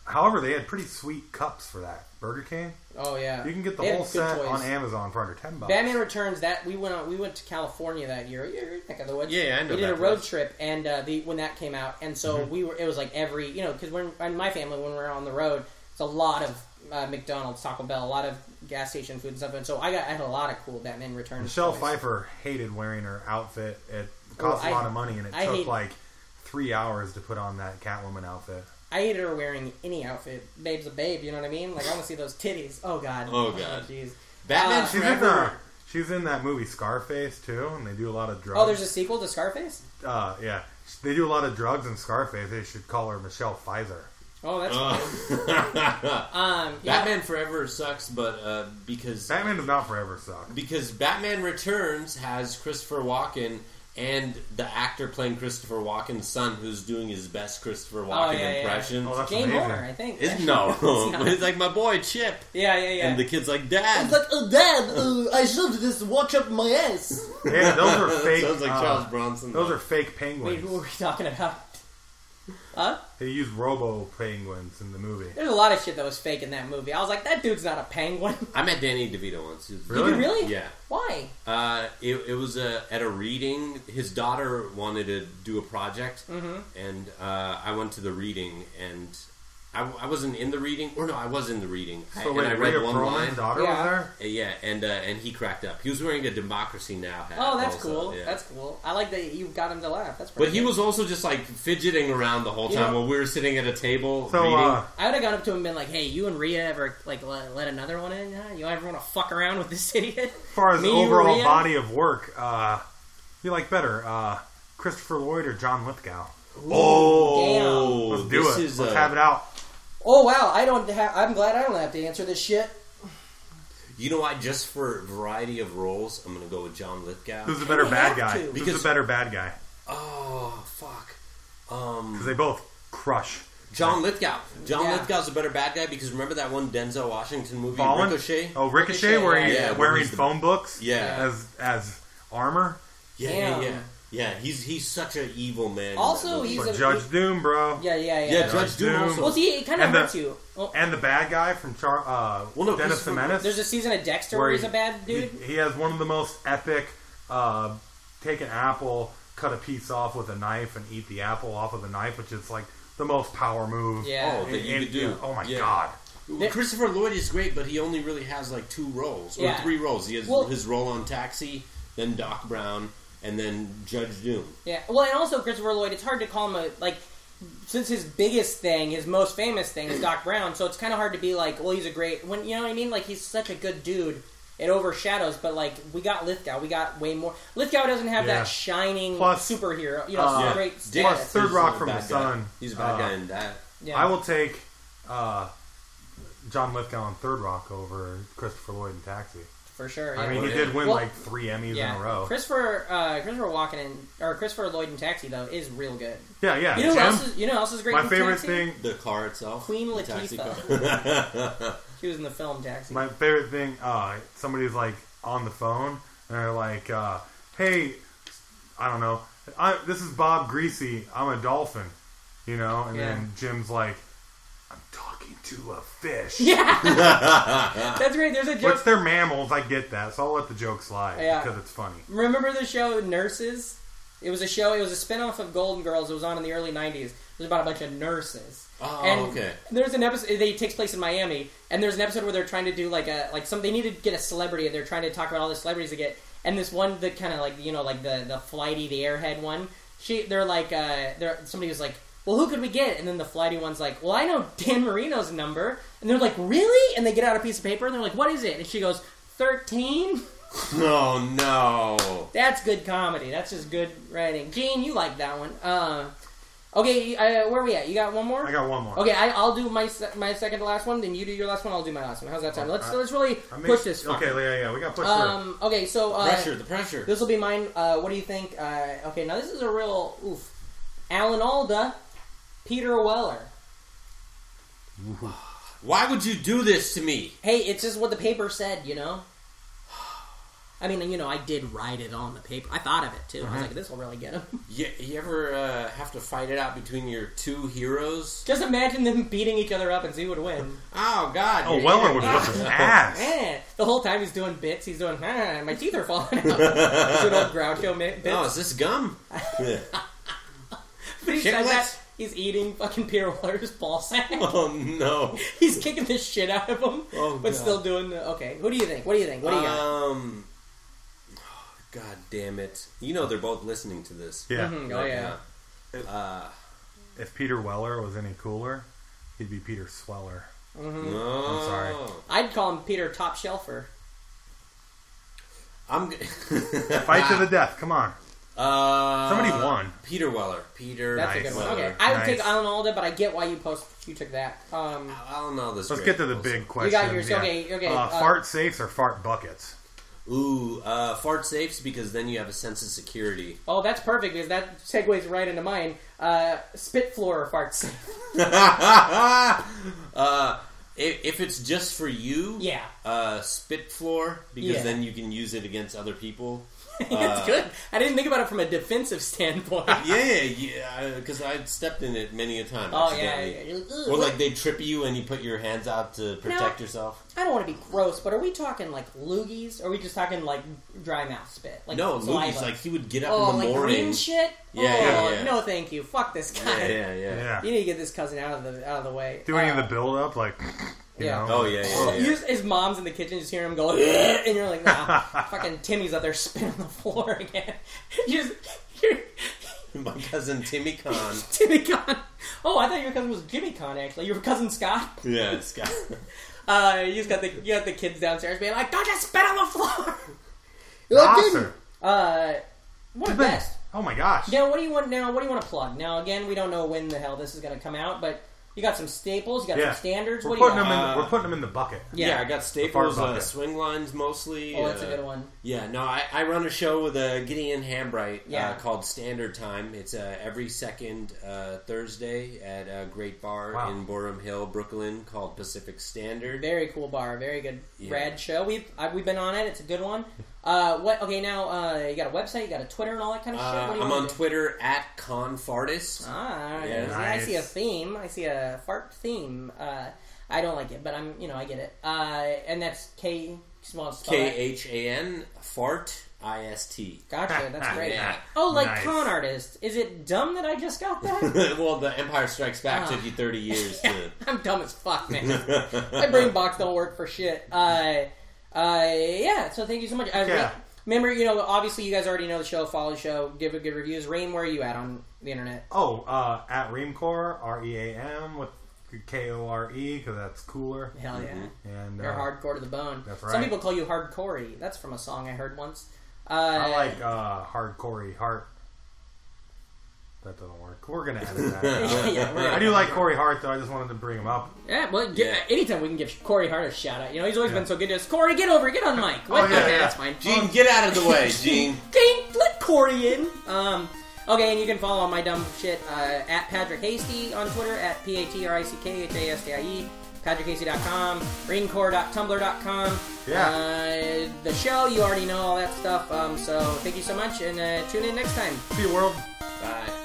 S2: however, they had pretty sweet cups for that. Burger King.
S1: Oh yeah.
S2: You can get the
S1: They had
S2: whole
S1: good
S2: set
S1: toys.
S2: on Amazon for under ten bucks.
S1: Batman Returns. That we went on. We went to California that year. You're you're back in the woods.
S5: Yeah, I know
S1: We did
S5: that
S1: a road
S5: place.
S1: trip, and uh, the when that came out, and so
S5: Mm-hmm.
S1: we were. It was like every you know because when in my family when we're on the road, it's a lot of uh, McDonald's, Taco Bell, a lot of gas station food and stuff. And so I got I had a lot of cool Batman Returns.
S2: Michelle
S1: toys.
S2: Pfeiffer hated wearing her outfit. It cost
S1: Oh,
S2: a
S1: I-
S2: lot of money, and it
S1: I
S2: took
S1: hate-
S2: like three hours to put on that Catwoman outfit.
S1: I hate her wearing any outfit. Babe's a babe. You know what I mean? Like I want to see those titties. Oh god.
S5: Oh, God.
S1: Jeez.
S5: Batman
S1: Uh,
S2: She's in the,
S5: Forever.
S2: she's in that movie Scarface too, and they do a lot of drugs.
S1: Oh, there's a sequel to Scarface.
S2: uh, yeah, they do a lot of drugs in Scarface. They should call her Michelle Pfizer.
S1: Oh, that's
S5: Uh,
S1: um. Yeah.
S5: Batman Forever sucks, but uh, because
S2: Batman does not forever suck.
S5: because Batman Returns has Christopher Walken and the actor playing Christopher Walken's son, who's doing his best Christopher Walken
S1: yeah, yeah.
S5: impression.
S2: Oh, that's
S1: Jane
S2: amazing.
S1: Horner, I think.
S5: It's- no, it's like my boy Chip,
S1: yeah, yeah, yeah.
S5: and the kid's like, "Dad,
S1: oh, Dad, uh, I shoved this watch up my ass.
S2: Yeah, those are
S5: That
S2: fake.
S5: Sounds like
S2: uh,
S5: Charles Bronson.
S2: Those are fake
S1: Wait, who were
S2: penguins.
S1: we talking about? Huh?
S2: They use robo penguins in the movie.
S1: There's a lot of shit that was fake in that movie. I was like, that dude's not a penguin.
S5: I met Danny DeVito once. He was-
S2: Really?
S1: Dude, really?
S5: Yeah.
S1: Why?
S5: Uh, it, it was a, at a reading. His daughter wanted to do a project,
S2: Mm-hmm.
S5: and uh, I went to the reading, and I, I wasn't in the reading, or no, I was in the reading, I,
S2: So
S5: and
S2: wait,
S5: I
S2: Rhea
S5: read one
S2: Perlman's
S5: line.
S2: daughter
S1: Yeah.
S2: was there.
S5: Uh, Yeah, and uh, and he cracked up. He was wearing a Democracy Now hat.
S1: Oh, that's
S5: also,
S1: cool.
S5: yeah.
S1: That's cool. I like that you got him to laugh. That's pretty
S5: But he
S1: good.
S5: was also just like fidgeting around the whole
S1: You
S5: time
S1: know-
S5: while we were sitting at a table
S2: So
S5: reading.
S2: uh,
S1: I would have gone up to him and been like, "Hey, you and Rhea ever like let, let another one in? Huh? You ever want to fuck around with this idiot?"
S2: as far as
S1: Me,
S2: overall
S1: Rhea?
S2: body of work, uh, you like better uh, Christopher Lloyd or John Lithgow?
S5: oh,
S2: Let's do
S5: this
S2: it.
S5: is
S2: Let's
S5: a-
S2: have it out.
S1: Oh wow, I don't have. I'm glad I don't have to answer this shit.
S5: You know what? Just for variety of roles, I'm gonna go with John Lithgow.
S2: Who's the better bad
S1: have
S2: guy?
S1: to.
S2: Who's
S5: Because-
S2: the better bad guy?
S5: Oh fuck.
S2: Because they both crush.
S5: John Lithgow. John
S1: Yeah.
S5: Lithgow's a better bad guy because remember that one Denzel Washington movie,
S2: Fallen?
S5: Ricochet?
S2: Oh, Ricochet,
S1: Ricochet,
S2: where he's
S5: yeah. Yeah, where
S2: wearing
S5: he's the-
S2: phone books
S5: Yeah.
S2: as as armor.
S5: yeah, yeah,
S1: Damn.
S5: yeah. Yeah, he's he's such an evil man. in that
S1: Also,
S5: movie.
S1: he's
S2: But
S1: a
S2: Judge Doom, bro.
S1: yeah, yeah, yeah.
S5: yeah, Judge Doom.
S2: Doom.
S5: Also.
S1: Well, see, it kind of
S2: And the-
S1: hurts you. Well,
S2: And the bad guy from Char- uh,
S5: Well, no,
S2: Dennis the
S5: Christopher-
S2: Menace.
S1: there's a season of Dexter where,
S2: where
S1: he's a bad
S2: he-
S1: dude.
S2: He, has one of the most epic. Uh, take an apple, cut a piece off with a knife, and eat the apple off with a knife, which is like the most power move.
S1: Yeah.
S5: Oh, that you could do.
S2: oh my
S5: Yeah.
S2: god!
S5: Well, Christopher Lloyd is great, but he only really has like two roles or
S1: Yeah.
S5: three roles. He has
S1: Well-
S5: his role on Taxi, then Doc Brown, and then Judge Doom.
S1: Yeah. Well, and also Christopher Lloyd, it's hard to call him a like since his biggest thing, his most famous thing is Doc Brown, so it's kind of hard to be like, well, he's a great when you know what I mean? Like he's such a good dude. It overshadows, but like we got Lithgow, we got way more. Lithgow doesn't have
S2: Yeah.
S1: that shining
S2: Plus,
S1: superhero, you know,
S2: uh,
S1: great
S5: Dick,
S2: Plus,
S1: status.
S2: Third
S5: he's
S2: Rock
S5: a
S2: from
S5: bad
S2: the
S5: guy.
S2: Sun.
S5: He's a bad
S2: Uh,
S5: guy in that.
S1: Yeah.
S2: I will take uh, John Lithgow on Third Rock over Christopher Lloyd in Taxi.
S1: for sure.
S2: I
S1: yeah.
S2: mean, he
S5: yeah.
S2: did win
S1: Well,
S2: like three Emmys
S1: yeah.
S2: in a row.
S1: Christopher uh, Christopher Walken in, or Christopher Lloyd in Taxi though is real good.
S2: yeah, yeah.
S1: You know who
S2: Jim,
S1: else is you know who else is great?
S2: my
S1: in
S2: favorite
S1: Taxi?
S2: thing.
S5: The car itself,
S1: Queen
S5: the taxi car.
S1: She was in the film Taxi.
S2: My favorite thing, uh, somebody's like on the phone and they're like, uh, "Hey, I don't know. I, this is Bob Greasy. I'm a dolphin, you know." And then Jim's like, "I'm talking to a fish."
S1: That's great. There's a joke.
S2: What's their mammals? I get that, so I'll let the joke slide
S1: Yeah.
S2: because it's funny.
S1: Remember the show Nurses? It was a show. It was a spin-off of Golden Girls. It was on in the early '90s. It was about a bunch of nurses.
S5: Oh,
S1: and
S5: okay.
S1: There's an episode. They it takes place in Miami, and there's an episode where they're trying to do like a like some. They need to get a celebrity, and they're trying to talk about all the celebrities they get. And this one, the kind of like you know like the the flighty, the airhead one. She, they're like, uh, they're somebody was like, well, who could we get? And then the flighty one's like, well, I know Dan Marino's number. And they're like, really? And they get out a piece of paper, and they're like, what is it? And she goes, thirteen.
S5: no, no.
S1: That's good comedy. That's just good writing. Gene, you like that one. Uh, okay, uh, where are we at? You got one more?
S2: I got one more.
S1: Okay, I, I'll do my se- my second to last one. Then you do your last one. I'll do my last one. How's that sound? Let's
S2: Alright.
S1: let's really
S2: I mean,
S1: push this.
S2: Okay,
S1: fucker.
S2: yeah, yeah, we got to push
S1: Um. Okay. So uh,
S5: Pressure, the pressure.
S1: This will be mine. Uh, what do you think? Uh, okay. Now this is a real oof. Alan Alda, Peter Weller.
S5: Why would you do this to me?
S1: Hey, it's just what the paper said, you know. I mean, you know, I did write it on the paper. I thought of it too.
S2: Mm-hmm.
S1: I was like, this will really get him.
S5: You, you ever uh, have to fight it out between your two heroes?
S1: Just imagine them beating each other up and see who would win.
S5: Oh God!
S2: through.
S5: you're-
S2: Oh, Weller would whip his ass.
S1: Eh, the whole time he's doing bits, he's doing, ah, my teeth are falling out. He's doing old Groucho mi- bits.
S5: Oh, is this gum?
S1: but he said
S5: shitless.
S1: that, he's eating fucking Peter Weller's ball sack.
S5: oh no.
S1: he's kicking the shit out of him,
S5: Oh,
S1: but
S5: God.
S1: still doing the, okay, who do you think? What do you think? What do you got?
S5: Um, God damn it! You know they're both listening to this.
S2: Yeah.
S1: Oh, yeah.
S2: If Peter Weller was any cooler, he'd be Peter Sweller.
S5: No.
S2: I'm sorry.
S1: I'd call him Peter Top Shelfer.
S5: I'm. g-
S2: Fight
S1: Ah.
S2: to the death. Come on.
S5: Uh,
S2: Somebody won.
S5: Peter Weller. Peter.
S1: That's a
S2: Nice.
S1: good one.
S5: Weller.
S1: Okay, I would
S2: Nice.
S1: take Alan Alda, but I get why you post you took that. Um,
S5: I don't know this.
S2: Let's
S5: great
S2: get to the
S5: also.
S2: big
S1: You
S2: question.
S1: got yours.
S2: yeah.
S1: Okay, okay,
S2: Uh,
S1: uh,
S2: fart safes or fart buckets?
S5: Ooh, uh, fart safes because then you have a sense of security.
S1: Oh, that's perfect because that segues right into mine. Uh, spit floor or farts.
S5: uh, if, if it's just for you,
S1: Yeah.
S5: uh, spit floor because
S1: Yeah.
S5: then you can use it against other people. Uh,
S1: That's good. I didn't think about it from a defensive standpoint.
S5: Yeah, yeah, because I stepped in it many a time.
S1: Oh, yeah.
S5: accidentally.
S1: yeah, yeah. Ugh,
S5: Or
S1: what-
S5: like they trip you and you put your hands out to protect
S1: No.
S5: yourself.
S1: I don't want to be gross, but are we talking like loogies? Or are we just talking like dry mouth spit? Like
S5: No, Louis,
S1: saliva?
S5: like he would get up
S1: oh,
S5: in the
S1: like
S5: morning.
S1: green shit. oh,
S5: Yeah, yeah, yeah.
S1: No, thank you. Fuck this guy.
S5: Yeah, yeah, yeah.
S2: Yeah.
S1: You need to get this cousin out of the out of the way.
S2: Doing
S1: Uh,
S2: the build up, like, you
S1: yeah.
S2: know.
S5: Oh yeah, yeah,
S1: You
S5: yeah.
S1: just, his mom's in the kitchen, just hear him go, "Ugh," and you're like, nah, fucking Timmy's out there spitting on the floor again. You just, you're,
S5: My cousin Timmy Khan.
S1: Timmy Con. Oh, I thought your cousin was Jimmy Con, actually. Your cousin Scott.
S5: yeah, it's got.
S1: Uh, you just got the, you got the kids downstairs being like, don't just spit on the floor!
S2: Awesome.
S1: Uh, what a best.
S2: Oh my gosh.
S1: Now, what do you want? Now, what do you want to plug? Now, again, we don't know when the hell this is going to come out, but you got some staples, you got
S2: Yeah.
S1: some standards.
S2: We're
S1: what do you
S2: putting, them
S1: got?
S2: in,
S5: Uh,
S2: we're putting them in the bucket.
S5: Yeah, I got
S2: fart
S5: staples, uh,
S2: bucket.
S5: swing lines mostly.
S1: Oh, that's
S5: uh,
S1: a good one.
S5: Yeah, no, I, I run a show with uh, Gideon Hambright
S1: Yeah.
S5: uh, called Standard Time. It's uh, every second uh, Thursday at a great bar
S2: Wow.
S5: in Borum Hill, Brooklyn, called Pacific Standard.
S1: Very cool bar. Very good
S5: Yeah.
S1: rad show. We've I, we've been on it. It's a good one. Uh, what? Okay, now uh, you got a website, you got a Twitter, and all that kind of shit.
S5: Uh,
S1: What do you
S5: I'm
S1: wanna
S5: on
S1: do?
S5: Twitter at Confartist.
S1: Ah, all right.
S5: Yeah.
S1: See, I see a
S2: Nice.
S1: theme. I see a fart theme. Uh, I don't like it, but I'm you know I get it. Uh, and that's K small spell
S5: K
S1: that.
S5: H A N Fart I S T.
S1: Gotcha. That's great.
S5: Yeah.
S1: Oh, like
S2: Nice.
S1: con artist. Is it dumb that I just got that?
S5: well, the Empire Strikes Back
S1: Ah.
S5: took you 30 years
S1: I'm dumb as fuck, man.
S5: to.
S1: my brain box don't work for shit. Uh, uh, yeah. So thank you so much. I,
S2: Yeah.
S1: Remember, you know, obviously you guys already know the show. Follow the show. Give it good reviews. Rain, where are you at on the internet?
S2: Oh, uh, at Reamcore, R E A M with K O R E, because that's cooler.
S1: Hell yeah,
S5: Mm-hmm.
S2: And
S1: you're
S2: uh,
S1: hardcore to the bone.
S2: That's
S1: Some
S2: right.
S1: people call you hardcorey. That's from a song I heard once. Uh,
S2: I like uh, hardcorey Hart. That doesn't work. We're gonna edit that.
S1: yeah, yeah, we're-
S2: I do like Corey Hart, though. I just wanted to bring him up.
S1: yeah, well, get,
S5: Yeah.
S1: anytime we can give Corey Hart a shout out, you know, he's always
S2: Yeah.
S1: been so good to us. Corey, get over, get on mic. What?
S2: Oh, yeah,
S1: okay,
S2: yeah.
S1: that's fine.
S5: Gene, get out of the way, Gene.
S1: Ding, let Corey in. Um, okay, and you can follow my dumb shit uh, at Patrick Hasty on Twitter at p a t r i c k h a s t i e. PatrickHasty.com, ringcore.tumblr.com.
S2: Yeah.
S1: Uh, the show, you already know all that stuff. Um, so thank you so much, and uh, tune in next time.
S2: See you, world.
S5: Bye.